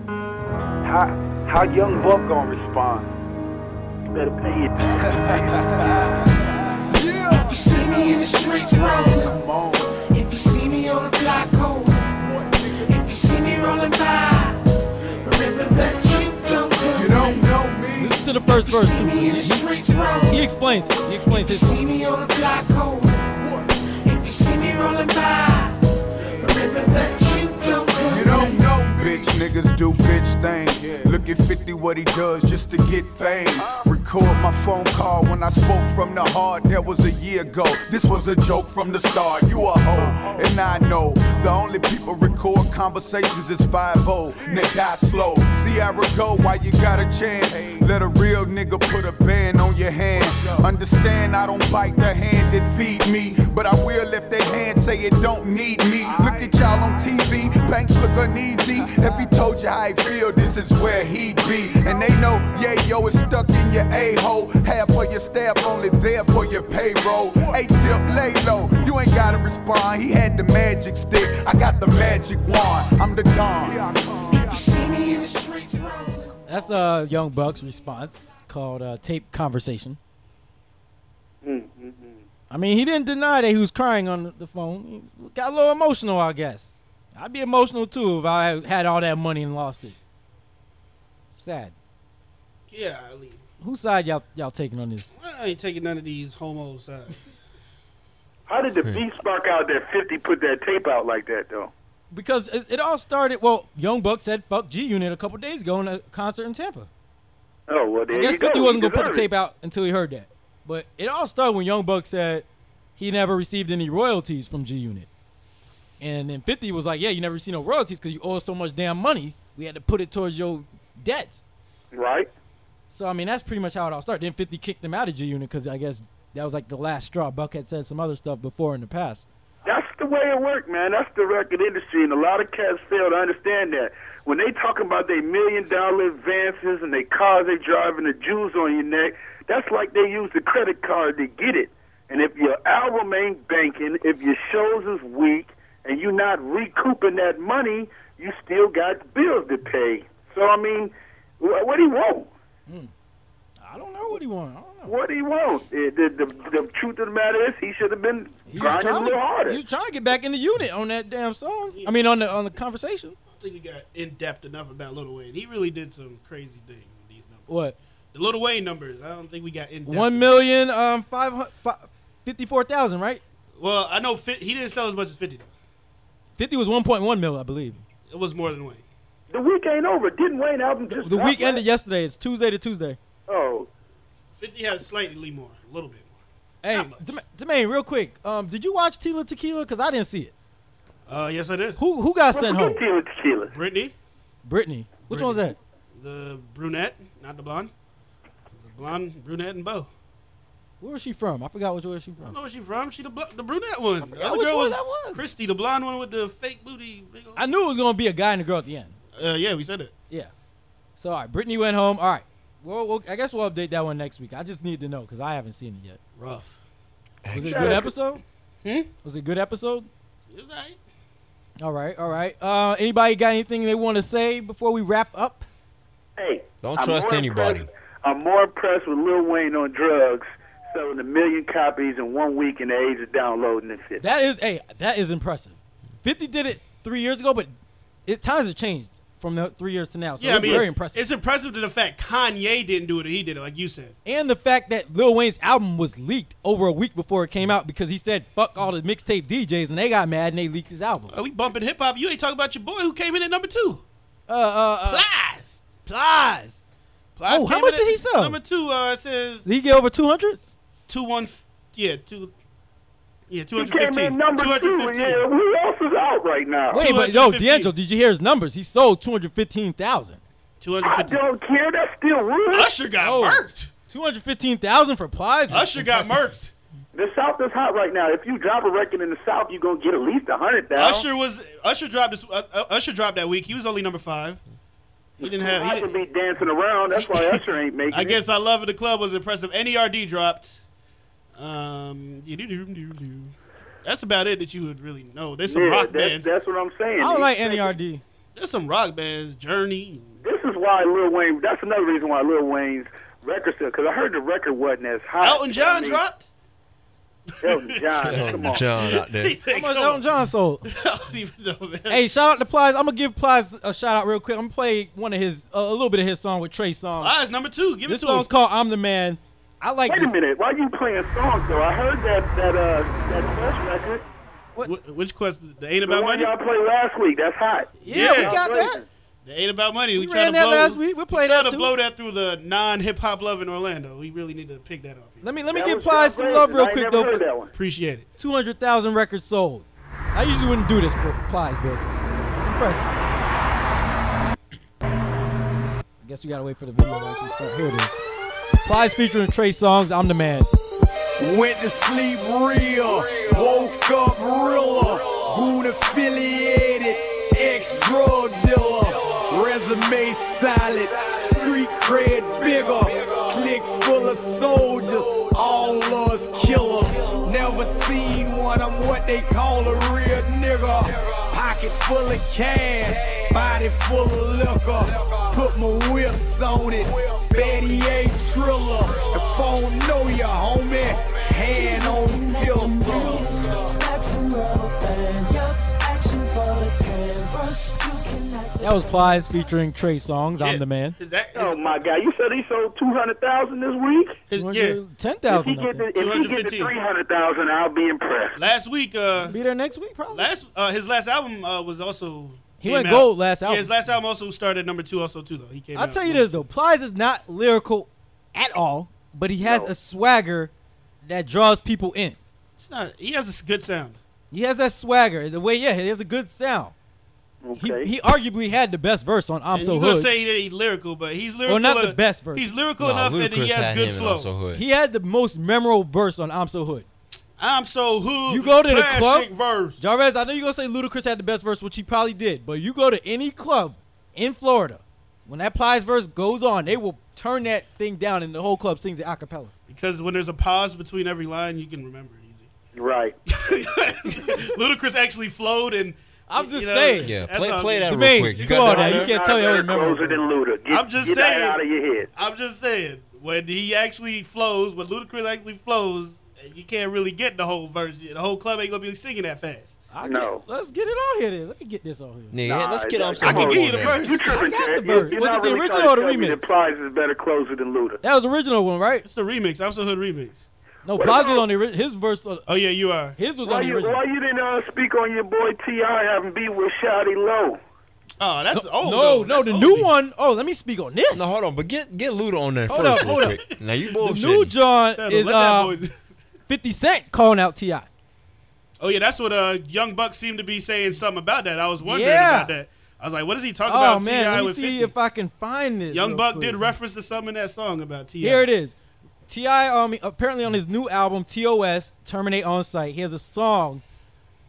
How how young buck gonna respond? Better pay it.
If you see me in the streets rolling, if you see me on the block holding, if you see me rolling by, remember that you don't know. You don't know me.
Listen to the first verse too.
me in the streets rolling.
He explains. it. He explains
If you
his.
see me on the block holding, if you see me rolling by, remember that you don't know. You don't know.
Bitch niggas do bitch things. Look at 50 what he does just to get fame. Record my phone call when I spoke from the heart. That was a year ago. This was a joke from the start. You a hoe, and I know the only people record conversations is 5-0. Nigga, die slow. See how it go while you got a chance. Let a real nigga put a band on your hand. Understand I don't bite the hand that feed me, but I will if they hand say it don't need me. Look at y'all on TV, banks look uneasy. If he told you how he feel, this is where he'd be. And they know, yeah, yo, it's stuck in your a-hole. Half of your staff only there for your payroll. A-tip, lay low, you ain't gotta respond. He had the magic stick, I got the magic wand. I'm the Don.
If you see me in the streets rolling.
That's uh, Young Buck's response called uh, "Tape Conversation." I mean, he didn't deny that he was crying on the phone. He got a little emotional, I guess. I'd be emotional too if I had all that money and lost it. Sad.
Yeah, I leave.
Whose side y'all y'all taking on this?
I ain't taking none of these homo sides.
How did the
Hmm.
beat spark out that 50 put that tape out like that, though?
Because it, it all started. Well, Young Buck said "fuck G Unit" a couple days ago in a concert in Tampa.
Oh, well, there
I guess
you go.
Fifty wasn't gonna put the
deserve it.
tape out until he heard that. But it all started when Young Buck said he never received any royalties from G Unit, and then Fifty was like, "Yeah, you never received no royalties because you owe us so much damn money. We had to put it towards your debts."
Right.
So I mean, that's pretty much how it all started. Then Fifty kicked him out of G Unit because I guess that was like the last straw. Buck had said some other stuff before in the past.
That's the way it worked, man. That's the record industry, and a lot of cats fail to understand that. When they talking about their million dollar advances and they cars they drive and the jewels on your neck, that's like they use the credit card to get it. And if your album ain't banking, if your shows is weak, and you not recouping that money, you still got bills to pay. So I mean, wh- what do you want?
I don't know what he want. I don't know.
What do you want? Eh, The, the, the, the truth of the matter is, he should have been
He was,
grinding a
trying
little
to,
harder.
he was trying to get back in the unit on that damn song. I mean, on the on the conversation.
I think he got in depth enough about Little Wayne. He really did some crazy things with these numbers.
What?
The Little Wayne numbers. I don't think we got in depth.
One million um five hundred fifty-four thousand, right?
Well, I know fi he didn't sell as much as fifty. though.
Fifty was one point one mil, I believe.
It was more than Wayne.
The week ain't over. Didn't Wayne album just
The
drop
week
last-
ended yesterday. It's Tuesday to Tuesday.
Oh,
fifty had slightly more, a little bit.
Hey, Dem- Demain, real quick. Um, did you watch Tila Tequila? Cause I didn't see it.
Uh, yes, I did.
Who who got sent home?
Tila Tequila.
Brittany,
Brittany. Which one was that?
the brunette, not the blonde. The blonde, brunette, and Bo.
Where was she from? I forgot which where she
I don't
from.
know where she from. She the bl- the brunette one. The
which one
was,
that
Christy, the blonde one with the fake booty. big old-
I knew it was gonna be a guy and a girl at the end.
Uh, yeah, we said it.
Yeah. So all right, Uh, Brittany went home. All right. Well, we'll I guess we'll update that one next week. I just need to know because I haven't seen it yet.
Rough.
Was it a
Shut
good
up.
episode?
Hmm?
Was it a good episode?
It was alright.
All right, all right. Uh, anybody got anything they want to say before we wrap up?
Hey,
Don't
I'm
trust
more
anybody.
impressed- I'm more impressed with Lil Wayne on drugs selling a million copies in one week and the age of downloading and shit.
That is, hey, that is impressive. Fifty did it three years ago, but it times have changed from the three years to now. So
yeah, I
it's
mean,
very impressive.
It's impressive to the fact Kanye didn't do it; he did it, like you said.
And the fact that Lil Wayne's album was leaked over a week before it came out because he said "fuck all the mixtape DJs" and they got mad and they leaked his album.
Are Oh, we bumping hip hop? You ain't talking about your boy who came in at number two.
Uh, uh, uh
Plies.
Plies.
Plies
Oh, how
came
much
in
did
at
he sell?
Number two. Uh, it says
Did he get over two hundred?
two one. f- Yeah, two. Yeah, two
He
hundred
came
fifteen.
in number two. Yeah, who else is out right now?
Wait, but yo, D'Angelo, did you hear his numbers? He sold two hundred fifteen thousand.
Two hundred
fifteen. I don't care. That's still rude.
Usher got murked.
Two hundred fifteen thousand Oh. for Plies. is
Usher got
impressive.
The South is hot right now. If you drop a record in the South, you're gonna get at least a hundred thousand.
Usher was Usher dropped this. Uh, uh, Usher dropped that week. He was only number five. He didn't have. He
I
didn't,
be dancing around. That's why Usher ain't making.
I guess I love of the club was impressive. NERD E dropped. Um, doo-doo-doo-doo-doo. that's about it that you would really know. Oh, There's some
Yeah,
rock
that's-
bands.
that's what I'm saying. I don't like
E
NERD.
E There's some rock bands. Journey.
This is why Lil Wayne. That's another reason why Lil Wayne's record still because I heard the record wasn't as hot.
Elton John
I mean,
dropped.
Elton John, come on.
He said, How much Elton John sold?
don't even know, man.
hey, shout out to Plies. I'm gonna give Plies a shout out real quick. I'm gonna play one of his uh, a little bit of his song with Trey Song.
Plies number two. Give it
this
to
song's
him.
called "I'm the Man." I like.
Wait
this.
a minute, why you playing songs though? I heard that that uh that first record.
Wh- Which quest? The ain't
The
about
one
money.
y'all played last week. That's hot.
Yeah, we got
that.
The ain't about money. We,
We
tried
ran
to
that
blow,
last week. We played
tried to
that too.
blow that through the non hip hop love in Orlando. We really need to pick that up.
Let me let me
That
give
was
Plies
John
some love
Brandon.
real
I ain't
quick
never
though.
heard
for-
that one. Appreciate it.
Two hundred thousand records sold. I usually wouldn't do this for Plies, but it's impressive. I guess we gotta wait for the video to actually start. Here it is. Plies featuring Trey Songs. I'm the man.
Went to sleep real, woke up realer, goon affiliated, ex drug dealer, resume solid, street cred bigger, click full of soldiers, all us killers. Never seen one, I'm what they call a real nigga. Pocket full of cash, body full of liquor, put my whips on it, Betty A Triller, if I don't know ya, homie, hand on pistol.
That was Plies featuring Trey Songs. I'm the man.
oh my God! You said he sold two hundred thousand this week.
yeah. 10,000,
If he get
I
the,
think.
if he get the
215.
three hundred thousand, I'll be impressed.
Last week, uh,
be there next week, probably.
Last, uh, his last album uh, was also
He
came
went
out.
gold last
Yeah,
album.
his last album also started number two, also too though. He came.
I'll
out
tell you this though, Plies is not lyrical at all, but he has a swagger that draws people in.
It's not- he has a s- good sound.
He has that swagger. The way, yeah, he has a good sound. He, he arguably had the best verse on "I'm
And
So
you gonna
Hood."
say that he's lyrical, but he's lyrical.
well, not the
en-
best verse.
He's lyrical enough that he has good flow.
Oh, He had the most memorable verse on "I'm So Hood."
I'm so hood.
You go to the club,
classic verse.
Jarvis. I know you're gonna say Ludacris had the best verse, which he probably did. But you go to any club in Florida, when that Plies verse goes on, they will turn that thing down, and the whole club sings it a cappella.
Because when there's a pause between every line, you can remember it easy.
Right.
Ludacris actually flowed, and I'm
just saying. Yeah, play- play that real Jermaine, quick. You come got on that now, right? you can't tell me I remember.
Closer than Luda. Get-
I'm just
get that
saying.
out of your head.
I'm just saying. When he actually flows, when Ludacris actually flows, you can't really get the whole verse. The whole club ain't gonna be singing that fast.
I no. Let's get it on here. Then let me get this on here.
Yeah, let's get on some
I can
more
give you the
on
verse.
You tripping, Chad.
the verse.
You're
Was
not
it the
really
original
trying
or
to
the
tell me
remix?
That Plies is better closer than Luda.
That was the original one, right?
It's the remix. I'm so hood remix.
No,
What
Plies
about-
was on the ori- his verse. Was,
oh yeah, you are.
His was
why
on the
you,
original.
Why you didn't uh, speak on your boy T.I. having beat with Shotty Low?
Oh, that's
no,
old,
No, no,
though.
the new one. Oh, let me speak on this. No,
hold on, but get get Luda on that
Hold
first
up,
real
hold
quick. Now you
The
bullshit.
new John
Shut up,
is
let that
uh, Fifty Cent calling out Ti.
Oh yeah, that's what uh Young Buck seemed to be saying something about that. I was wondering
Yeah.
about that. I was like, what is he talking
Oh
about?
man,
T.I.
let me
with
see
50?
if I can find this.
Young
real
Buck
quick.
did reference to something in that song about T.I.
Here it is. Ti um, apparently on his new album TOS Terminate on Site. He has a song.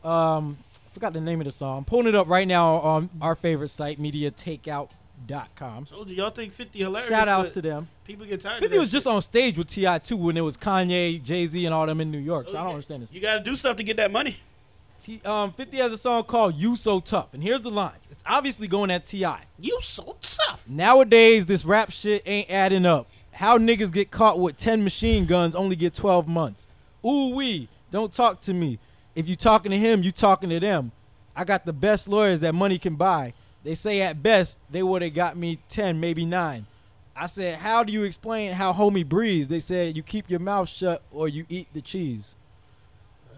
Um, I forgot the name of the song. I'm pulling it up right now on our favorite site, MediaTakeout.com.
Told you, y'all think 50 hilarious.
Shout outs
but
to them.
People get tired. of
50
that
was just on stage with Ti too when it was Kanye, Jay Z, and all them in New York. So I don't understand this.
You gotta do stuff to get that money.
T, um, 50 has a song called You So Tough. And here's the lines. It's obviously going at T.I.
You so tough.
Nowadays, this rap shit ain't adding up. How niggas get caught with 10 machine guns only get 12 months. Ooh wee, don't talk to me. If you talking to him, you talking to them. I got the best lawyers that money can buy. They say at best, they would have got me 10, maybe 9. I said, how do you explain how homie breeze? They said, you keep your mouth shut or you eat the cheese.
Uh,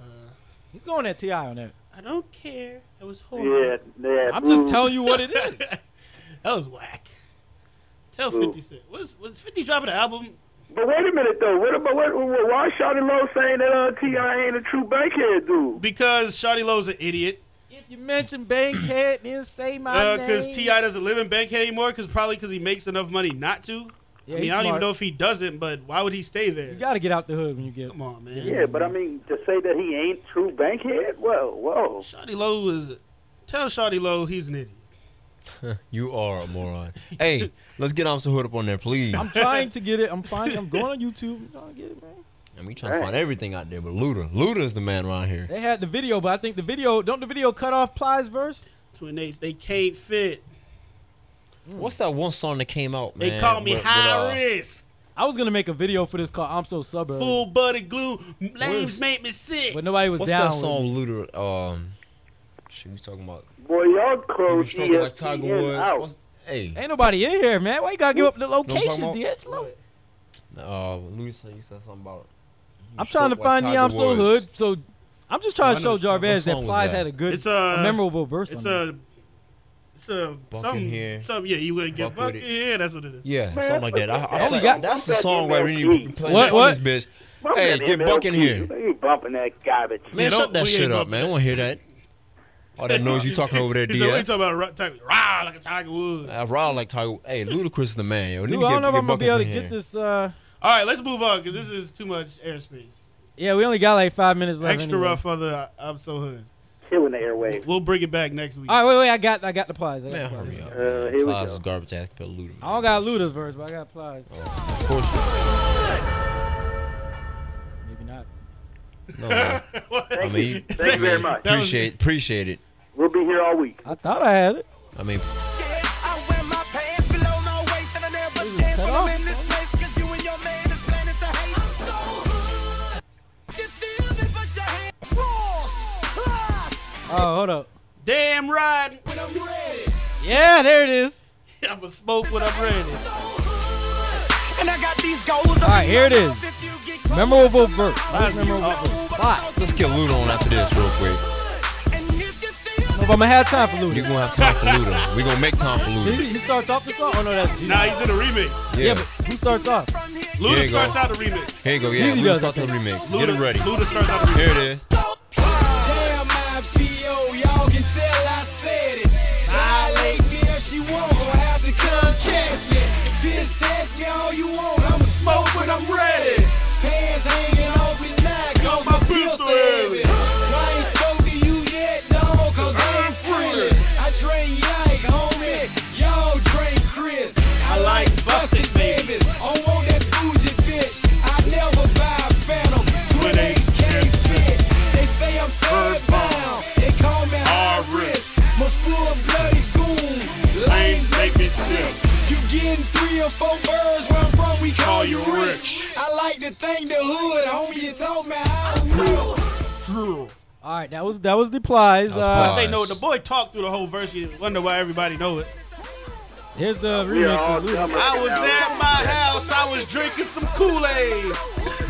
He's going at T.I. on that.
I don't care. It was
Yeah,
horrible.
yeah.
I'm just
mm.
telling you what it is.
that was whack. Tell
Ooh.
50 Cent. Was, was 50 dropping an album?
But wait a minute though. What about what, what, why Shotty Low saying that uh, T.I. ain't a true bankhead dude?
Because Shotty Lowe's an idiot. Uh,
You mentioned Bankhead, then say my name.
Because T.I. doesn't live in Bankhead anymore, because probably because he makes enough money not to.
Yeah,
I mean, I
he's
don't
smart.
even know if he doesn't, but why would he stay there?
You gotta get out the hood when you get. Come
on, man.
Yeah, but I mean to say that he ain't true bankhead. Whoa, whoa.
Shotty Lowe is. Tell Shotty Lowe he's an idiot.
you are a moron. hey, let's get on some hood up on there, please.
I'm trying to get it. I'm finding. I'm going on YouTube. I'm trying to get it, man.
And we trying to find everything out there, but Luda, Luda's the man around here.
They had the video, but I think the video don't the video cut off Plies verse.
Twin Eights, they can't fit.
What's that one song that came out?
They
man,
call me
with- with,
high
uh,
risk.
I was gonna make a video for this called "I'm So Suburban,"
Full buddy glue. Lames make me sick.
but nobody was
What's
down.
that
with
song,
me.
Luda? Um, shit, we talking about.
Boy, y'all
You
close
stroking like Tiger
ESPN
Woods.
out.
What's- Hey,
Ain't nobody in here, man. Why you gotta give up the
Know what I'm talking
location,
about?
D'Angelo?
uh, Luda said you said something about. you
I'm trying to
stroke like
find the
Tiger
I'm so
Woods.
hood. So I'm just trying to show Jarvez
What
that
song was
Plies
that?
had a good,
It's a,
a memorable verse.
It's
on that.
a, it's a
Buck in
something,
here.
something. Yeah, you would get
Buck
buck
with
in
it.
here. That's what it is.
Yeah,
Man,
something like that. I, I
that's
only
like-
got
that's
that's the
like
song where we need to
MLK.
play
What-
that
what?
on this bitch.
Bump
Hey,
that
get Buck in
MLK.
here,
You bumping that garbage.
man.
don't-
Shut that
we
shit
ain't
up, man. I want to hear that. All that noise you talking over there,
He said, what you
D.
talking about? Ra- talking- Rah, like a Tiger Woods.
I raw like Tiger. Hey, Ludacris is the man, yo.
Dude,
Need
I
to
don't
get-
know if
get
I'm gonna
Buck
be
up
able to
in
get
here.
this. Uh,
All right, let's move on because this is too much airspace.
yeah, we only got like five minutes left.
Extra
anyway.
rough on the I'm so hood.
Killing the airwaves.
We'll bring it back next week.
All right, wait, wait. I got, I got the Plies. I, got
Man,
Plies.
hurry up.
Uh, here we
Plies
go.
is garbage ass, but Luda.
I don't got Luda's verse, but I got Plies.
Oh, Of course
Maybe not.
you. No, man. I
Thank you.
mean,
Thank you very much.
Appreciate, appreciate it.
We'll be here all week.
I thought I had it.
I mean,
Oh, hold up.
Damn riding.
Yeah, there it is.
I'ma smoke when I'm ready.
And I got these goals.
All right, here it is. Memorable verse. Last memorable verse. Five.
let's get Luda on after this real quick.
No, but I'm gonna have time for Luda.
You gonna have time for Luda. We gonna make time for
He,
Luda.
he starts off the song. Oh no, that's Jesus.
Nah, he's in the remix.
Yeah.
yeah, but who Oh, starts off?
Here
Luda
you go.
starts out the remix.
Here you go. Yeah,
Jeezy
Luda
does
starts
it.
on the remix. get it ready.
Luda starts out the remix.
Here it is.
Damn, my P.O., y'all can tell I said it. Violate me if she won't, gonna have to come catch me. Fist test me all you want, I'ma smoke when I'm ready. Hands hanging off me now, cause my pistol heavy. I ain't spoke to you yet, dog, cause I ain't friendly. I drain yike, homie, y'all drain Chris. I like busted babies, I want that bougie bitch. I never buy a phantom, twin eights can't fit. They say I'm third bound. They call me high risk. My full bloody goon. Lanes make me sick. You getting three or four birds where I'm from, we call you rich. I like to thank the hood, homie. It's all me how to feel.
True.
All right, that was that was the Plies.
That was
Uh,
They know the boy talked through the whole verse. You wonder why everybody know it.
here's the
We are
remix
all
of Luda.
dumb right
I was
now.
at my house. I was drinking some Kool Aid.
Is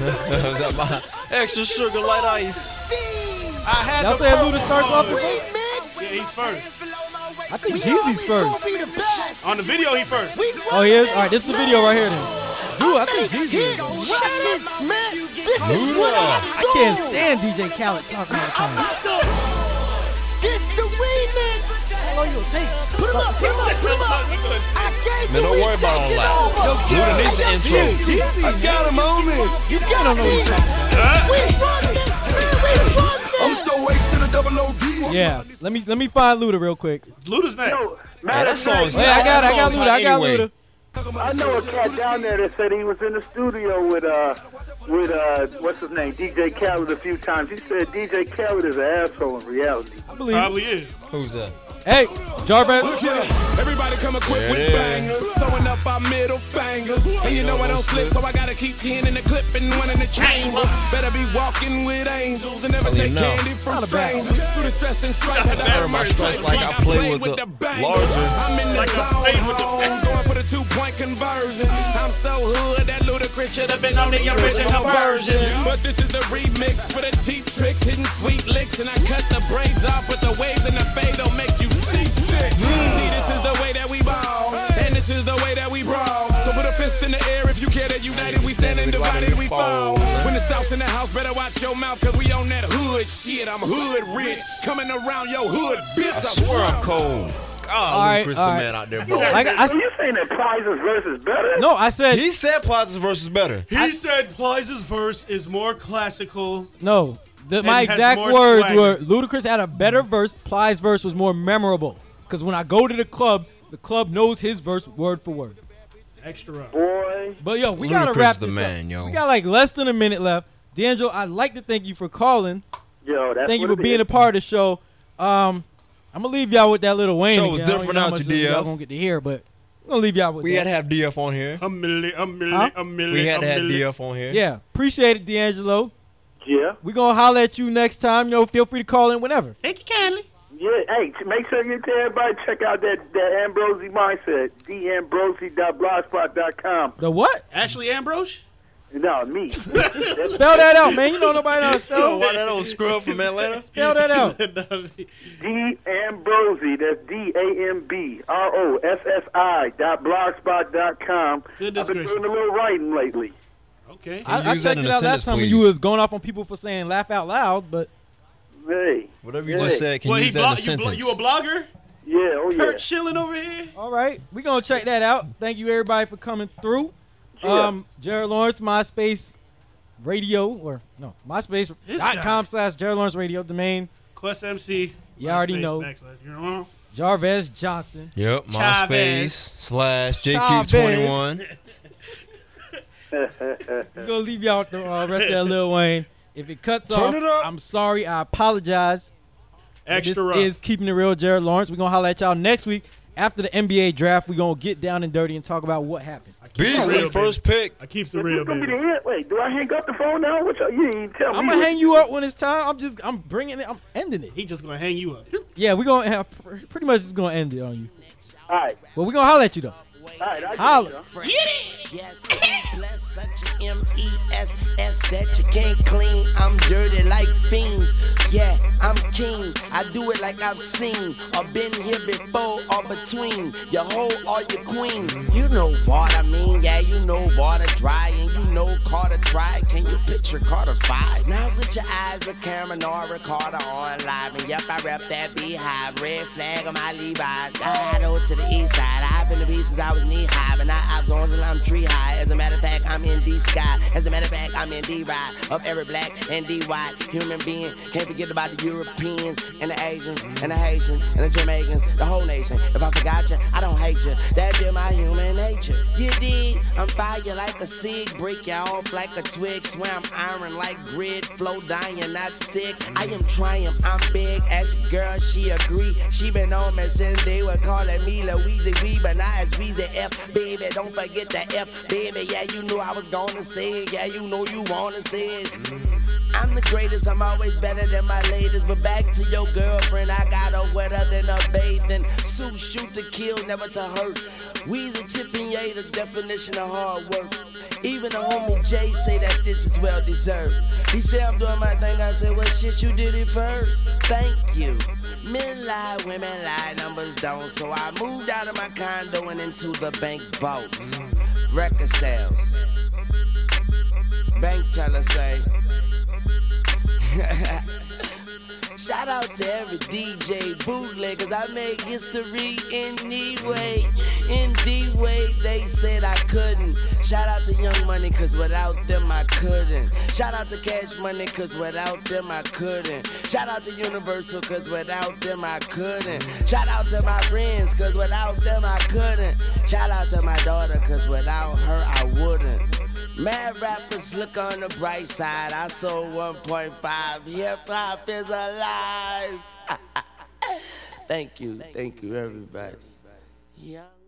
that my- Extra sugar, light ice.
I had the
Y'all said
purple
Luda starts off the
one.
verse?
Yeah, he's first.
I think Jeezy's first.
On the video, he first.
Oh, he is? All right, this is the video right here then. Dude, I think Jeezy. is.
This is what
Luda.
I
I can't stand DJ Khaled talking all the time.
This the remix. Put 'em up, put 'em up, put 'em up. I gave
Man,
you
don't
it,
worry about all
take it over.
that. Luda needs an intro.
I got him on me. You got me. We run this, man. We run this. I'm so wasted to the double OD.
Yeah, let me let me find Luda real quick.
Luda's next.
No,
Man,
matter
that
of
song is
fact,
Wait, I got
that
I got
song's
Luda. I
hot
got
anyway.
Luda.
I know a cat down there that said he was in the studio with uh with uh what's his name DJ Khaled a few times. He said DJ Khaled is an asshole in reality.
I believe. it.
Probably is.
Who's that?
Hey, Jarvez.
Look here, everybody come equipped with
Yeah.
bangers, throwing up our middle fingers. And you know I don't slip, so I gotta keep ten in the clip and one in the chamber. Better be walking with angels and never
Tell you
take
now.
candy from strangers. Through the stress and strife, I
Earn my stress like I play with the larger.
I'm in the
Like I
zone,
played with the
homes, going for the two-point conversion. I'm so hood that Ludacris should have been on the original version. But this is the remix for the cheap tricks, hidden sweet licks, and I cut the braids off, but the waves and the fade don't make you seasick. See, this is the way that we ball, and this is the way that we brawl. So put a fist in the air if you care that united we stand and divided we fall. When the South's in the house, better watch your mouth, cause we on that hood shit. I'm hood rich, coming around your hood, bitch.
I swear I'm cold.
All
God,
right,
Ludacris the
all right.
man out there, bro.
Like I,
Are you saying that Prizes versus better?
no, Oh, I said
He said Plaza's verse is better.
He said Plies' verse is more classical.
no. The, my
And has
exact
more
words
swagger.
were Ludacris had a better verse. Plies' verse was more memorable because when I go to the club, the club knows his verse word for word.
Extra rough.
Boy,
But yo, we gotta
Ludacris
wrap
is the
this
man,
up.
yo.
We got like less than a minute left. D'Angelo, I'd like to thank you for calling.
Yo, that's
thank you
what
for
it
being a
is.
part of the show. Um, I'm gonna leave y'all with that little Wayne.
Show was
again. I don't
different
know how
out
much
your
y'all
DF.
gonna get to hear, but I'm gonna leave y'all with.
We
that.
had to have DF on here.
A milli, a milli,
Huh?
a milli.
We had
a
to have
milli.
DF on here.
Yeah, appreciate it, D'Angelo.
Yeah.
We're going to holler at you next time. You know, feel free to call in whenever.
Thank you kindly.
Yeah, hey, t- make sure you tell everybody check out that that Ambrosi mindset. dambrosi.blogspot.com.
The what?
Ashley Ambrose?
No, me. Spell
Spell that out, man. You know nobody knows spell.
Why that old scrub from Atlanta?
Spell that out.
D Ambrosi. That's D A M B R O S S I dot blogspot dot com. I've been doing a little writing lately.
Okay.
I, I checked it out last time when you was going off on people for saying laugh out loud, but
Hey.
Whatever
you just said, can you
well,
use
he
that in a
blo- you, blo-
sentence?
you a blogger?
Yeah, oh
Kurt Schilling over here.
All right, we gonna check that out. Thank you everybody for coming through.
Yeah.
Um, Jared Lawrence, MySpace Radio or no
This guy.
MySpace.com slash Jared Lawrence Radio domain.
Quest MC.
You already
Backspace,
know.
backslash, you know.
Jarvez Johnson.
Yep, MySpace
Chavez.
slash
Chavez.
JQ21.
We're gonna leave y'all with the uh, rest of that Lil Wayne. If it cuts
Turn
off,
it
I'm sorry. I apologize. But
Extra
this
rough.
is keeping it real, Jared Lawrence. We're gonna holler at y'all next week after the NBA draft. We're gonna get down and dirty and talk about what happened.
Beasley, first pick.
I keeps
But you gonna be the hit- Wait, do I hang up the phone now? What y'all, you didn't even tell me.
I'm gonna hang you up when it's time. I'm just I'm bringing it. I'm ending it.
He just gonna hang you up.
Yeah, we're gonna have pretty much just gonna end it on you.
All right.
But we're gonna holler at you though.
All right, I
Holler.
Yes, I'm blessed, such a M-E-S-S that you can't clean. I'm dirty like fiends. Yeah, I'm king. I do it like I've seen or been here before or between. Your hoe or your queen. You know what I mean. Yeah, you know water dry and you know Carter try. Can you picture Carter five? Now with your eyes a camera nor a recorder on live. And yep, I rep that beehive. Red flag on my Levi's. God, I to the east side. I've been to be since I was knee high, but now I've gone till I'm tree high. As a matter of fact, I'm in D sky. As a matter of fact, I'm in D ride of every black and D white human being. Can't forget about the Europeans and the Asians and the Haitians and the Jamaicans, the whole nation. If I forgot you, I don't hate you. That's just my human nature. You dig? I'm fire like a cig, break you off like a twig, swear I'm iron like grid, flow dying, not sick. I am trying, I'm big. As your girl, she agree. She been on me since they were calling me Louise V, but now it's Weezy F, baby. Don't forget the F, baby. Yeah, you knew I was gonna say it. Yeah, you know you wanna say it. I'm the greatest, I'm always better than my latest. But back to your girlfriend, I got her wetter than a bathing suit. Shoot to kill, never to hurt. We the tipping, yeah, the definition of hard work. Even the homie Jay say that this is well deserved. He said I'm doing my thing, I said, well shit, you did it first. Thank you. Men lie, women lie, numbers don't. So I moved out of my condo and into the bank vault. Record sales. Bank teller say. Shout out to every DJ bootleg, cause I made history in the way. In the way they said I couldn't. Shout out to Young Money, cause without them I couldn't. Shout out to Cash Money, cause without them I couldn't. Shout out to Universal, cause without them I couldn't. Shout out to my friends, cause without them I couldn't. Shout out to my daughter, cause without her I wouldn't. Mad rappers look on the bright side. I sold 1.5. Hip hop is alive. Thank you. Thank you, everybody. Young